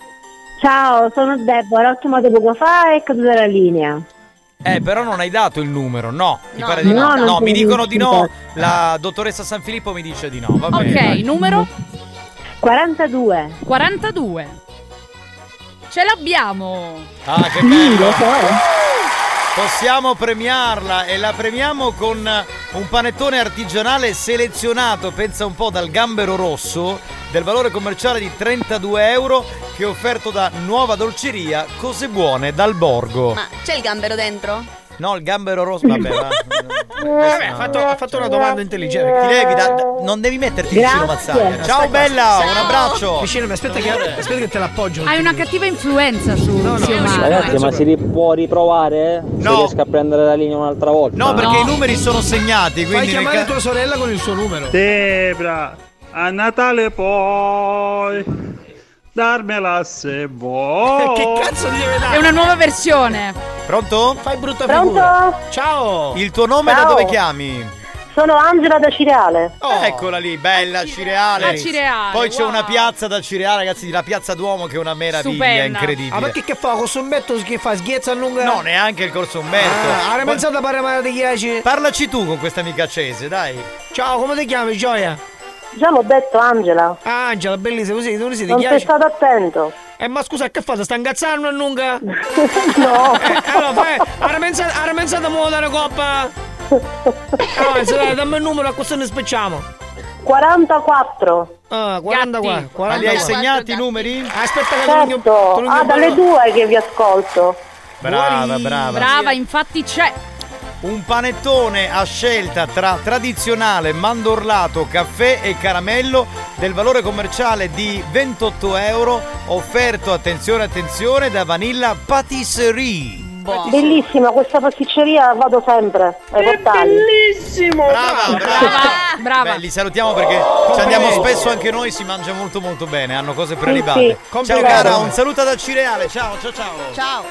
Ciao, sono Deborah, ho chiamato poco fa e caduta la linea. Eh, però non hai dato il numero, no. Mi No. pare di No, no. non No, mi sono dicono di no. riuscita. La dottoressa San Filippo mi dice di no. Va bene. Ok, dai. numero 42. 42. Ce l'abbiamo. Ah, che bello. Possiamo premiarla e la premiamo con un panettone artigianale selezionato, pensa un po', dal gambero rosso, del valore commerciale di 32 euro, che è offerto da Nuova Dolceria Cose Buone dal Borgo. Ma c'è il gambero dentro? No, il gambero rosso, vabbè, va. Vabbè, ha fatto, ha fatto una domanda intelligente. Ti levi da- da- non devi metterti vicino Mazzaglia. Ciao Aspetta, bella, aspetta. un abbraccio. Vicino, mi aspetta che, aspetta che te l'appoggio. Hai una cattiva influenza su Giovanni. Ragazzi, ma si può riprovare? Se riesco a prendere la linea un'altra volta. No, perché i numeri sono segnati, Fai quindi... chiamare nel ca- tua sorella con il suo numero. Debra, a Natale poi darmela se vuoi. che cazzo di deve dare? eh. È una nuova versione. Pronto? Fai brutta Pronto? figura. Ciao. Il tuo nome da Ciao. dove chiami? Sono Angela da Cireale. Oh. Eccola lì, bella Cireale. Ah, Cireale, Poi c'è wow. una piazza da Cireale, ragazzi, la piazza Duomo che è una meraviglia incredibile. Ah, ma che, che fa? Con sommetto che fa? Sghezza a lunga. No, neanche il corso Umberto. Ah, era Ma- pensata a parlare di Chiaci. Parlaci tu con questa amica accese, dai. Ciao, come ti chiami, Gioia? Ah, Già l'ho detto Angela. Angela, bellissima, così tu non siete Non sei Chiaci. stato attento. Eh, ma scusa, che fate? Sta ingazzando a lunga? no. Eh, allora, fai, era pensata, era pensata a muovere una coppa? Allora, se dai, dammi il numero, a questo ne spacciamo. 44. Ah, 44. Gatti. 44. Ma li hai segnati i numeri? Aspetta che te lo inghio- te Certo. lo Ah, inghio- dalle due che vi ascolto. Brava, brava. Brava, infatti c'è. Un panettone a scelta tra tradizionale, mandorlato, caffè e caramello del valore commerciale di 28 euro offerto, attenzione, attenzione, da Vanilla Patisserie. Bellissima, questa pasticceria vado sempre ai portali. Bellissimo! Brava, brava! Brava. Beh, li salutiamo perché ci andiamo spesso anche noi, si mangia molto molto bene, hanno cose Sì, prelibate. sì. Ciao Complimenti. cara, un saluto da Cireale, ciao ciao ciao! Ciao.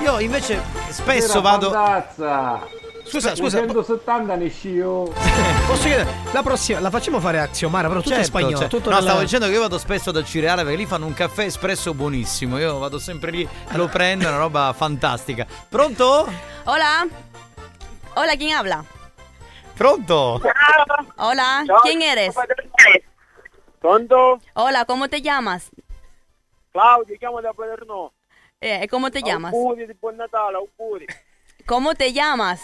Io invece spesso vado... Scusa, scusa. 170 ne scio. Posso chiedere? La prossima la facciamo fare a Xiomara, però tutto in Certo, spagnolo. cioè, tutto no, nella- stavo dicendo che io vado spesso da Cireale perché lì fanno un caffè espresso buonissimo. Io vado sempre lì, lo prendo, è una roba fantastica. Pronto? Hola. Hola, ¿quién habla? Pronto? Hola, ¿quién eres? Pronto? Hola, ¿cómo te llamas? Claudio, chiamo da Paternò. Eh, ¿Cómo te llamas? Auguri di buon Natale, auguri. ¿Cómo te llamas?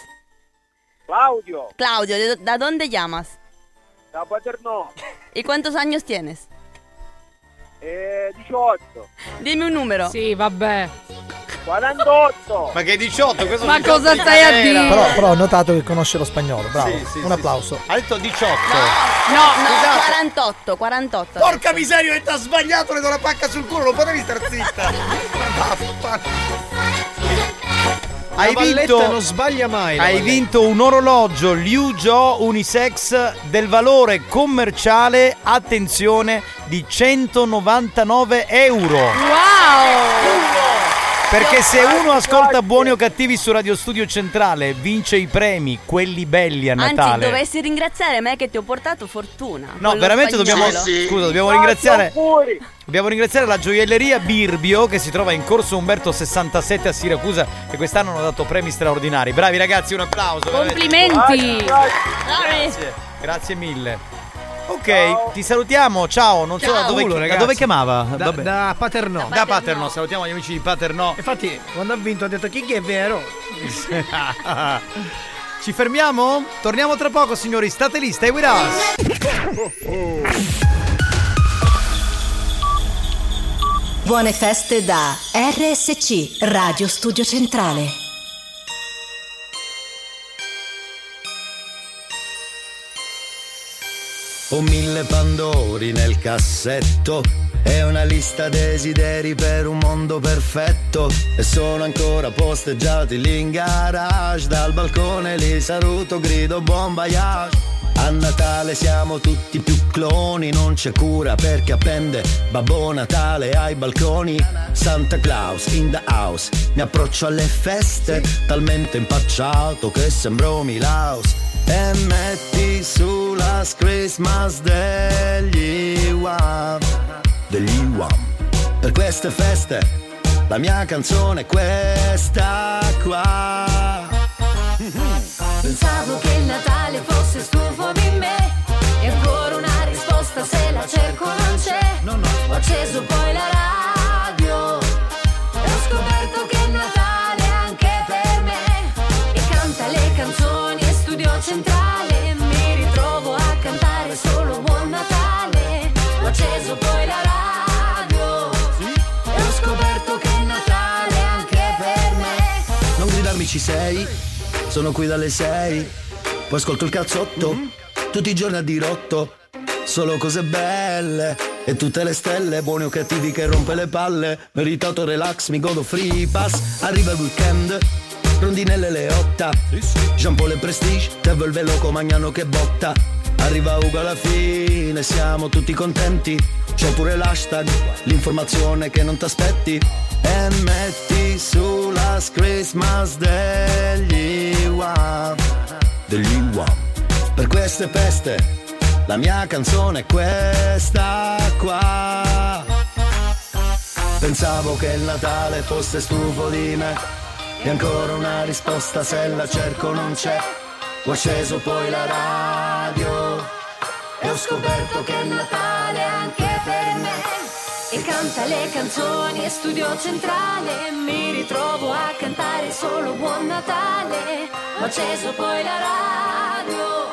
Claudio, Claudio, ¿de- ¿da dónde llamas? da Paternò. ¿Y cuántos años tienes? Eh, 18. Dime un número. Sì, vabbè. 48. Ma che 18? Questo Ma 18 cosa di stai a galera. dire? Però, però ho notato che conosce lo spagnolo, bravo. Un applauso. Ha detto 18. No, no, Scusate. 48, 48. Porca miseria, ti ha sbagliato, le do la pacca sul culo, non potevi star zitta. Hai La valletta vinto, non sbaglia mai, la Hai valletta. vinto un orologio Liu Jo Unisex del valore commerciale, attenzione, di 199 euro. Perché se uno ascolta buoni o cattivi su Radio Studio Centrale, vince i premi, quelli belli a Anzi, Natale. dovessi ringraziare me che ti ho portato fortuna. No, con lo veramente spagnolo. dobbiamo. Scusa, dobbiamo ringraziare. Dobbiamo ringraziare la gioielleria Birbio che si trova in corso Umberto 67 a Siracusa e quest'anno hanno dato premi straordinari. Bravi ragazzi, un applauso. Complimenti. Grazie. Grazie mille. Ok, ti salutiamo. Ciao, non so da dove, Culo, da ragazzi. dove chiamava. Da, Vabbè. da Paternò. Da Paternò, salutiamo gli amici di Paternò. Infatti, quando ha vinto ha detto chi che è vero? Ci fermiamo? Torniamo tra poco, signori. State lì, stay with us. Buone feste da RSC Radio Studio Centrale. Ho mille pandori nel cassetto e una lista desideri per un mondo perfetto e sono ancora posteggiati lì in garage dal balcone li saluto grido buon voyage A Natale siamo tutti più cloni, non c'è cura perché appende Babbo Natale ai balconi. Santa Claus in the house, mi approccio alle feste, talmente impacciato che sembro Milaus. E metti sulla Christmas degli UAV, degli UAV. Per queste feste, la mia canzone è questa qua. Pensavo che il Natale fosse stufo di me E ancora una risposta se la cerco non c'è Ho acceso poi la radio E ho scoperto che il Natale è anche per me E canta le canzoni e studio centrale Mi ritrovo a cantare solo Buon Natale Ho acceso poi la radio E ho scoperto che il Natale è anche per me Non gridarmi ci sei, sono qui dalle sei, poi ascolto il cazzotto, tutti i giorni a dirotto, solo cose belle e tutte le stelle, buoni o cattivi che rompe le palle, meritato relax, mi godo free pass, arriva il weekend, rondinelle le otta, Jean Paul e Prestige, Tevo il veloco, Magnano che botta, arriva Ugo alla fine, siamo tutti contenti, c'è pure l'hashtag, l'informazione che non t'aspetti, e metti sulla Christmas degli UAV degli UAV. Per queste feste la mia canzone è questa qua. Pensavo che il Natale fosse stufo di me e ancora una risposta se la cerco non c'è. Ho acceso poi la radio E ho scoperto che il Natale è anche per me E canta le canzoni e studio centrale Mi ritrovo a cantare solo Buon Natale Ho acceso poi la radio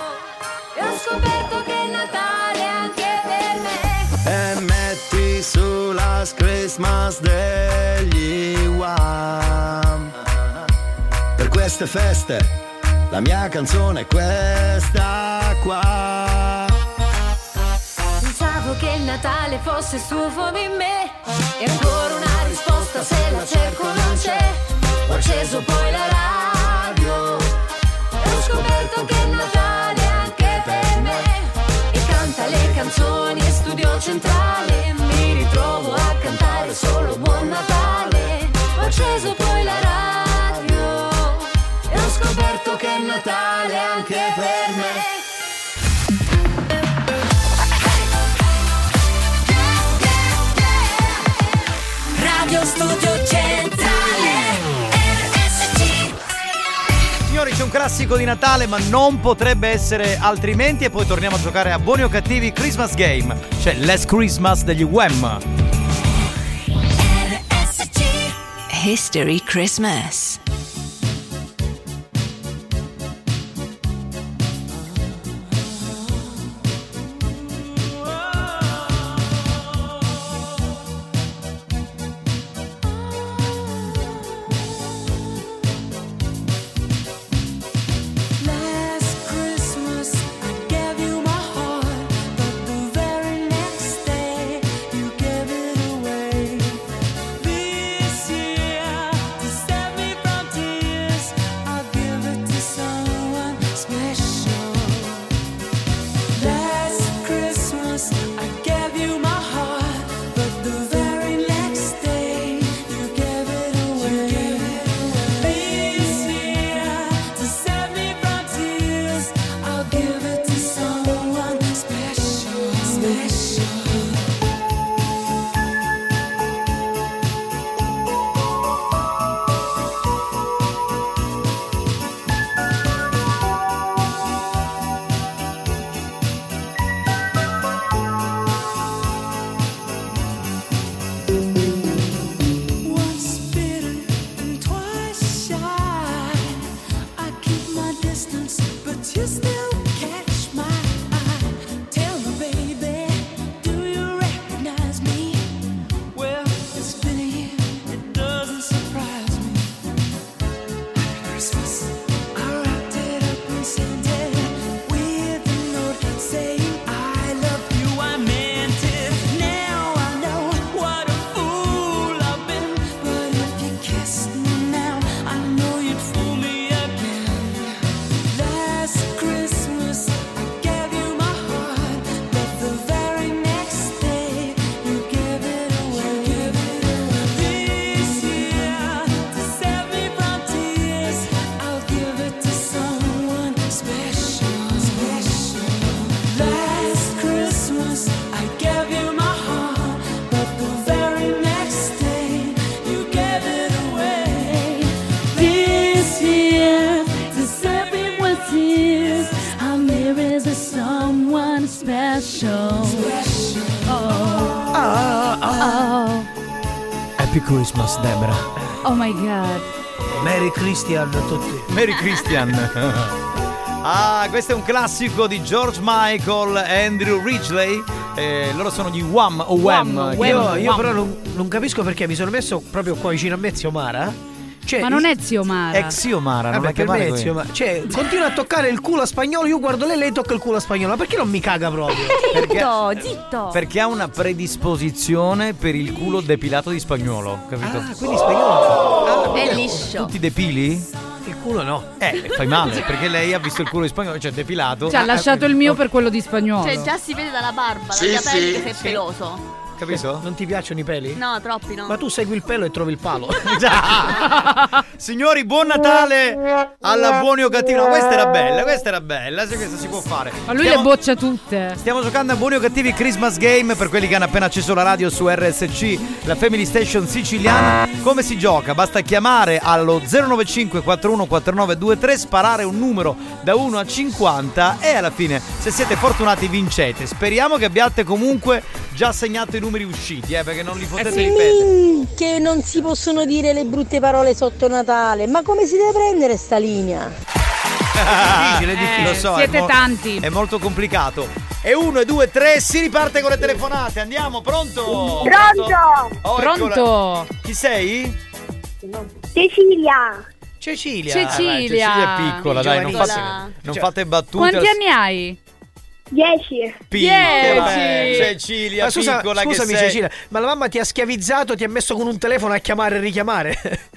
E ho scoperto che il Natale è anche per me e metti sulla Christmas degli UAM. Per queste feste la mia canzone è questa qua. Pensavo che il Natale fosse stufo di me E ancora una risposta se la cerco non c'è Ho acceso poi la radio E ho scoperto che il Natale è anche per me E canta le canzoni e studio centrale Mi ritrovo a cantare solo Buon Natale Ho acceso poi la radio E ho scoperto che il Natale è anche per me Radio Studio Centrale RSC Signori, c'è un classico di Natale, ma non potrebbe essere altrimenti. E poi torniamo a giocare a buoni o cattivi Christmas Game. C'è Last Christmas degli Wham. History Christmas. Last Christmas I gave you my heart, but the very next day you gave it away. This year to save me from Christmas, I gave you my heart, but the very next day, you gave it away. This year, Disturbing with tears, how near is there someone special? Oh, oh, oh, Happy Christmas, Debra. oh my god. Merry Christian a tutti. Mary Christian. Ah, questo è un classico di George Michael e Andrew Ridgely. Eh, loro sono gli Wham o Wham. che- Io, io Wham. però non, non capisco perché mi sono messo proprio qua vicino a me, Zio Mara. Cioè, Ma non è zio Mara. Ex zio Mara, non Vabbè, la per me chiamare è così. Zio Mara. Cioè, continua a toccare il culo a spagnolo, io guardo lei, lei tocca il culo a spagnolo. Ma perché non mi caga proprio? Perché, zitto. perché ha una predisposizione per il culo depilato di spagnolo, capito? Ah, quindi spagnolo. È liscio. Ti depili? Il culo no. Eh, fai male, perché lei ha visto il culo di spagnolo, cioè depilato. eh, Ci ha lasciato il mio per quello di spagnolo. Cioè, già si vede dalla barba, Sì, dagli capelli sì, che sei sì. peloso. Capito? Non ti piacciono i peli? No, troppi no. Ma tu segui il pelo e trovi il palo. Signori, buon Natale alla buoni o cattivi. No, questa era bella, questa era bella, se questa si può fare. Ma lui le boccia tutte. Stiamo giocando a buoni o cattivi Christmas Game per quelli che hanno appena acceso la radio su RSC, la Family Station siciliana. Come si gioca? Basta chiamare allo 095 414923, sparare un numero da 1 a 50 e alla fine, se siete fortunati, vincete. Speriamo che abbiate comunque già segnato i numeri usciti, eh, perché non li potete ripetere. Che non si possono dire le brutte parole sotto Natale. Ma come si deve prendere sta linea? difficile, è difficile. Eh, Lo so, siete è tanti. È molto complicato. E uno, e due, tre, si riparte con le telefonate. Andiamo, pronto? Pronto? Oh, eccola. Pronto. Chi sei? Cecilia. Cecilia. Cecilia. Cecilia. Cecilia è piccola, dai, non fate, Giovanissima. non fate battute. Quanti anni hai? 10. Pinche, eh, Cecilia, Ma scusa- piccola che scusami sei. Cecilia, ma la mamma ti ha schiavizzato, ti ha messo con un telefono a chiamare e richiamare.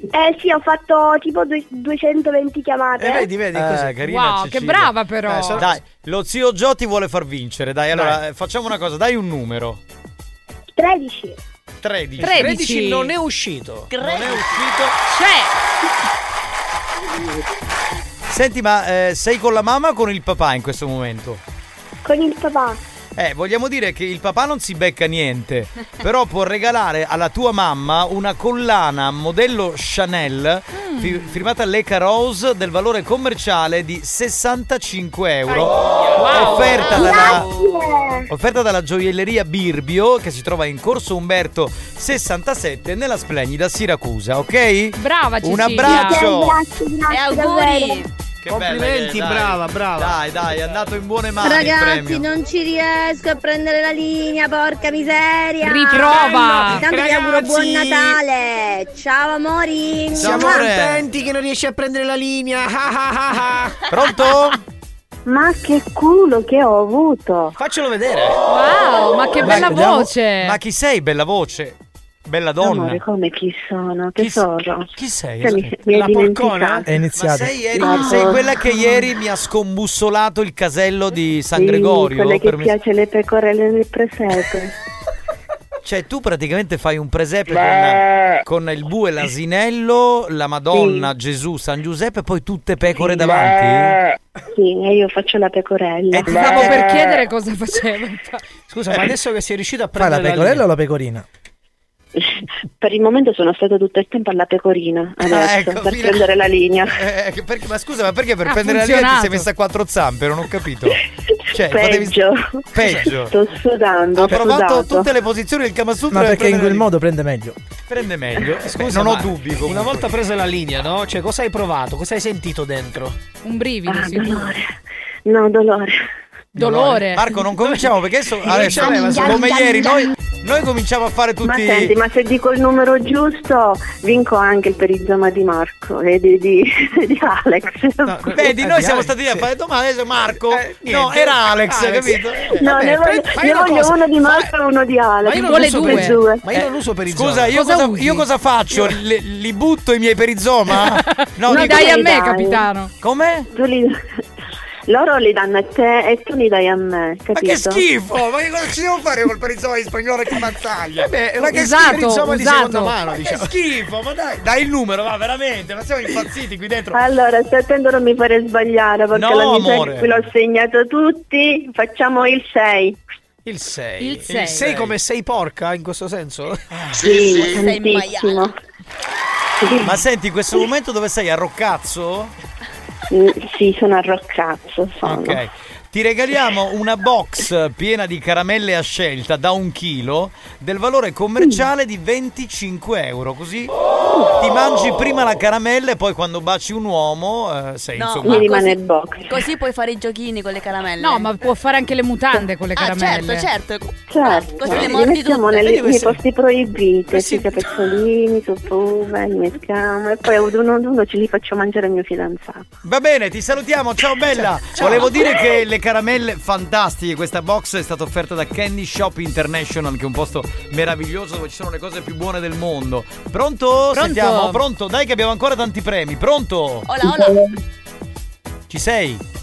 Eh sì, ho fatto tipo due- 220 chiamate. Eh, vedi, vedi, Ah, così. carina Wow, Cecilia. che brava però. Eh, so- Dai, lo zio Gio ti vuole far vincere. Dai, allora Dai. eh, facciamo una cosa, dai un numero. 13. 13. 13 non è uscito. Non è uscito. Senti, ma eh, sei con la mamma o con il papà in questo momento? Con il papà. Eh, vogliamo dire che il papà non si becca niente, però può regalare alla tua mamma una collana modello Chanel Mm. fi- firmata Leca Rose del valore commerciale di 65 euro, offerta dalla... Offerta dalla gioielleria Birbio che si trova in corso Umberto 67 nella splendida Siracusa, ok? Brava Un Cecilia. abbraccio. grazie, Cioè, E davvero. auguri. Che Complimenti, brava, brava. Dai, dai, è andato in buone mani il Ragazzi, premio. non ci riesco a prendere la linea, porca miseria. Riprova. Tanto vi Ragazzi. auguro buon Natale. Ciao amori. Siamo contenti che non riesci a prendere la linea. Ah, ah, ah, ah. Pronto? Ma che culo che ho avuto. Faccelo vedere. Wow, ma che bella vediamo- voce. Ma chi sei, bella voce? Bella donna. Amore, come chi sono? Che sono? Chi sei? Cioè, mi, mi hai dimenticato. Ma sei, ieri- Ma sei porca- quella che ieri mi ha scombussolato il casello di San Sì, Gregorio. Quella che per me- piace le pecorelle nel presepe. Cioè, tu praticamente fai un presepe con, con il bue, l'asinello, la Madonna, Gesù, San Giuseppe e poi tutte pecore davanti. Eh, sì, e io faccio la pecorella. Stavo per chiedere cosa Cioè, faceva. Scusa, ma adesso che sei riuscito a Eh. Fai la prendere la pecorella o la pecorina? Per il momento sono stata tutto il tempo alla pecorina adesso, ecco, per fino- prendere la linea. Eh, che- perché- ma scusa, ma perché per Ha prendere la linea ti sei funzionato. messa a quattro zampe? Non ho capito. Cioè, Peggio. potevi- Peggio. Sto sudando. Ha provato sudato. tutte le posizioni del Kama Sutra Ma per perché in prendere quel modo prende meglio. Prende meglio. Eh, Scusa, Scusa, non ho ma dubbi. Comunque. Una volta presa la linea, no? Cioè, cosa hai provato? Cosa hai sentito dentro? Un brivido, sicuro. Ah, No, dolore. Eh. Dolore. Marco, non cominciamo perché so- Dolore. adesso, Dolore. come Dolore. ieri, noi, noi cominciamo a fare Ma tutti. senti, ma se dico il numero giusto vinco anche il perizoma di Marco e di, di- di Alex. Vedi, noi siamo stati lì a fare domande. adesso Marco, no, niente. era Alex, Alex. capito? Eh, No, vabbè, ne voglio, fai ne una voglio cosa. uno di Marco e uno di Alex. Tutte e due. Ma io non uso perizoma. Scusa, io Cosa cosa, usi? io cosa faccio? Le- li butto i miei perizoma? No, dico- eh. dai a me, Dai. capitano. Come? Tu li- loro li danno a te e tu li dai a me, capito? Che schifo! Oh, Ma che cosa ci devo fare col perizoma di spagnolo che battaglia? Eh Beh, ma che usato, schifo, perizoma di usato. seconda mano, Ma che diciamo. schifo, ma dai, dai il numero, va veramente, ma siamo impazziti qui dentro. Allora, stai attento a non mi fare sbagliare perché No, la miseria amore. ve l'ho segnato tutti. Facciamo il 6. Il 6. Il sei. Eh. come sei porca in questo senso? Sì, Sì, sì. tantissimo. Ma senti, in questo momento dove sei? A Roccazzo? Mm, Sì, sono arroccazzo. Sono. Ok. Ti regaliamo una box piena di caramelle a scelta da un chilo del valore commerciale di 25 euro. Così Oh! ti mangi prima la caramella e poi quando baci un uomo eh, sei No, insomma. mi rimane il box. Così puoi fare i giochini con le caramelle. No, ma può fare anche le mutande con le Ah, caramelle. certo, certo. Certo, Così le li mordi mettiamo tutte. nelle- Vedi nei questi- posti proibiti, sì, capezzolini, soprume, li mettiamo e poi ad uno ad uno ce li faccio mangiare al mio fidanzato. Va bene, ti salutiamo, ciao bella. Ciao. Volevo dire che le caramelle fantastiche, questa box è stata offerta da Candy Shop International, che è un posto meraviglioso dove ci sono le cose più buone del mondo. Pronto? Pronto. Sentiamo, pronto, dai che abbiamo ancora tanti premi. Pronto? Hola, hola. Ci sei?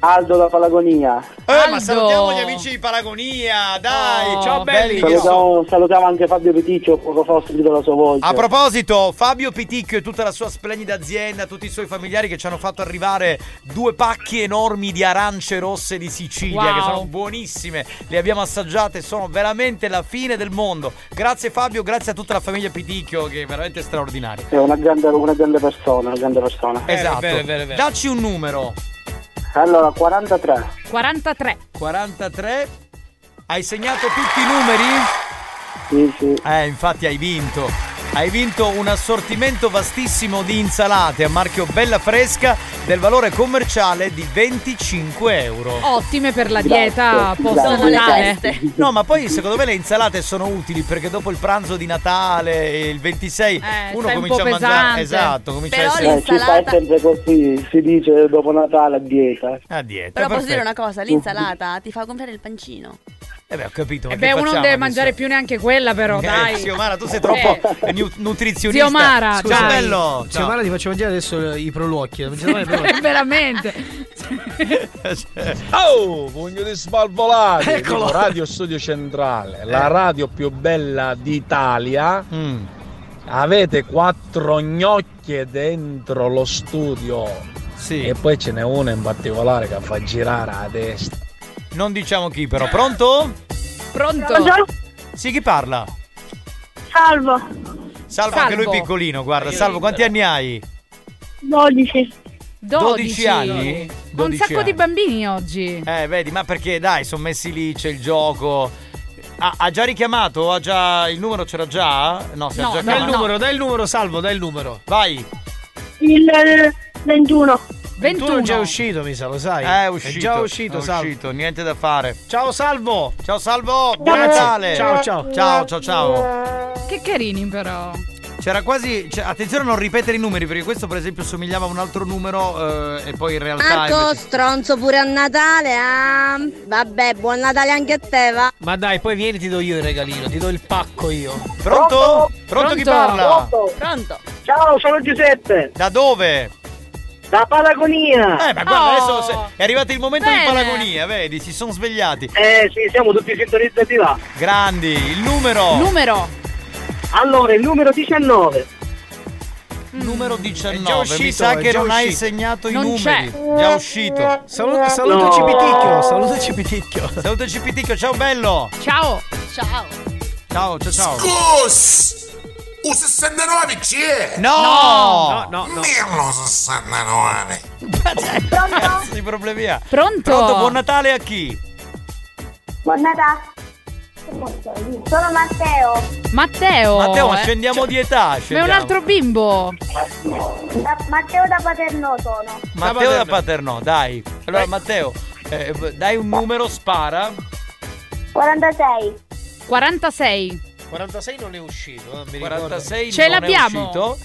Aldo da Palagonia. Eh, ma salutiamo gli amici di Paragonia, dai, ciao belli. che so- Salutiamo, salutiamo anche Fabio Peticcio, poco fa ho sentito la sua voce. A proposito, Fabio Piticchio e tutta la sua splendida azienda, tutti i suoi familiari che ci hanno fatto arrivare due pacchi enormi di arance rosse di Sicilia, Wow. che sono buonissime, le abbiamo assaggiate, sono veramente la fine del mondo. Grazie Fabio, grazie a tutta la famiglia Piticchio che è veramente straordinaria. È una grande, una grande persona, una grande persona. Esatto, dacci un numero. Allora, 43. 43. 43. Hai segnato tutti i numeri? Sì, sì. Eh, infatti hai vinto. Hai vinto un assortimento vastissimo di insalate a marchio Bella Fresca del valore commerciale di 25 euro. Ottime per la Grazie, dieta grazie. post-natale. No, ma poi secondo me le insalate sono utili perché dopo il pranzo di Natale e il 26 uno stai un comincia po' a mangiare. Eh, pesante. Esatto, comincia a essere. Eh, si fa sempre così, si dice dopo Natale a dieta. A dieta. Però posso perfetto. dire una cosa, l'insalata ti fa gonfiare il pancino. Eh beh, ho capito. ma E che beh, uno non facciamo deve adesso? mangiare più neanche quella, però, Eh, dai. Eh. zio Mara, tu sei troppo nu- nutrizionista. Zio Mara, Scusa, dai. bello. Zio Mara ti faccio mangiare adesso i prolocchi. la mangiare i prolocchi. Cioè, Veramente. Oh, pugno di sbalvolati! Eccolo. Eh. Dico, Radio Studio Centrale, la radio più bella d'Italia. Mm. Avete quattro gnocchie dentro lo studio. E poi ce n'è una in particolare che fa girare la testa. Non diciamo chi però. Pronto? Pronto? Sì, chi parla? Salvo, Salvo, anche lui Salvo. piccolino, guarda. Salvo, quanti anni hai? 12. 12 anni? Ho un 12 sacco di anni. bambini oggi. Eh, vedi, ma perché dai, sono messi lì, c'è il gioco. Ah, ha già richiamato? Ha già. Il numero c'era già? No, si è No, già dai il chiamato. numero, dai il numero, salvo, dai il numero. Vai. Il eh, 21. 21. è già uscito, mi sa, lo sai. Eh, È uscito. È già uscito, è salvo. uscito, niente da fare. Ciao, salvo. Ciao, salvo. Buon Grazie. Natale. Ciao, ciao. Ciao, ciao, ciao. Che carini, però. C'era quasi. c'è- attenzione a non ripetere i numeri, perché questo, per esempio, somigliava a un altro numero. eh, e poi in realtà. Marco, invece- stronzo pure a Natale, ah. Vabbè, buon Natale anche a te, va. Ma dai, poi vieni, ti do io il regalino, ti do il pacco io. Pronto? Pronto chi parla? Pronto? Ciao, sono Giuseppe. Da dove? Da Palagonia. Eh, ma guarda, Oh. adesso se- è arrivato il momento Bene. di Palagonia, vedi, si sono svegliati. Eh sì, siamo tutti sintonizzati là. Grandi, il numero. Numero. Allora, il numero 19. Numero 19. Mm. già mi uscito, sa è che già non hai uscito. segnato Non i numeri. Già uscito. Salu- salutaci Piticchio, salutaci Piticchio. Salutaci Piticchio, ciao bello. Ciao. Ciao. Ciao, ciao, ciao. Scus! Un 69 c'è! No! No, no, no. Mirlo 69! Cazzo di problemi ha. Pronto? buon Natale a chi? Buon Natale. Sono Matteo. Matteo. Matteo, ma eh. scendiamo di età. Ma è scendiamo. un altro bimbo. Da- Matteo da Paternò sono. Matteo da Paternò, dai. Allora, Matteo, eh, dai un numero, spara. 46. 46. 46 non è uscito, eh, mi 46 ricordo. non è uscito.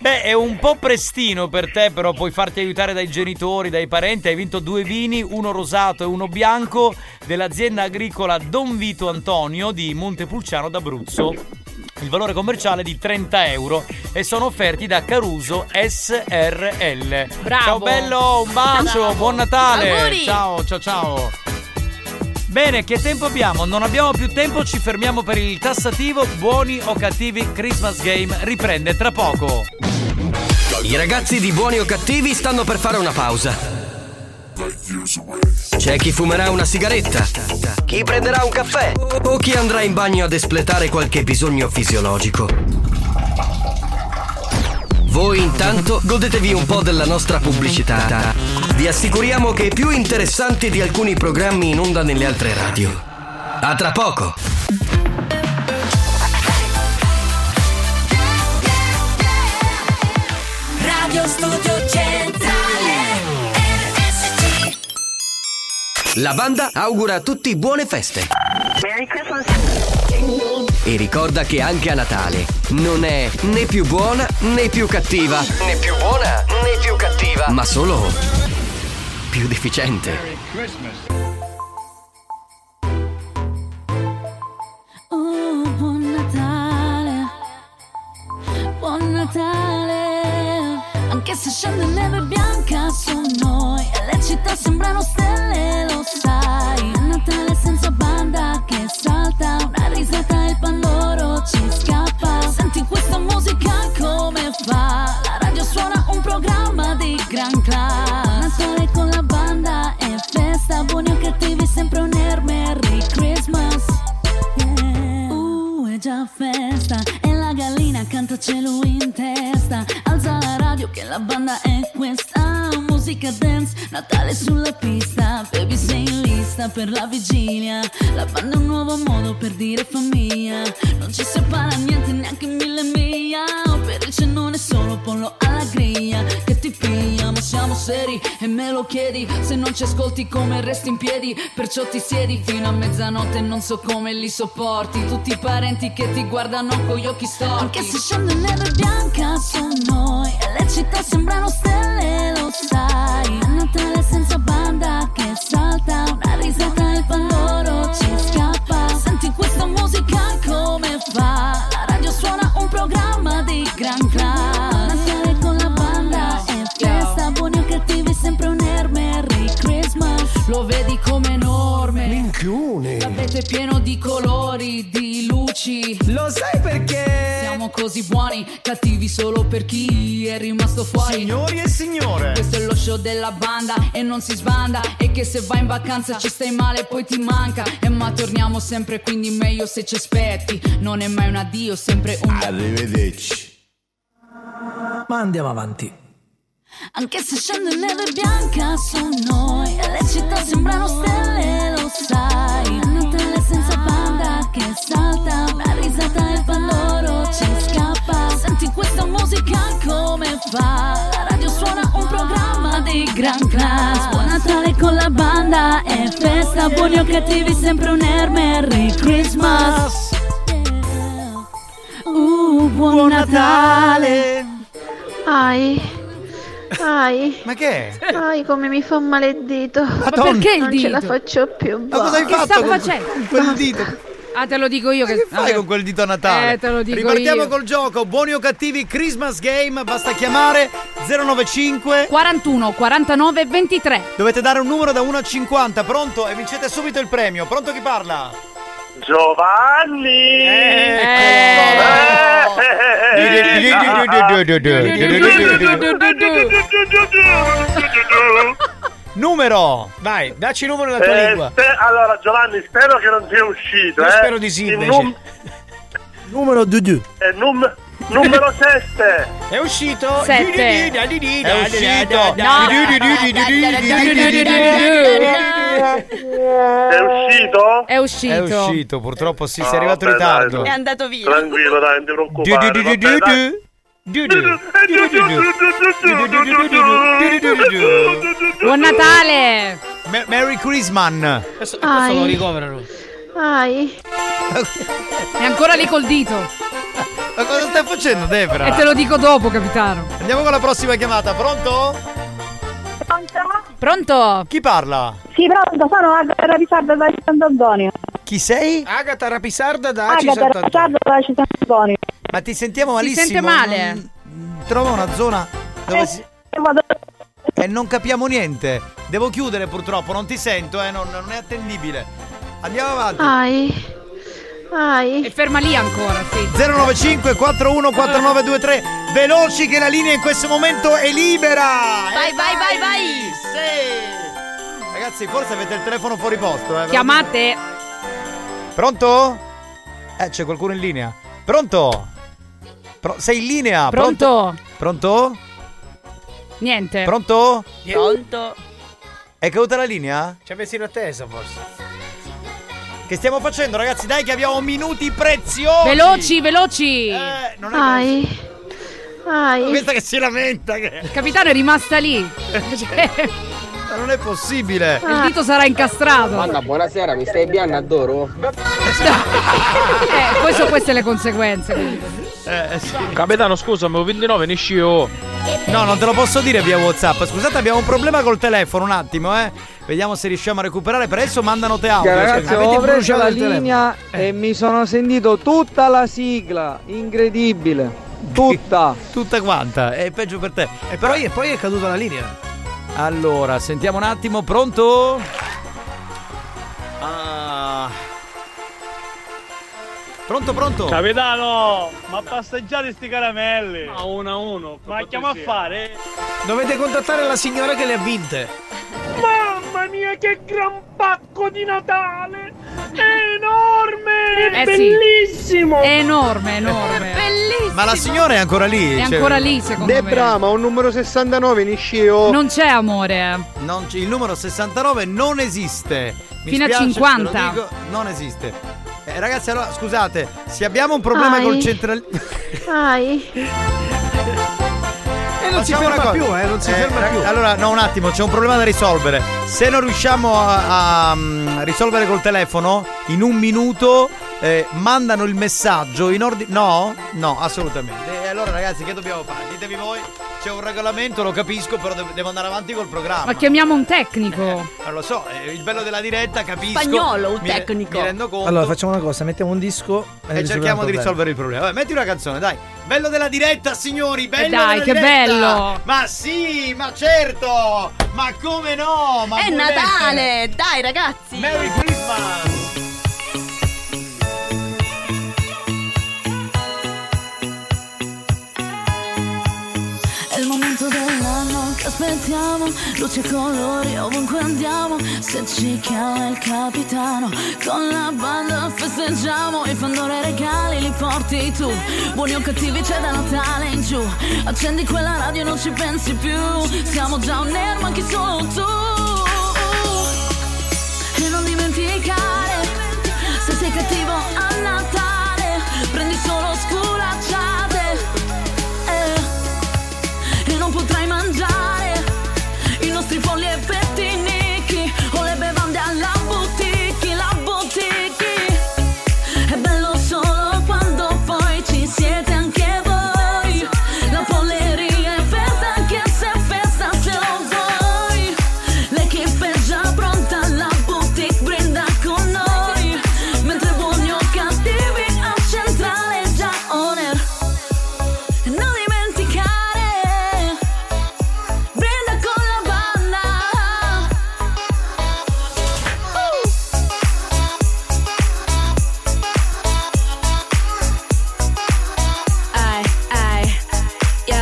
Beh, è un po' prestino per te, però puoi farti aiutare dai genitori, dai parenti. Hai vinto due vini, uno rosato e uno bianco, dell'azienda agricola Don Vito Antonio di Montepulciano d'Abruzzo. Il valore commerciale è di 30 euro e sono offerti da Caruso SRL. Bravo. Ciao bello, un bacio, Bravo. buon Natale. Auguri. Ciao, ciao, ciao. Bene, che tempo abbiamo? Non abbiamo più tempo, ci fermiamo per il tassativo. Buoni o cattivi Christmas Game riprende tra poco. I ragazzi di buoni o cattivi stanno per fare una pausa. C'è chi fumerà una sigaretta, chi prenderà un caffè o chi andrà in bagno ad espletare qualche bisogno fisiologico. Voi intanto godetevi un po' della nostra pubblicità. Vi assicuriamo che è più interessante di alcuni programmi in onda nelle altre radio. A tra poco! Radio Studio Centrale RSC La banda augura a tutti buone feste Merry Christmas e ricorda che anche a Natale non è né più buona né più cattiva, Né più buona né più cattiva ma solo più deficiente. Oh, buon Natale, buon Natale. Anche se scende neve bianca su noi, e le città sembrano stelle, lo sai. È Natale senza banda che salta, una risata e il pandoro ci scappa. Senti questa musica come fa? La radio suona un programma di gran class. Natale con la banda e festa, buoni o cattivi, sempre un air Merry Christmas. Uh, è già festa e la gallina canta cielo in testa. Alza la radio che la banda è questa. Musica dance, Natale sulla pista. Baby sei in lista per la vigilia. La banda è un nuovo modo per dire famiglia. Non ci separa niente neanche mille miglia. Oh, Per il cenone solo pollo alla griglia. Che ti piglia, ma siamo seri e me lo chiedi. Se non ci ascolti come resti in piedi. Perciò ti siedi fino a mezzanotte e non so come li sopporti. Tutti i parenti che ti guardano con gli occhi storti. Anche se scende neve bianca su noi. E le città sembrano stelle, lo sai. A Natale senza banda che salta. Una risata e pandoro ci scappa. Senti questa musica come fa. La radio suona un programma di gran class. Natale con la banda e festa. Buoni o cattivi, sempre un air Merry Christmas. Lo vedi come enorme. Minchione. L'avete pieno di colori, di luci. Lo sai perché? Siamo così buoni, cattivi solo per chi è rimasto fuori. Signori e signore. Questo è lo show della banda e non si sbanda. E che se vai in vacanza ci stai male, poi ti manca. E ma torniamo sempre, quindi meglio se ci aspetti. Non è mai un addio, sempre un. Arrivederci. Ma andiamo avanti. Anche se scende neve bianca su noi E le città sembrano stelle, lo sai A Natale senza banda che salta Una risata e il pandoro ci scappa Senti questa musica come fa La radio suona un programma di gran class Buon Natale con la banda e festa Buoni o cattivi sempre un air Merry Christmas Uh, buon, Natale Ai. Ai. Ma che è? Ai, come mi fa male il dito. Ma perché il non dito? ce la faccio più. Ma cosa hai basta. fatto sta con facendo? quel dito? Ah, te lo dico io che... Fai con quel dito a Natale. Eh, te lo dico Ripartiamo io. col gioco, buoni o cattivi Christmas game, basta chiamare 095 41 49 23. Dovete dare un numero da 1 a 50, pronto? E vincete subito il premio. Pronto chi parla? Giovanni! Numero! Vai, dacci il numero della tua lingua. Eh, allora Giovanni spero che non sia uscito Io eh. spero di sì, Il invece. num- Numero 2 eh, num- numero 7 È uscito? Sette. Di di da di di da È di da uscito. da di di di di di di di di di di di di. uscito? È uscito. È uscito, purtroppo sì, sei arrivato in Ah, vabbè, dai, ritardo. dai. È andato via. Tranquillo dai non ti preoccupare Du- du- vabbè, du- du- dai. du- du- du- du- du- du- Buon Natale! Me- Merry Christmas! Questo, questo lo ricoverano. Ai. È ancora lì col dito. Ma cosa stai facendo, Debra? E te lo dico dopo, capitano. Andiamo con la prossima chiamata, pronto? Pronto? Chi parla? Sì, pronto, sono Agata Risarda da Sant'Antonio. Chi sei? Agata Rapisarda da Aci Agata Sant'Antonio. Risarda da Sant'Antonio. Ma ti sentiamo Si malissimo. sente male. non- Trova una zona Eh, dove si... E non capiamo niente. Devo chiudere purtroppo, non ti sento, eh, non, non è attendibile. Andiamo avanti. Ai. Ai. E ferma lì ancora, sì. 095 414923 Veloci che la linea in questo momento è libera! Vai, vai, vai, vai. Ragazzi, Ragazzi, forse avete il telefono fuori posto. Eh. Chiamate. Pronto? Eh, c'è qualcuno in linea. Pronto? Pro- sei in linea? Pronto? Pronto? Niente. Pronto? Pronto? È caduta la linea? Ci avessi in attesa forse. Che stiamo facendo, ragazzi? Dai, che abbiamo minuti preziosi. Veloci, veloci. Eh, Ai. Ai. Questa che si lamenta. Che... Eh, certo. Il capitano è rimasta lì. Cioè, Ma non è possibile. Ah. il dito sarà incastrato. Anna, buonasera, mi stai bianna d'oro? Eh, poi sono queste le conseguenze. quindi. Eh, Capitano, scusami, 29 ne scio. No, non te lo posso dire via WhatsApp. Scusate, abbiamo un problema col telefono, un attimo, eh. Vediamo se riusciamo a recuperare. Per adesso mandano te audio. Ragazzi, Cioè, ho avete preso bruciato la il telefono. linea e mi sono sentito tutta la sigla. Incredibile. Tutta. Tutta quanta. È peggio per te. E però poi è caduta la linea. Allora, sentiamo un attimo, pronto? Ah. Pronto, pronto? Capitano, ma passeggiate sti caramelli. A uno a uno. Ma chiamo a fare? Dovete contattare la signora che le ha vinte. Mamma mia, che gran pacco di Natale! È enorme! È Eh sì. bellissimo! È enorme, enorme. Bellissimo. Ma la signora è ancora lì. È cioè- ancora lì, secondo me. Debra, ma un numero 69 in scio. Non c'è amore. Non c- il numero 69 non esiste. Mi Fino a spiace, 50. te lo dico, non esiste. Eh, ragazzi, allora scusate, se abbiamo un problema Ai. col centrale. Ai. E non si ferma più, eh, non si ferma più. Allora, no, un attimo, c'è un problema da risolvere. Se non riusciamo a, a, mm, risolvere col telefono, in un minuto eh, mandano il messaggio in ordine. No? No, assolutamente. E allora, ragazzi, che dobbiamo fare? Ditemi voi, c'è un regolamento, lo capisco, però de- devo andare avanti col programma. Ma chiamiamo un tecnico. Non lo so, eh, il bello della diretta, capisco. Spagnolo, un mi re- tecnico. Mi rendo conto. Allora facciamo una cosa, mettiamo un disco e cerchiamo di risolvere il problema. Vabbè, metti una canzone, dai. Bello della diretta, signori. Bello Eh, dai, della che diretta. bello. Ma sì, ma certo. Ma come no? Ma È può Natale, essere. dai ragazzi. Merry Christmas. È il momento dell'anno che aspettiamo, luci e colori ovunque andiamo, se ci chiama il capitano, con la banda festeggiamo, i pandori e i regali li porti tu, buoni o cattivi c'è da Natale in giù, accendi quella radio e non ci pensi più, siamo già on air ma anche solo tu, e non dimenticare, se sei cattivo a Natale, prendi solo sculacciate. eh e non potrai mangiare i nostri polli e pettinichi o le bevande alla boutique, la boutique. È bello solo quando poi ci siete anche voi. La polleria è festa anche se è festa se lo vuoi. L'equipe è già pronta, la boutique brinda con noi. Mentre buoni o cattivi a centrale già on air. E Non dimenticare, brinda con la banda. Uh! Ai, ai, yo,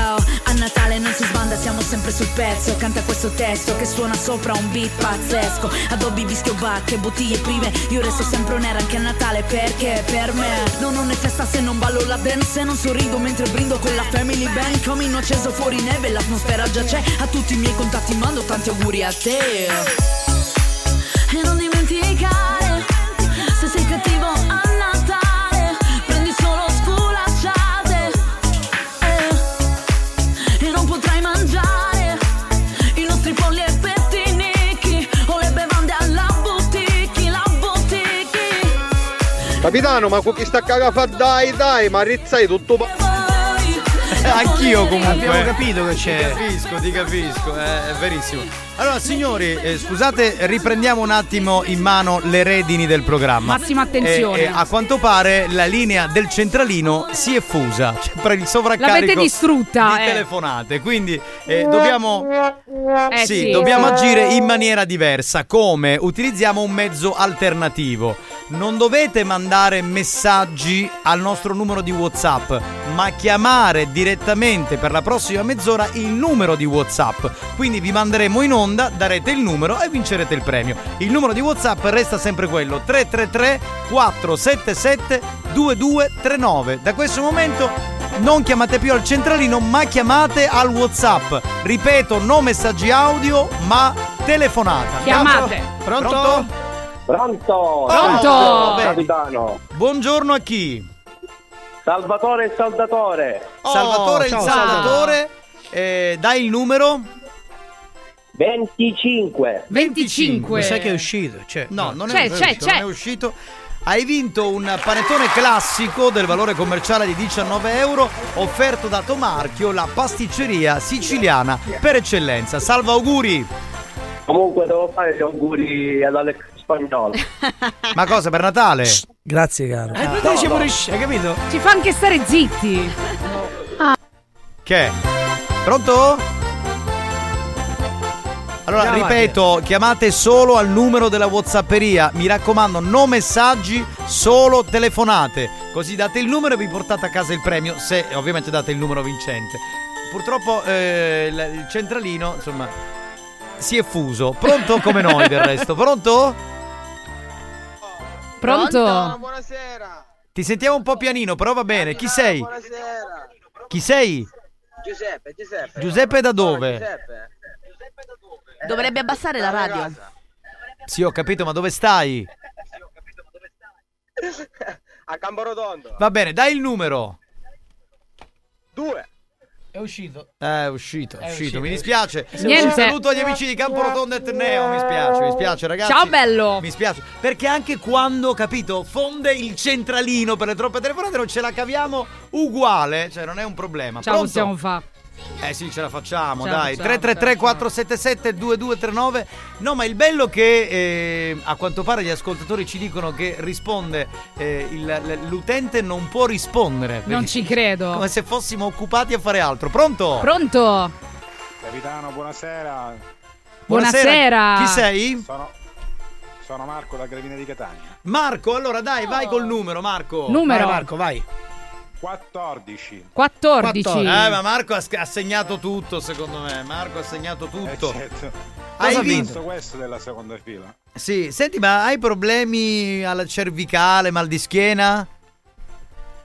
a Natale non si sbanda, siamo sempre sul pezzo. Canta questo testo che suona sopra un beat pazzesco. Addobbi, vischio, bacche, bottiglie prime. Io resto sempre nera anche a Natale perché per me non ho né festa se non ballo la dance. Se non sorrido mentre brindo con la family band. Comino acceso fuori neve, l'atmosfera già c'è. A tutti i miei contatti mando tanti auguri a te. E non dimenticare, se sei cattivo a Natale, prendi solo sculacciate. Eh, e non potrai mangiare i nostri polli e pettinichi o le bevande alla boutique, la boutique. Capitano, ma qui sta caga fa dai dai, ma rizzai tutto. pa- Anch'io comunque. Abbiamo capito che c'è. Ti capisco, ti capisco, eh, è verissimo. Allora, signori, eh, scusate, riprendiamo un attimo in mano le redini del programma. Massima attenzione. Eh, eh, a quanto pare la linea del centralino si è fusa. Cioè, per il sovraccarico L'avete distrutta, di eh. telefonate. Quindi eh, dobbiamo. Eh Eh. sì, dobbiamo agire in maniera diversa. Come? Utilizziamo un mezzo alternativo. non dovete mandare messaggi al nostro numero di WhatsApp, ma chiamare direttamente per la prossima mezz'ora il numero di WhatsApp. Quindi vi manderemo in onda, darete il numero e vincerete il premio. Il numero di WhatsApp resta sempre quello: 333 477 2239. Da questo momento non chiamate più al centralino, ma chiamate al WhatsApp. Ripeto, no messaggi audio, ma telefonata. Chiamate. Pronto? Pronto? Pronto? Pronto? Ciao, Bene. Capitano. Buongiorno a chi? Salvatore il Saldatore. Oh, Salvatore il Salvatore, eh, dai il numero 25. 25. Sai che è uscito? Cioè, No, non C'è, è, uscito, c'è, c'è. non è uscito. Hai vinto un panettone classico del valore commerciale di 19 euro offerto da Tomarchio, la pasticceria siciliana per eccellenza. Salva auguri! Comunque devo fare gli auguri ad Alex Spagnolo. Ma cosa per Natale? Grazie, caro. Eh, però No, siamo no. riusciti, hai capito? Ci fa anche stare zitti. Che? Pronto? Allora, Andiamo ripeto, chiamate solo al numero della Whatsapperia. Mi raccomando, no messaggi, solo telefonate. Così date il numero e vi portate a casa il premio, se ovviamente date il numero vincente. Purtroppo eh, la- il centralino, insomma, Eh, si è fuso. Pronto come noi del resto. Pronto? Pronto? Ti sentiamo un po' pianino, però va bene. Chi sei? Chi sei? Giuseppe, Giuseppe. Giuseppe da dove? Giuseppe. Eh, Dovrebbe abbassare la radio. Sì, ho capito, ma dove stai? A Camporotondo. Va bene, dai il numero. Due. È uscito. Eh, è uscito, è uscito, uscito, mi è dispiace. Niente. Un saluto agli amici di Camporotondo e Terneo, mi spiace, mi spiace ragazzi. Ciao bello. Mi spiace, perché anche quando, capito, fonde il centralino per le troppe telefonate non ce la caviamo uguale, cioè non è un problema. Ciao, Pronto? possiamo fa. Eh sì, ce la facciamo, Ce la dai. facciamo, 333 ce la 477 2239. No, ma il bello che eh, a quanto pare gli ascoltatori ci dicono che risponde eh, il- l- l'utente non può rispondere. Non perché- ci credo. Come se fossimo occupati a fare altro. Pronto? Pronto? Capitano, buonasera. Buonasera. Chi sei? Sono, sono Marco da Gravina di Catania. Marco, allora dai, vai col numero, Marco. Oh. Numero. Vai, Marco, vai. 14. 14. Eh, ma Marco ha, sc- ha segnato tutto, secondo me. Marco ha segnato Eh, tutto. certo. Hai Hai vinto? visto questo della seconda fila? Sì, senti, ma hai problemi alla cervicale, mal di schiena?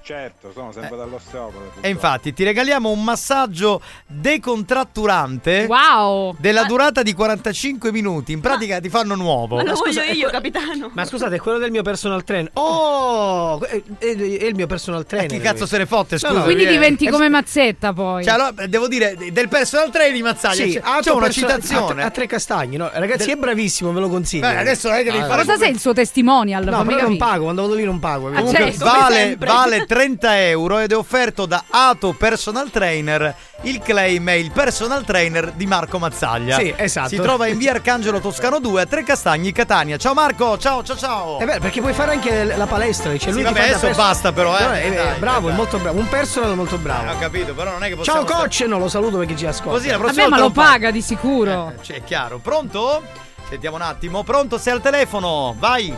Certo, sono sempre dall'osteopata. purtroppo. Eh, E infatti ti regaliamo un massaggio decontratturante Wow. della durata di 45 minuti. In pratica ti fanno nuovo. Ma lo Ma voglio scusa, è io, que- capitano. eh, Ma scusate, è quello del mio personal trainer. Oh, è, eh, è- è il mio personal trainer. chi cazzo se ne fotte, scusa. Quindi eh. diventi Eh, come Mazzetta poi. Cioè, allora, devo dire, del personal training Mazzaglia Sì, c'è- ha c'è un una personal- citazione. A, a tre castagni, no? Ragazzi, è bravissimo, ve lo consiglio. Beh, adesso non è che devi Ah, fare- Cosa sei il suo testimonial? No, Fammi perché non capire. pago, quando vado lì non pago. Ah, capito? certo. Comunque- come Vale, sempre. vale 30 euro ed è offerto da Ato Personal Trainer. Il claim è il personal trainer di Marco Mazzaglia. Sì, esatto. Si trova in via Arcangelo Toscano 2 a Tre Castagni, Catania. Ciao Marco, ciao ciao ciao. Eh beh, perché puoi fare anche l- la palestra, cioè Sì, lui ti vabbè, fa da adesso palestra. basta però, eh. No, è- è Dai, bravo, è dai. Eh, molto bravo, un personal molto bravo. Ho capito, però non è che Ciao possiamo stare- coach, no, lo saluto perché ci ascolta. Così la prossima Vabbè, ma volta lo non parli. paga di sicuro. Eh, Cioè, è chiaro. Pronto? Sentiamo un attimo. Pronto? Sei al telefono. Vai.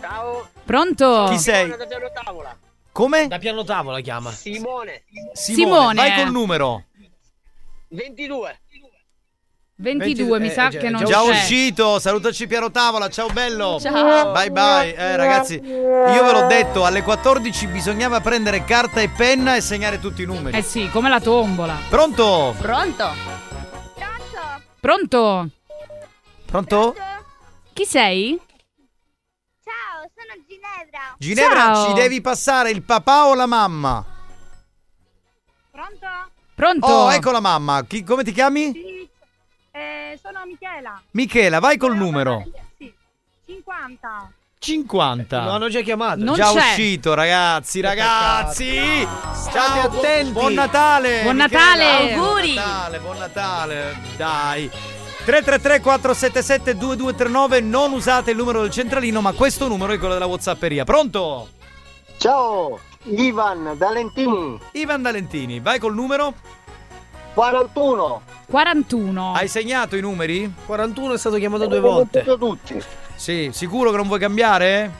Ciao. Pronto? Chi sei? Sono da tavola. Come? Da piano tavola chiama. Simone. Simone. Vai col numero. 22. 22, mi Eh, sa già- che non già c'è. uscito. Salutaci piano tavola. Ciao bello. Ciao. Bye bye. Eh, ragazzi, io ve l'ho detto, alle 14 bisognava prendere carta e penna e segnare tutti i numeri. Eh sì, come la tombola. Pronto? Pronto? Pronto? Pronto? Chi sei? Ciao, sono Ginevra. Ginevra, Ciao. ci devi passare il papà o la mamma? Pronto? Pronto? Oh, ecco la mamma. Chi- come ti chiami? Sì. Eh, sono Michela. Michela, vai col numero. Sì. 50. 50. No, hanno già chiamato. Non già c'è. uscito, ragazzi, ragazzi! Ciao, State attenti. Buon Natale! Buon Michela. Natale. Buon Auguri. Natale, buon Natale! Dai! 333 477 2239 non usate il numero del centralino, ma questo numero è quello della Whatsapperia. Pronto? Ciao, Ivan Valentini. Ivan Valentini, vai col numero. 41. 41. Hai segnato i numeri? 41 è stato chiamato due volte. tutti. Sì, sicuro che non vuoi cambiare?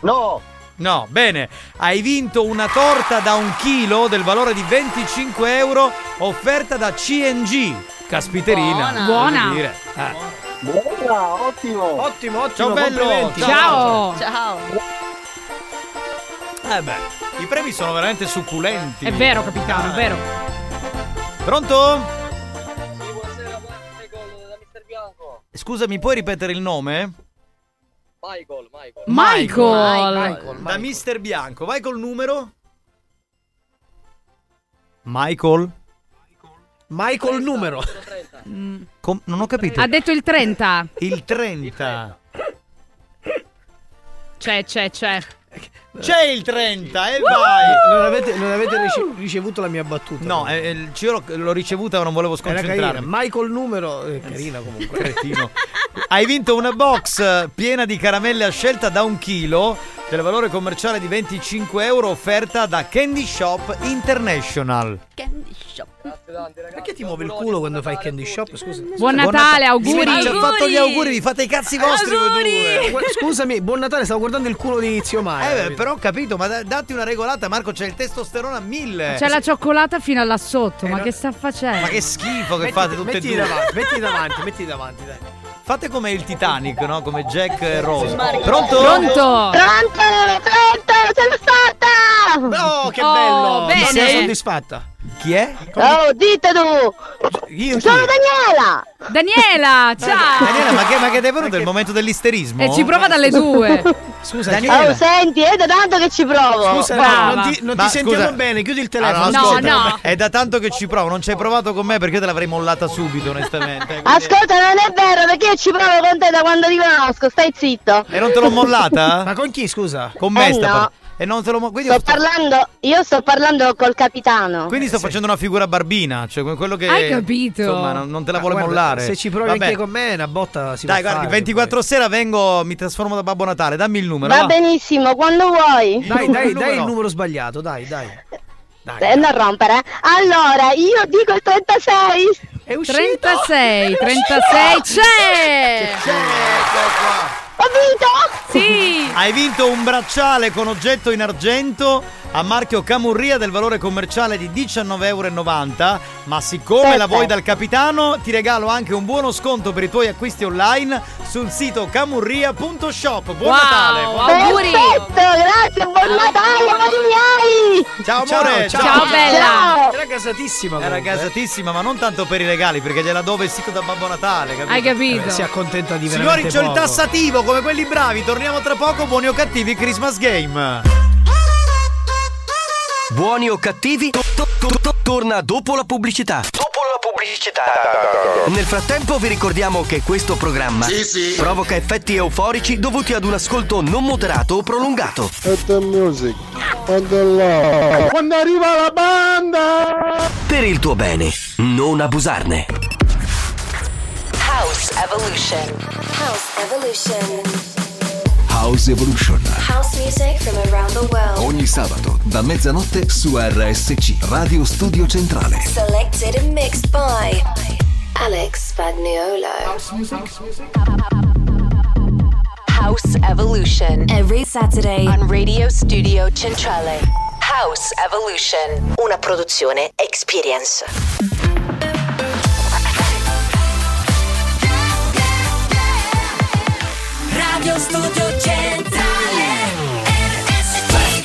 No. No, bene. Hai vinto una torta da un chilo del valore di 25 euro offerta da CNG. Caspiterina. Buona. voglio Buona. dire. Eh. Buona, ottimo. Ottimo, ottimo. Ciao, bello. complimenti. Ciao. Ciao. Eh beh, i premi sono veramente succulenti. È vero, capitano, è vero. Pronto? Bianco. Scusami, puoi ripetere il nome? Michael, Michael. Michael. Michael, Da Mister Bianco. Vai col numero. Michael. Michael numero. Com- non ho capito. Ha detto il 30. Il 30. C'è, c'è, c'è. Eh, C'è Cioè, il 30 e vai. Eh, Non avete, non avete rice- ricevuto la mia battuta. No, eh, eh, ci- io l'ho, l'ho ricevuta ma non volevo Era carina. sconcentrarmi. Michael numero. eh, carina comunque. Cretino. Hai vinto una box eh, piena di caramelle a scelta da un chilo del valore commerciale di 25 euro offerta da Candy Shop International. Candy shop. Grazie tanti, ragazzi. Perché ti muove il culo quando fai il candy shop? Scusa. Buon Natale, auguri. Mi ha fatto gli auguri, vi fate i cazzi vostri voi due. Gua- Scusami, buon Natale, stavo guardando il culo di Zio Mario. Eh, beh, però ho capito, ma da- datti una regolata, Marco, c'è il testosterone a mille. C'è la cioccolata fino là sotto, ma Eh, no. che sta facendo? Ma che schifo che Metti- fate tutte e metti due. davanti, metti davanti, metti davanti, dai. Fate come il Titanic, no? Come Jack e Rose. Pronto? Pronto, sono stata! No, che bello! bene. Donna soddisfatta. Chi è? Oh, dite tu! Io chi? Sono Daniela! Daniela, ciao! Eh, Daniela, ma che, ma che ti è venuto il momento dell'isterismo? E Eh, ci prova dalle due. Scusa, Daniela. Oh, senti, è da tanto che ci provo! Scusa, Brava. no, non ti, non ti Ma sentiamo scusa- bene, chiudi il telefono. Allora, ascolta. ascolta, È da tanto che ci provo, non ci hai provato con me perché io te l'avrei mollata subito, onestamente. Ascolta, non è vero perché io ci provo con te da quando ti conosco, stai zitto! E non te l'ho mollata? Ma con chi, scusa? Con me Eh, sta no. par- E non te l'ho mo- quindi, Sto parlando, io sto parlando col capitano. quindi sto facendo una figura barbina, cioè que- quello che Hai capito? Insomma, non, non te la Ma vuole guarda, mollare. Se ci provi Vabbè. anche con me, una botta si Dai, può guardi, fare. 24 sera vengo, mi trasformo da Babbo Natale, dammi il numero. Va va. benissimo, quando vuoi. Dai, dai, dai il numero. numero sbagliato, dai, dai. Eh, non rompere. eh. Allora, io dico il 36. È 36, 36, c'è! Ho vinto! Sì! Hai vinto un bracciale con oggetto in argento a marchio Camurria del valore commerciale di 19,90 euro, ma siccome la vuoi dal capitano ti regalo anche un buono sconto per i tuoi acquisti online sul sito camurria.shop. Buon Wow, Natale! buon- auguri. Perfetto, grazie, buon Natale, amori miei! Ciao amore! Ciao. Era casatissima. Era gasatissima, ma non tanto per i regali, perché gliela do vestito da Babbo Natale, capito? Hai capito? Eh, Eh, Si accontenta di Signori, veramente c'ho il poco. tassativo come quelli bravi. Torniamo tra poco, buoni o cattivi Christmas Game. Buoni o cattivi, to- to- to- torna dopo la pubblicità. Dopo la pubblicità. Nel frattempo vi ricordiamo che questo programma Sì, sì. provoca effetti euforici dovuti ad un ascolto non moderato o prolungato. music. Quando arriva la banda! Per il tuo bene, non abusarne. House Evolution. House Evolution. House Evolution. House music from around the world. Ogni sabato da mezzanotte su RSC Radio Studio Centrale. Selected and mixed by Alex Spagnuolo. House music. House Evolution. Every Saturday on Radio Studio Centrale. House Evolution. Una produzione Experience. Radio Studio Centrale RSC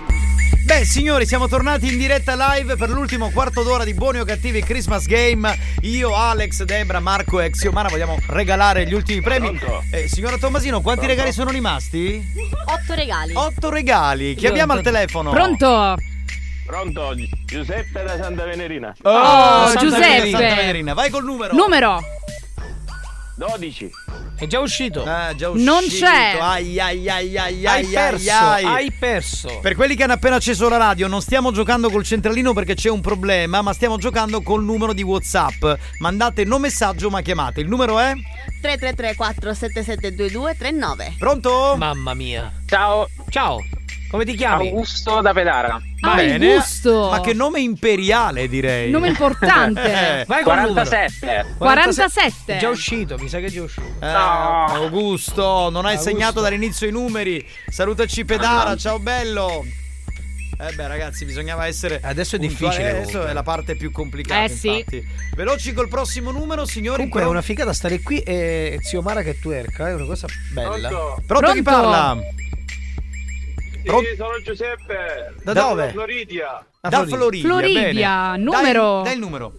Beh, signori, siamo tornati in diretta live per l'ultimo quarto d'ora di Buoni o Cattivi Christmas Game. Io, Alex, Debra, Marco e Xiomara vogliamo regalare gli ultimi premi. Eh, signora Tommasino, quanti Pronto? regali sono rimasti? Otto regali. Otto regali. Chi abbiamo al telefono? Oh, Pronto? Pronto, Giuseppe da Santa Venerina. Oh, Oh, Santa Giuseppe. Venerina, Santa Venerina. Vai col numero. Numero 12. È già uscito. Ah, già uscito. Non c'è. Ai ai ai ai ai Hai ai, perso, ai. hai perso. Per quelli che hanno appena acceso la radio, non stiamo giocando col centralino perché c'è un problema, ma stiamo giocando col numero di WhatsApp. Mandate non messaggio, ma chiamate. Il numero è 3334 772239 Pronto? Mamma mia. Ciao. Ciao. Come ti chiami? Augusto da Pedara. Bene. Augusto. Ma che nome imperiale, direi. Ah, Nome Eh, importante. Vai col numero. 47. 47. È già uscito, mi sa che è già uscito. Eh, Augusto, non hai Augusto. segnato dall'inizio i numeri. Salutaci Pedara, ciao bello. Eh beh ragazzi, bisognava essere Adesso è difficile, Adesso comunque. è la parte più complicata, Eh, sì. infatti. Veloci col prossimo numero, signori. Comunque è Pro- una figata stare qui e zio Mara che tuerca, è una cosa bella. Pronto? Pronto chi parla? Sì, sono Giuseppe. Da dove? Floridia. Da Floridia. Floridia, bene. numero. Dai, dai il numero.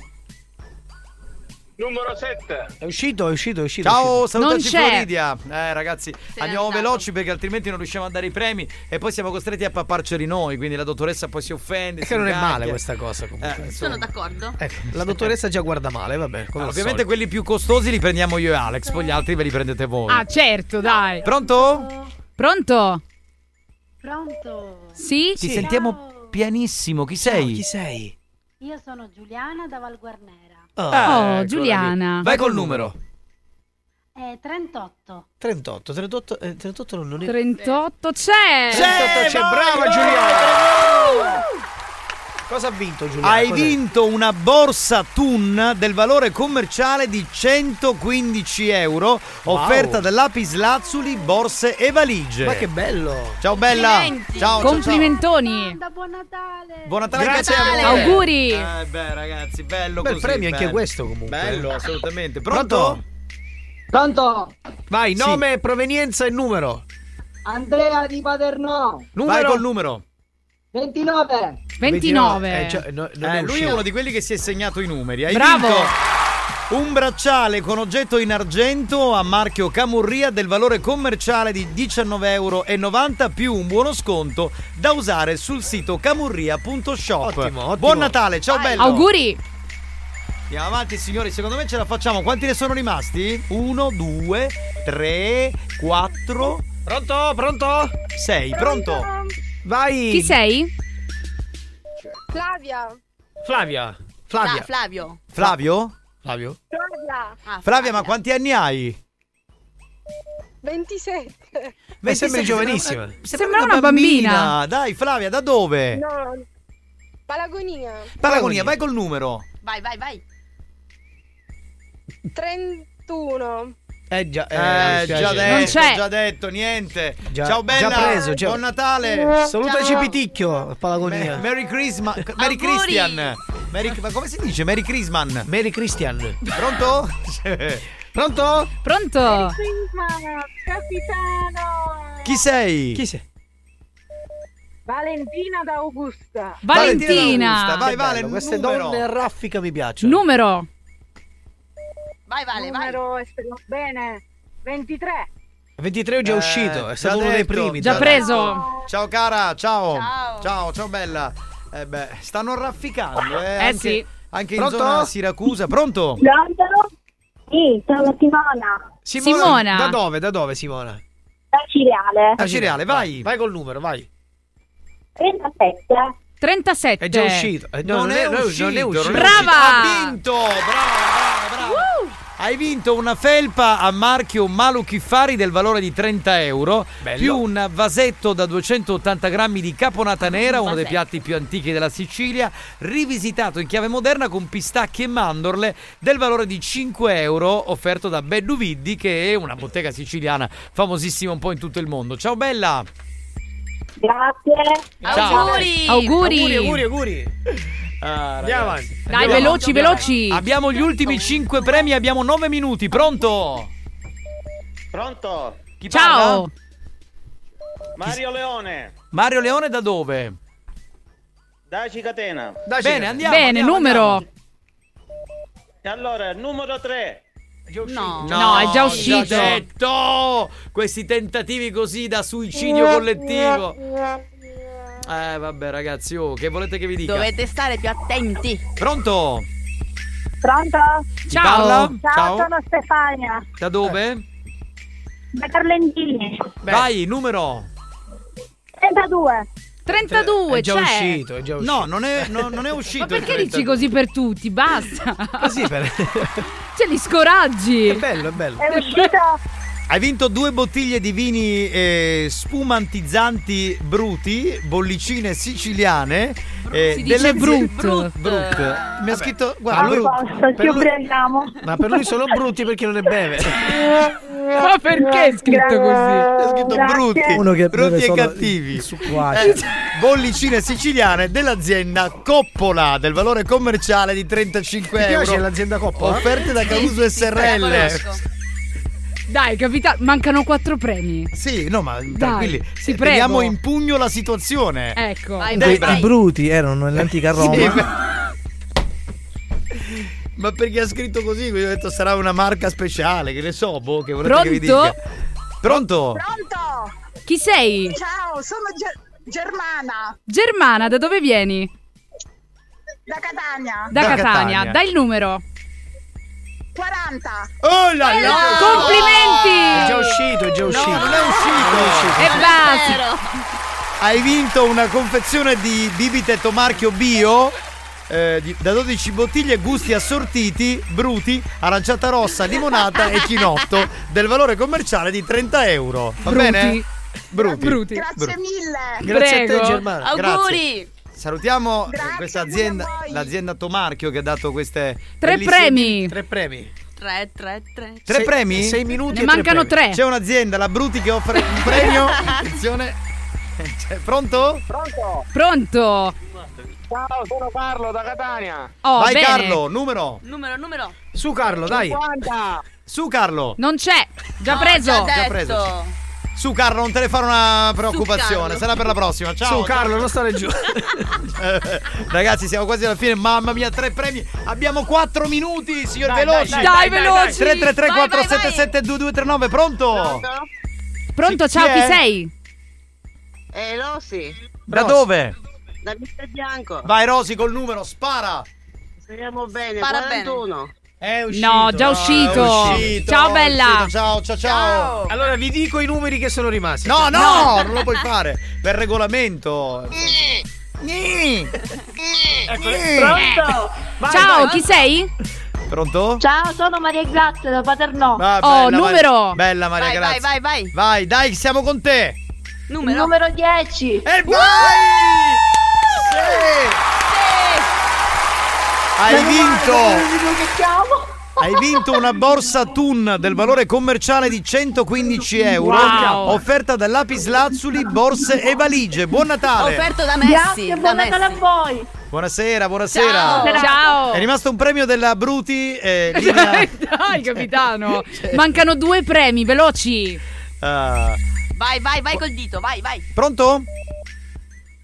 Numero 7. È uscito, è uscito, è uscito. Ciao, Non salutaci c'è. Floridia. Eh ragazzi, andiamo veloci perché altrimenti non riusciamo a dare i premi e poi siamo costretti a papparceli noi, quindi la dottoressa poi si offende. È si che non è incacchia. male questa cosa comunque. Eh, insomma. Sono d'accordo? Ecco, la dottoressa già guarda male, vabbè. come Allora, al Ah, ovviamente solito. quelli più costosi li prendiamo io e Alex, poi gli altri ve li prendete voi. Ah, certo, dai. Pronto? Pronto? Pronto? Sì? Ti sentiamo pianissimo, chi sei? chi sei? Io sono Giuliana da Valguarnera. Ah, Oh, Giuliana. Eh, Vai col numero. È 38. 38, 38, eh, 38 non- non è... 38 Eh, c'è. C'è, c'è, brava Giuliana. Cosa ha vinto Giuliana? Hai Cosa- vinto una borsa TUN del valore commerciale di 115 euro, offerta da Lapis Lazuli, borse e valigie. Ma che bello. Ciao bella! Ciao, ciao, ciao. Complimentoni. Buon Natale Grazie anche a voi. Natale. Auguri. Eh beh ragazzi, bello Bel così, premio anche bello. questo, comunque. Bello, assolutamente. Pronto? Pronto? Vai, Sì. nome, provenienza e numero. Andrea di Paternò, Vai col numero. 29. Eh, cioè, no- non è lui è uno di quelli che si è segnato i numeri. Hai Bravo. vinto un bracciale con oggetto in argento a marchio Camurria del valore commerciale di 19,90 euro più un buono sconto da usare sul sito camurria.shop. Buon Natale, ciao bello. Auguri. Andiamo avanti signori, secondo me ce la facciamo. Quanti ne sono rimasti? 1, 2, 3, 4. Pronto? Pronto? 6, pronto? Vai. Chi sei? Flavia. Flavia. Fla- Flavio. Flavio? Eh, Flavio? Ah, Flavia. Flavia, ma quanti anni hai? 27. Beh, sembri giovanissima. Sembra una bambina. Dai, Flavia, da dove? No. Palagonia. Paragonia, vai col numero. Vai, vai, vai. 31. Eh già, Eh, mi già spiace. detto, già detto, niente. Già- ciao bella. già preso, già- Buon Natale. Salutaci Piticchio, Palagonia. Merry Christmas. Merry Auguri. Christian. Merry- ma come si dice? Merry Christmas. Merry Christian. Pronto? Pronto? Pronto? Capitano. Chi sei? Chi sei? Valentina da Augusta. Valentina. Vai, Vale, Bello, queste numero. donne a raffica mi piacciono. Numero. Vai, Vale, vai. Numero esprimo bene. 23. 23 oggi è uscito, è stato uno dei primi. Già tra l'altro. preso. Eh, Ciao cara, ciao. Ciao, ciao, bella. Eh beh, stanno rafficando, eh. Eh, anche, sì. Anche Pronto? in zona Siracusa. Pronto? Pronto? Sì, sono Simona, Da dove, da dove Simona? da Cireale. Da Cireale, vai. Vai col numero, vai. 37. 37. È già uscito. Eh, no, non, è no, uscito, non è uscito. non è Brava! uscito. Ha vinto, brava, brava, brava. Hai vinto una felpa a marchio Maluchiffari del valore di 30 euro, Bello. più un vasetto da 280 grammi di caponata nera, uno dei Vasetto. piatti più antichi della Sicilia, rivisitato in chiave moderna con pistacchi e mandorle del valore di 5 euro, offerto da Beddu Viddi, che è una bottega siciliana famosissima un po' in tutto il mondo. Ciao bella! Grazie. Ciao. Auguri. Auguri, auguri, auguri. Andiamo avanti. Ah, Dai, Andiamo veloci, avanti. veloci. Abbiamo gli ultimi 5 premi, abbiamo 9 minuti. Pronto? Pronto? Chi Ciao. parla? Mario Leone. Mario Leone da dove? Daci catena. Bene, andiamo. Bene, andiamo, numero. andiamo. E allora, numero 3. No. No, è già uscito. già detto! Questi tentativi così da suicidio collettivo. Eh, vabbè, ragazzi, oh, che volete che vi dica? Dovete stare più attenti. Pronto? Pronto? Ciao. parla? Ciao, Ciao. sono Stefania. Eh, Da dove? Da Carlentini. Vai, numero. 32. 32, È già c'è. uscito, è già uscito. No, non è- no, non è uscito Ma il perché dici 32? così per tutti? Basta. Così per... Cioè, li scoraggi. È bello, è bello. uscita Hai vinto due bottiglie di vini eh, spumantizzanti bruti, bollicine siciliane. eh, Si dice brut. brut. brut. Mi ha scritto. Guarda, Ma lui- basta, per ci lui- ubriachiamo. Ma per lui sono brutti perché non ne beve. Ma perché è scritto così? È scritto brutti, Uno che beve brutti e solo cattivi. sucquace. Eh, bollicine siciliane dell'azienda Coppola, del valore commerciale di 35 Ti euro. piace l'azienda Coppola? Offerte da Caruso Sì, sì, la SRL. conosco. Dai, capita, mancano quattro premi. Sì, Eh, no, ma tranquilli. si Eh, prego. Teniamo in pugno la situazione. Ecco. Dai, I vai. bruti erano nell'antica Roma. Sì, ma- Ma perché ha scritto così? Quindi ho detto sarà una marca speciale, che ne so, boh, che volete che vi Pronto? dica. Pronto? Pronto? Chi sei? Ciao, sono Ger- Germana Germana, da dove vieni? da Catania. Da, Catania. Dai il numero. 40. Oh Eh, la la! Complimenti! È già uscito, è già uscito. non è uscito. E basta. Hai vinto una confezione di bibite marchio bio eh, di- da 12 bottiglie, gusti assortiti, bruti, aranciata rossa, limonata e chinotto del valore commerciale di 30 euro. Va Bruti. bene? Bruti. Grazie Bruti. mille. Grazie a Prego. te Germana. Auguri. Grazie. Salutiamo eh, questa azienda, l'azienda Tomarchio che ha dato queste Tre bellissime- premi. Tre premi. 3, 3, 3. Tre premi? Ne e tre mancano premi. tre. C'è un'azienda, la Bruti, che offre un premio. Attenzione. Cioè, pronto? Pronto? Pronto? Ciao, sono Carlo da Catania. Oh, Vai bene. Carlo, numero. Numero, numero. Su Carlo, dai. 50. Su Carlo. Non c'è. Già No, preso. Ah, già detto. Su Carlo, non te ne fare una preoccupazione, Carlo. sarà per la prossima. Ciao. Su, Carlo, non stare giù. Ragazzi, siamo quasi alla fine. Mamma mia, tre premi. Abbiamo quattro minuti, signor Dai, Veloci. dai, dai, Dai, dai, veloci. 333 Vai, vai, vai. 477 2239, Oh. pronto? Pronto, Sì, ciao, chi chi è? sei? Eh, lo sì. Da dove? Da Mister Bianco. Vai Rosy col numero, spara. Speriamo bene. Spara 41. È No, già uscito. Ciao, bella. Ciao, ciao, ciao. Allora vi dico i numeri che sono rimasti. No, Cioè, no, non lo puoi fare. Per regolamento. Ecco, Pronto? ciao, chi sei? Pronto? Ciao, sono Maria Grazia da Paternò. Ah, bella, Oh, vai- numero. Bella Maria, Vai, grazie. vai, vai, vai. Vai, dai, siamo con te. Numero. Numero 10. E vai! Hai vinto! Hai vinto una borsa TUN del valore commerciale di 115 euro, Wow. offerta da Lapis Lazuli, borse e valigie. Buon Natale! Offerto da Messi. Grazie, da buon Messi. Natale a voi. Buonasera, buonasera. Ciao. Ciao. È rimasto un premio della Bruti. eh, Cioè. linea- Dai, capitano. Mancano due premi, veloci. Ah, Vai, vai, vai col dito, vai, vai. pronto?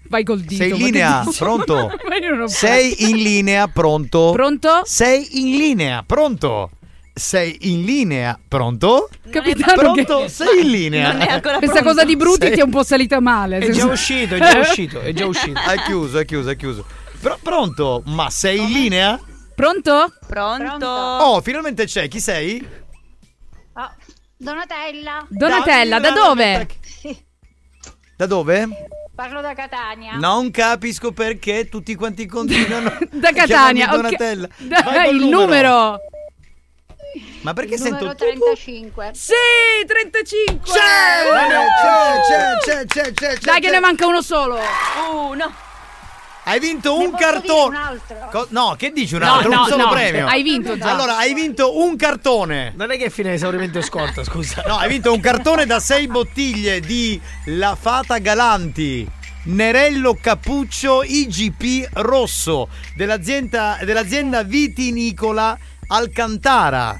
Vai col dito. Sei in ma che linea? dici? Pronto? Ma io non ho Sei in linea, pronto? Pronto? Sei in linea, pronto? Sei in linea, pronto? Capitano che- pronto? Sei in linea. Questa cosa di Bruti Sei- ti è un po' salita male. È secondo già me. uscito, è già uscito, è già uscito. È chiuso, è chiuso, è chiuso. Pro- pronto? Ma sei in linea? Pronto? Pronto? Oh, finalmente c'è. Chi sei? Ah, Donatella. Donatella, da dove? Da dove? Parlo da Catania. Non capisco perché tutti quanti continuano. Da a chiamarmi Catania. ok. Donatella. Dai, Vai col il numero. Ma perché Numero sento. 35. Sì, 35. C'è, c'è, c'è, c'è, c'è, c'è. Ah, Dai, che ne manca uno solo. Uno. Hai vinto un Un cartone. altro. Co- no, che dici un No, altro? no, un solo no. premio. Hai vinto già. Allora, hai vinto un cartone. Non è che è fine esaurimento scorta, scusa. No, hai vinto un cartone da sei bottiglie di La Fata Galanti. Nerello Cappuccio IGP Rosso dell'azienda, dell'azienda Vitinicola Alcantara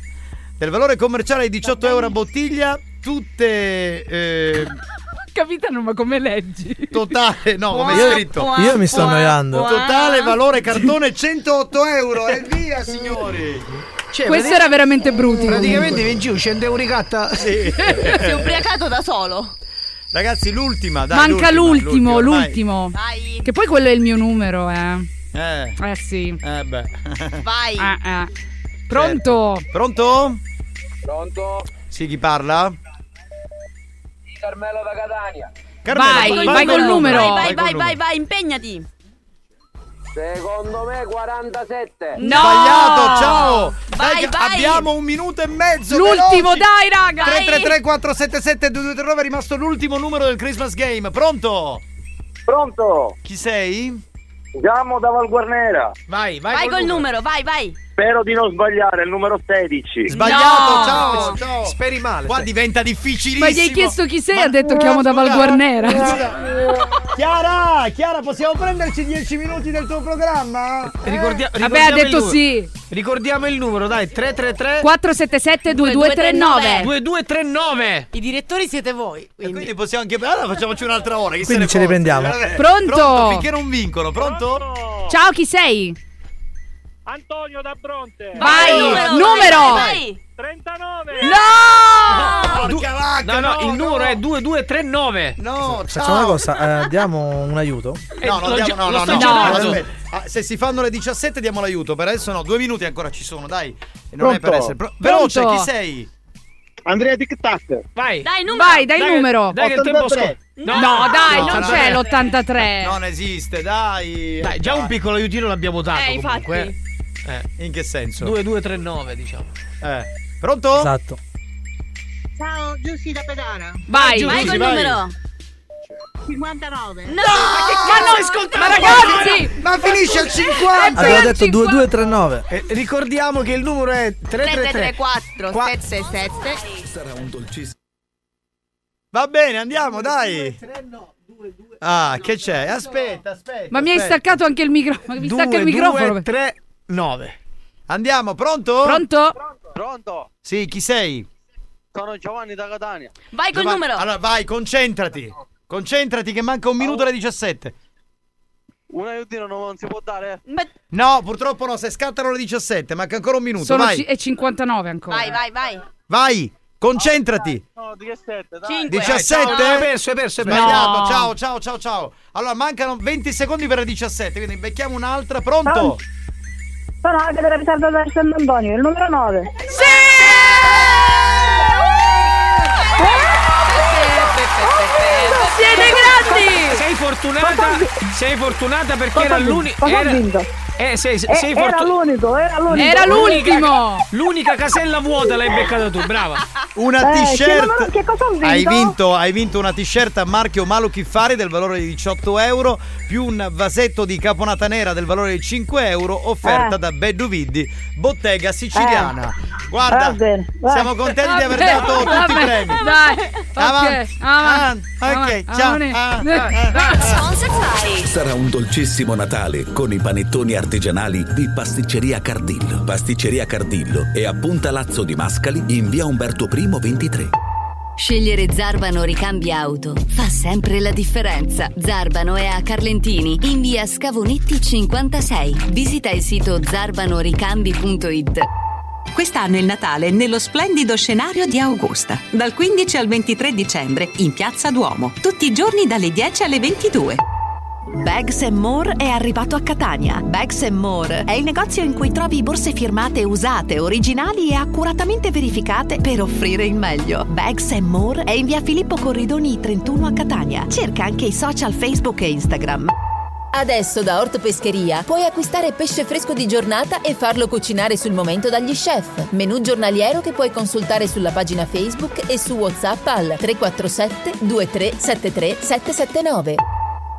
del valore commerciale di 18 euro a bottiglia tutte eh, Capitano, ma come leggi? totale no come è Io- scritto io mi sto annoiando. totale valore cartone 108 euro e via signori Questo Cioè, pratica- era veramente Bruti. Praticamente comunque. vieni giù, scende un ricatta. Sì. Si è ubriacato da solo. ragazzi l'ultima dai, manca l'ultimo, l'ultimo. vai. Vai. Che poi quello è il mio numero, eh. eh, Eh sì. eh beh Vai. Eh, eh. Pronto? Pronto? Pronto? Sì, chi parla? Carmelo da Catania. Carmelo, Vai, vai col numero. Vai, vai, Vai col vai, vai, numero. vai, impegnati. Secondo me certo. 47. Sbagliato, ciao! Oh. Vai, Dai, che vai. Abbiamo un minuto e mezzo! L'ultimo, veloci. dai, raga. 333 477 229 è rimasto l'ultimo numero del Christmas Game. Pronto? Pronto? Chi sei? Siamo da Valguarnera. Vai, Vai col numero, vai, vai. Spero di non sbagliare, il numero 16. Sbagliato, No. ciao, ciao. Speri male. Qua diventa difficilissimo. Ma gli hai chiesto chi sei? Ha detto chiamo da Valguarnera. Chiara, Chiara, possiamo prenderci 10 minuti del tuo programma? Ricordia- Vabbè, ricordiamo ha detto il numero. sì. Ricordiamo il numero, dai, 333 477 2239. 2239. I direttori siete voi. E quindi possiamo anche. Allora facciamoci un'altra ora. Chi Quindi se ce ne ne fotte? prendiamo. Vabbè. Pronto? Finché non vincono, pronto? Ciao, chi sei? Antonio da Bronte. Vai, numero, numero. vai, 39. No! Du- no, no, il numero è 2239. No, Facciamo una cosa, eh, diamo un aiuto. Eh, No, no, Lo diamo- gi- no, lo no, sto no, girando. no, aspetta. Ah, se si fanno le 17 diamo l'aiuto, per adesso no, due minuti ancora ci sono, dai. E Non è Pronto? per essere pro- veloce, Pronto? chi sei? Andrea Tic Tac. Vai. Dai, numero. Vai, dai il numero. dai che il tempo scor- No, dai, no, non no, c'è no. l'83. Non esiste, dai. Dai, già un piccolo aiutino l'abbiamo dato Eh, infatti. comunque. eh. In che senso? 2239, diciamo. Eh. Pronto? Esatto. Ciao, Giussi da Pedana. Vai, vai col numero. 59. No, ma che cazzo hai ascoltato? Ma ragazzi! Ma finisce al 50! Avevo detto 2239. ricordiamo che il numero è 333. 334 Qua- 767 Sarà un dolcissimo. Va bene, andiamo, dai. Ah, che eh, c'è? Aspetta, aspetta. Ma mi hai aspetta. staccato anche il microfono. Mi stacca il microfono. 3 9. Andiamo, pronto? Pronto? Pronto? Sì, chi sei? Sono Giovanni da Catania. Vai col Giovanni- numero. Allora, vai, concentrati. Concentrati che manca un minuto alle 17. Un aiutino non si può dare? Ma- No, purtroppo no, se scattano le 17, manca ancora un minuto, Sono vai. ci- e 59 ancora. Vai, vai, vai. Vai, concentrati. No, 17, dai. 5 17? no, hai perso, hai perso, hai perso. Sbagliato. No. Ciao, ciao, ciao, ciao. Allora, mancano 20 secondi per le 17, quindi becchiamo un'altra. Pronto? Sono anche della riserva da San Antonio, il numero 9. Siete grandi! Sei fortunata, sei fortunata perché era l'unico. Cosa Era, ho vinto? eh, sei, Eh, sei era fortu- l'unico, era l'unico. Era l'ultimo! L'unica casella vuota l'hai beccata tu, brava. Una Eh, che t-shirt. numero- che cosa ho vinto? Hai vinto, hai vinto una t-shirt a marchio Malu Chiffari del valore di 18 euro più un vasetto di caponata nera del valore di 5 euro offerta Eh. da Beduvidi, bottega siciliana. Guarda, Va bene, va. siamo contenti di aver Vabbè, dato tutti vabbè, i premi. Dai, Avanti. ok, avanti, Ah, ok, avanti, ciao. avanti. Ah, Sponsor Party. Sarà un dolcissimo Natale con i panettoni artigianali di Pasticceria Cardillo. Pasticceria Cardillo è a Punta Lazzo di Mascali in via Umberto I 23. Scegliere Zarbano Ricambi Auto fa sempre la differenza. Zarbano è a Carlentini, in via Scavonetti 56. Visita il sito zarbanoricambi.it. Quest'anno il Natale nello splendido scenario di Augusta, dal 15 al 23 dicembre in Piazza Duomo, tutti i giorni dalle 10 alle 22. Bags More è arrivato a Catania. Bags More è il negozio in cui trovi borse firmate usate, originali e accuratamente verificate per offrire il meglio. Bags More è in via Filippo Corridoni 31 a Catania. Cerca anche i social Facebook e Instagram. Adesso da Ortopescheria puoi acquistare pesce fresco di giornata e farlo cucinare sul momento dagli chef. Menù giornaliero che puoi consultare sulla pagina Facebook e su WhatsApp al 347 2373 779.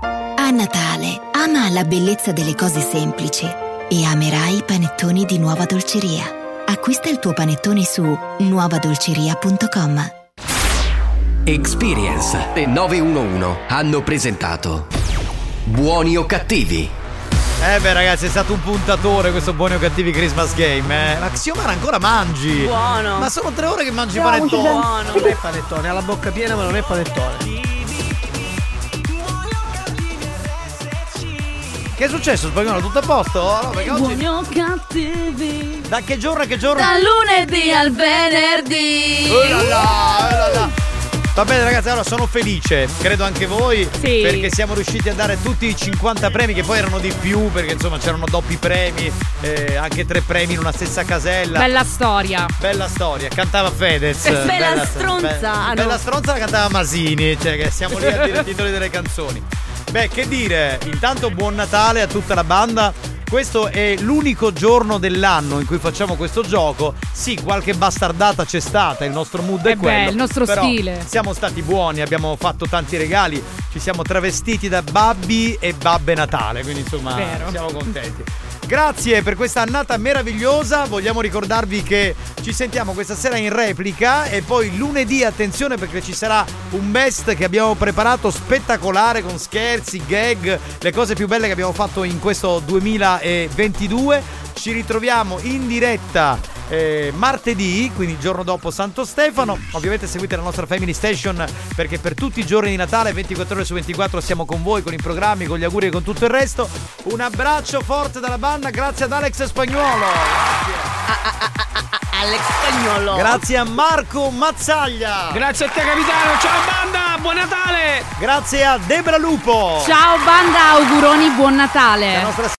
A Natale, ama la bellezza delle cose semplici e amerai i panettoni di Nuova Dolceria. Acquista il tuo panettone su nuovadolceria.com. Experience e 911 hanno presentato Buoni o cattivi? Eh beh ragazzi è stato un puntatore questo buoni o cattivi Christmas game eh. Ma Xiomara ancora mangi Buono. Ma sono tre ore che mangi No, panettone Buono. Non è panettone, ha la bocca piena ma non è panettone. Che è successo spagnolo? Tutto a posto? Ah, No, perché oggi- Buoni o cattivi. Da che giorno a che giorno? Dal lunedì al venerdì. Oh là là, oh là là. Va bene ragazzi, allora sono felice, credo anche voi, Sì. perché siamo riusciti a dare tutti i 50 premi che poi erano di più, perché insomma c'erano doppi premi, eh, anche tre premi in una stessa casella. Bella storia. Bella storia, cantava Fedez. storia, Bella stronza, be- ah, no. bella stronza la cantava Masini, cioè che siamo lì a dire i titoli delle canzoni. Beh, che dire, intanto buon Natale a tutta la banda. Questo è l'unico giorno dell'anno in cui facciamo questo gioco. Sì, qualche bastardata c'è stata, il nostro mood è Eh beh, quello. il nostro però stile. Siamo stati buoni, abbiamo fatto tanti regali, ci siamo travestiti da babbi e babbe Natale, quindi insomma Vero. siamo contenti. Grazie per questa annata meravigliosa. Vogliamo ricordarvi che ci sentiamo questa sera in replica e poi lunedì, attenzione perché ci sarà un best che abbiamo preparato spettacolare con scherzi, gag, le cose più belle che abbiamo fatto in questo 2022. Ci ritroviamo in diretta eh, martedì, quindi il giorno dopo Santo Stefano. Ovviamente seguite la nostra Family Station perché per tutti i giorni di Natale, 24 ore su 24, siamo con voi, con i programmi, con gli auguri e con tutto il resto. Un abbraccio forte dalla banda, grazie ad Alex Spagnuolo. Alex Spagnolo. Grazie a Marco Mazzaglia. Grazie a te capitano, ciao banda, buon Natale. Grazie a Debra Lupo. Oh. Ciao banda, auguroni, buon Natale. La nostra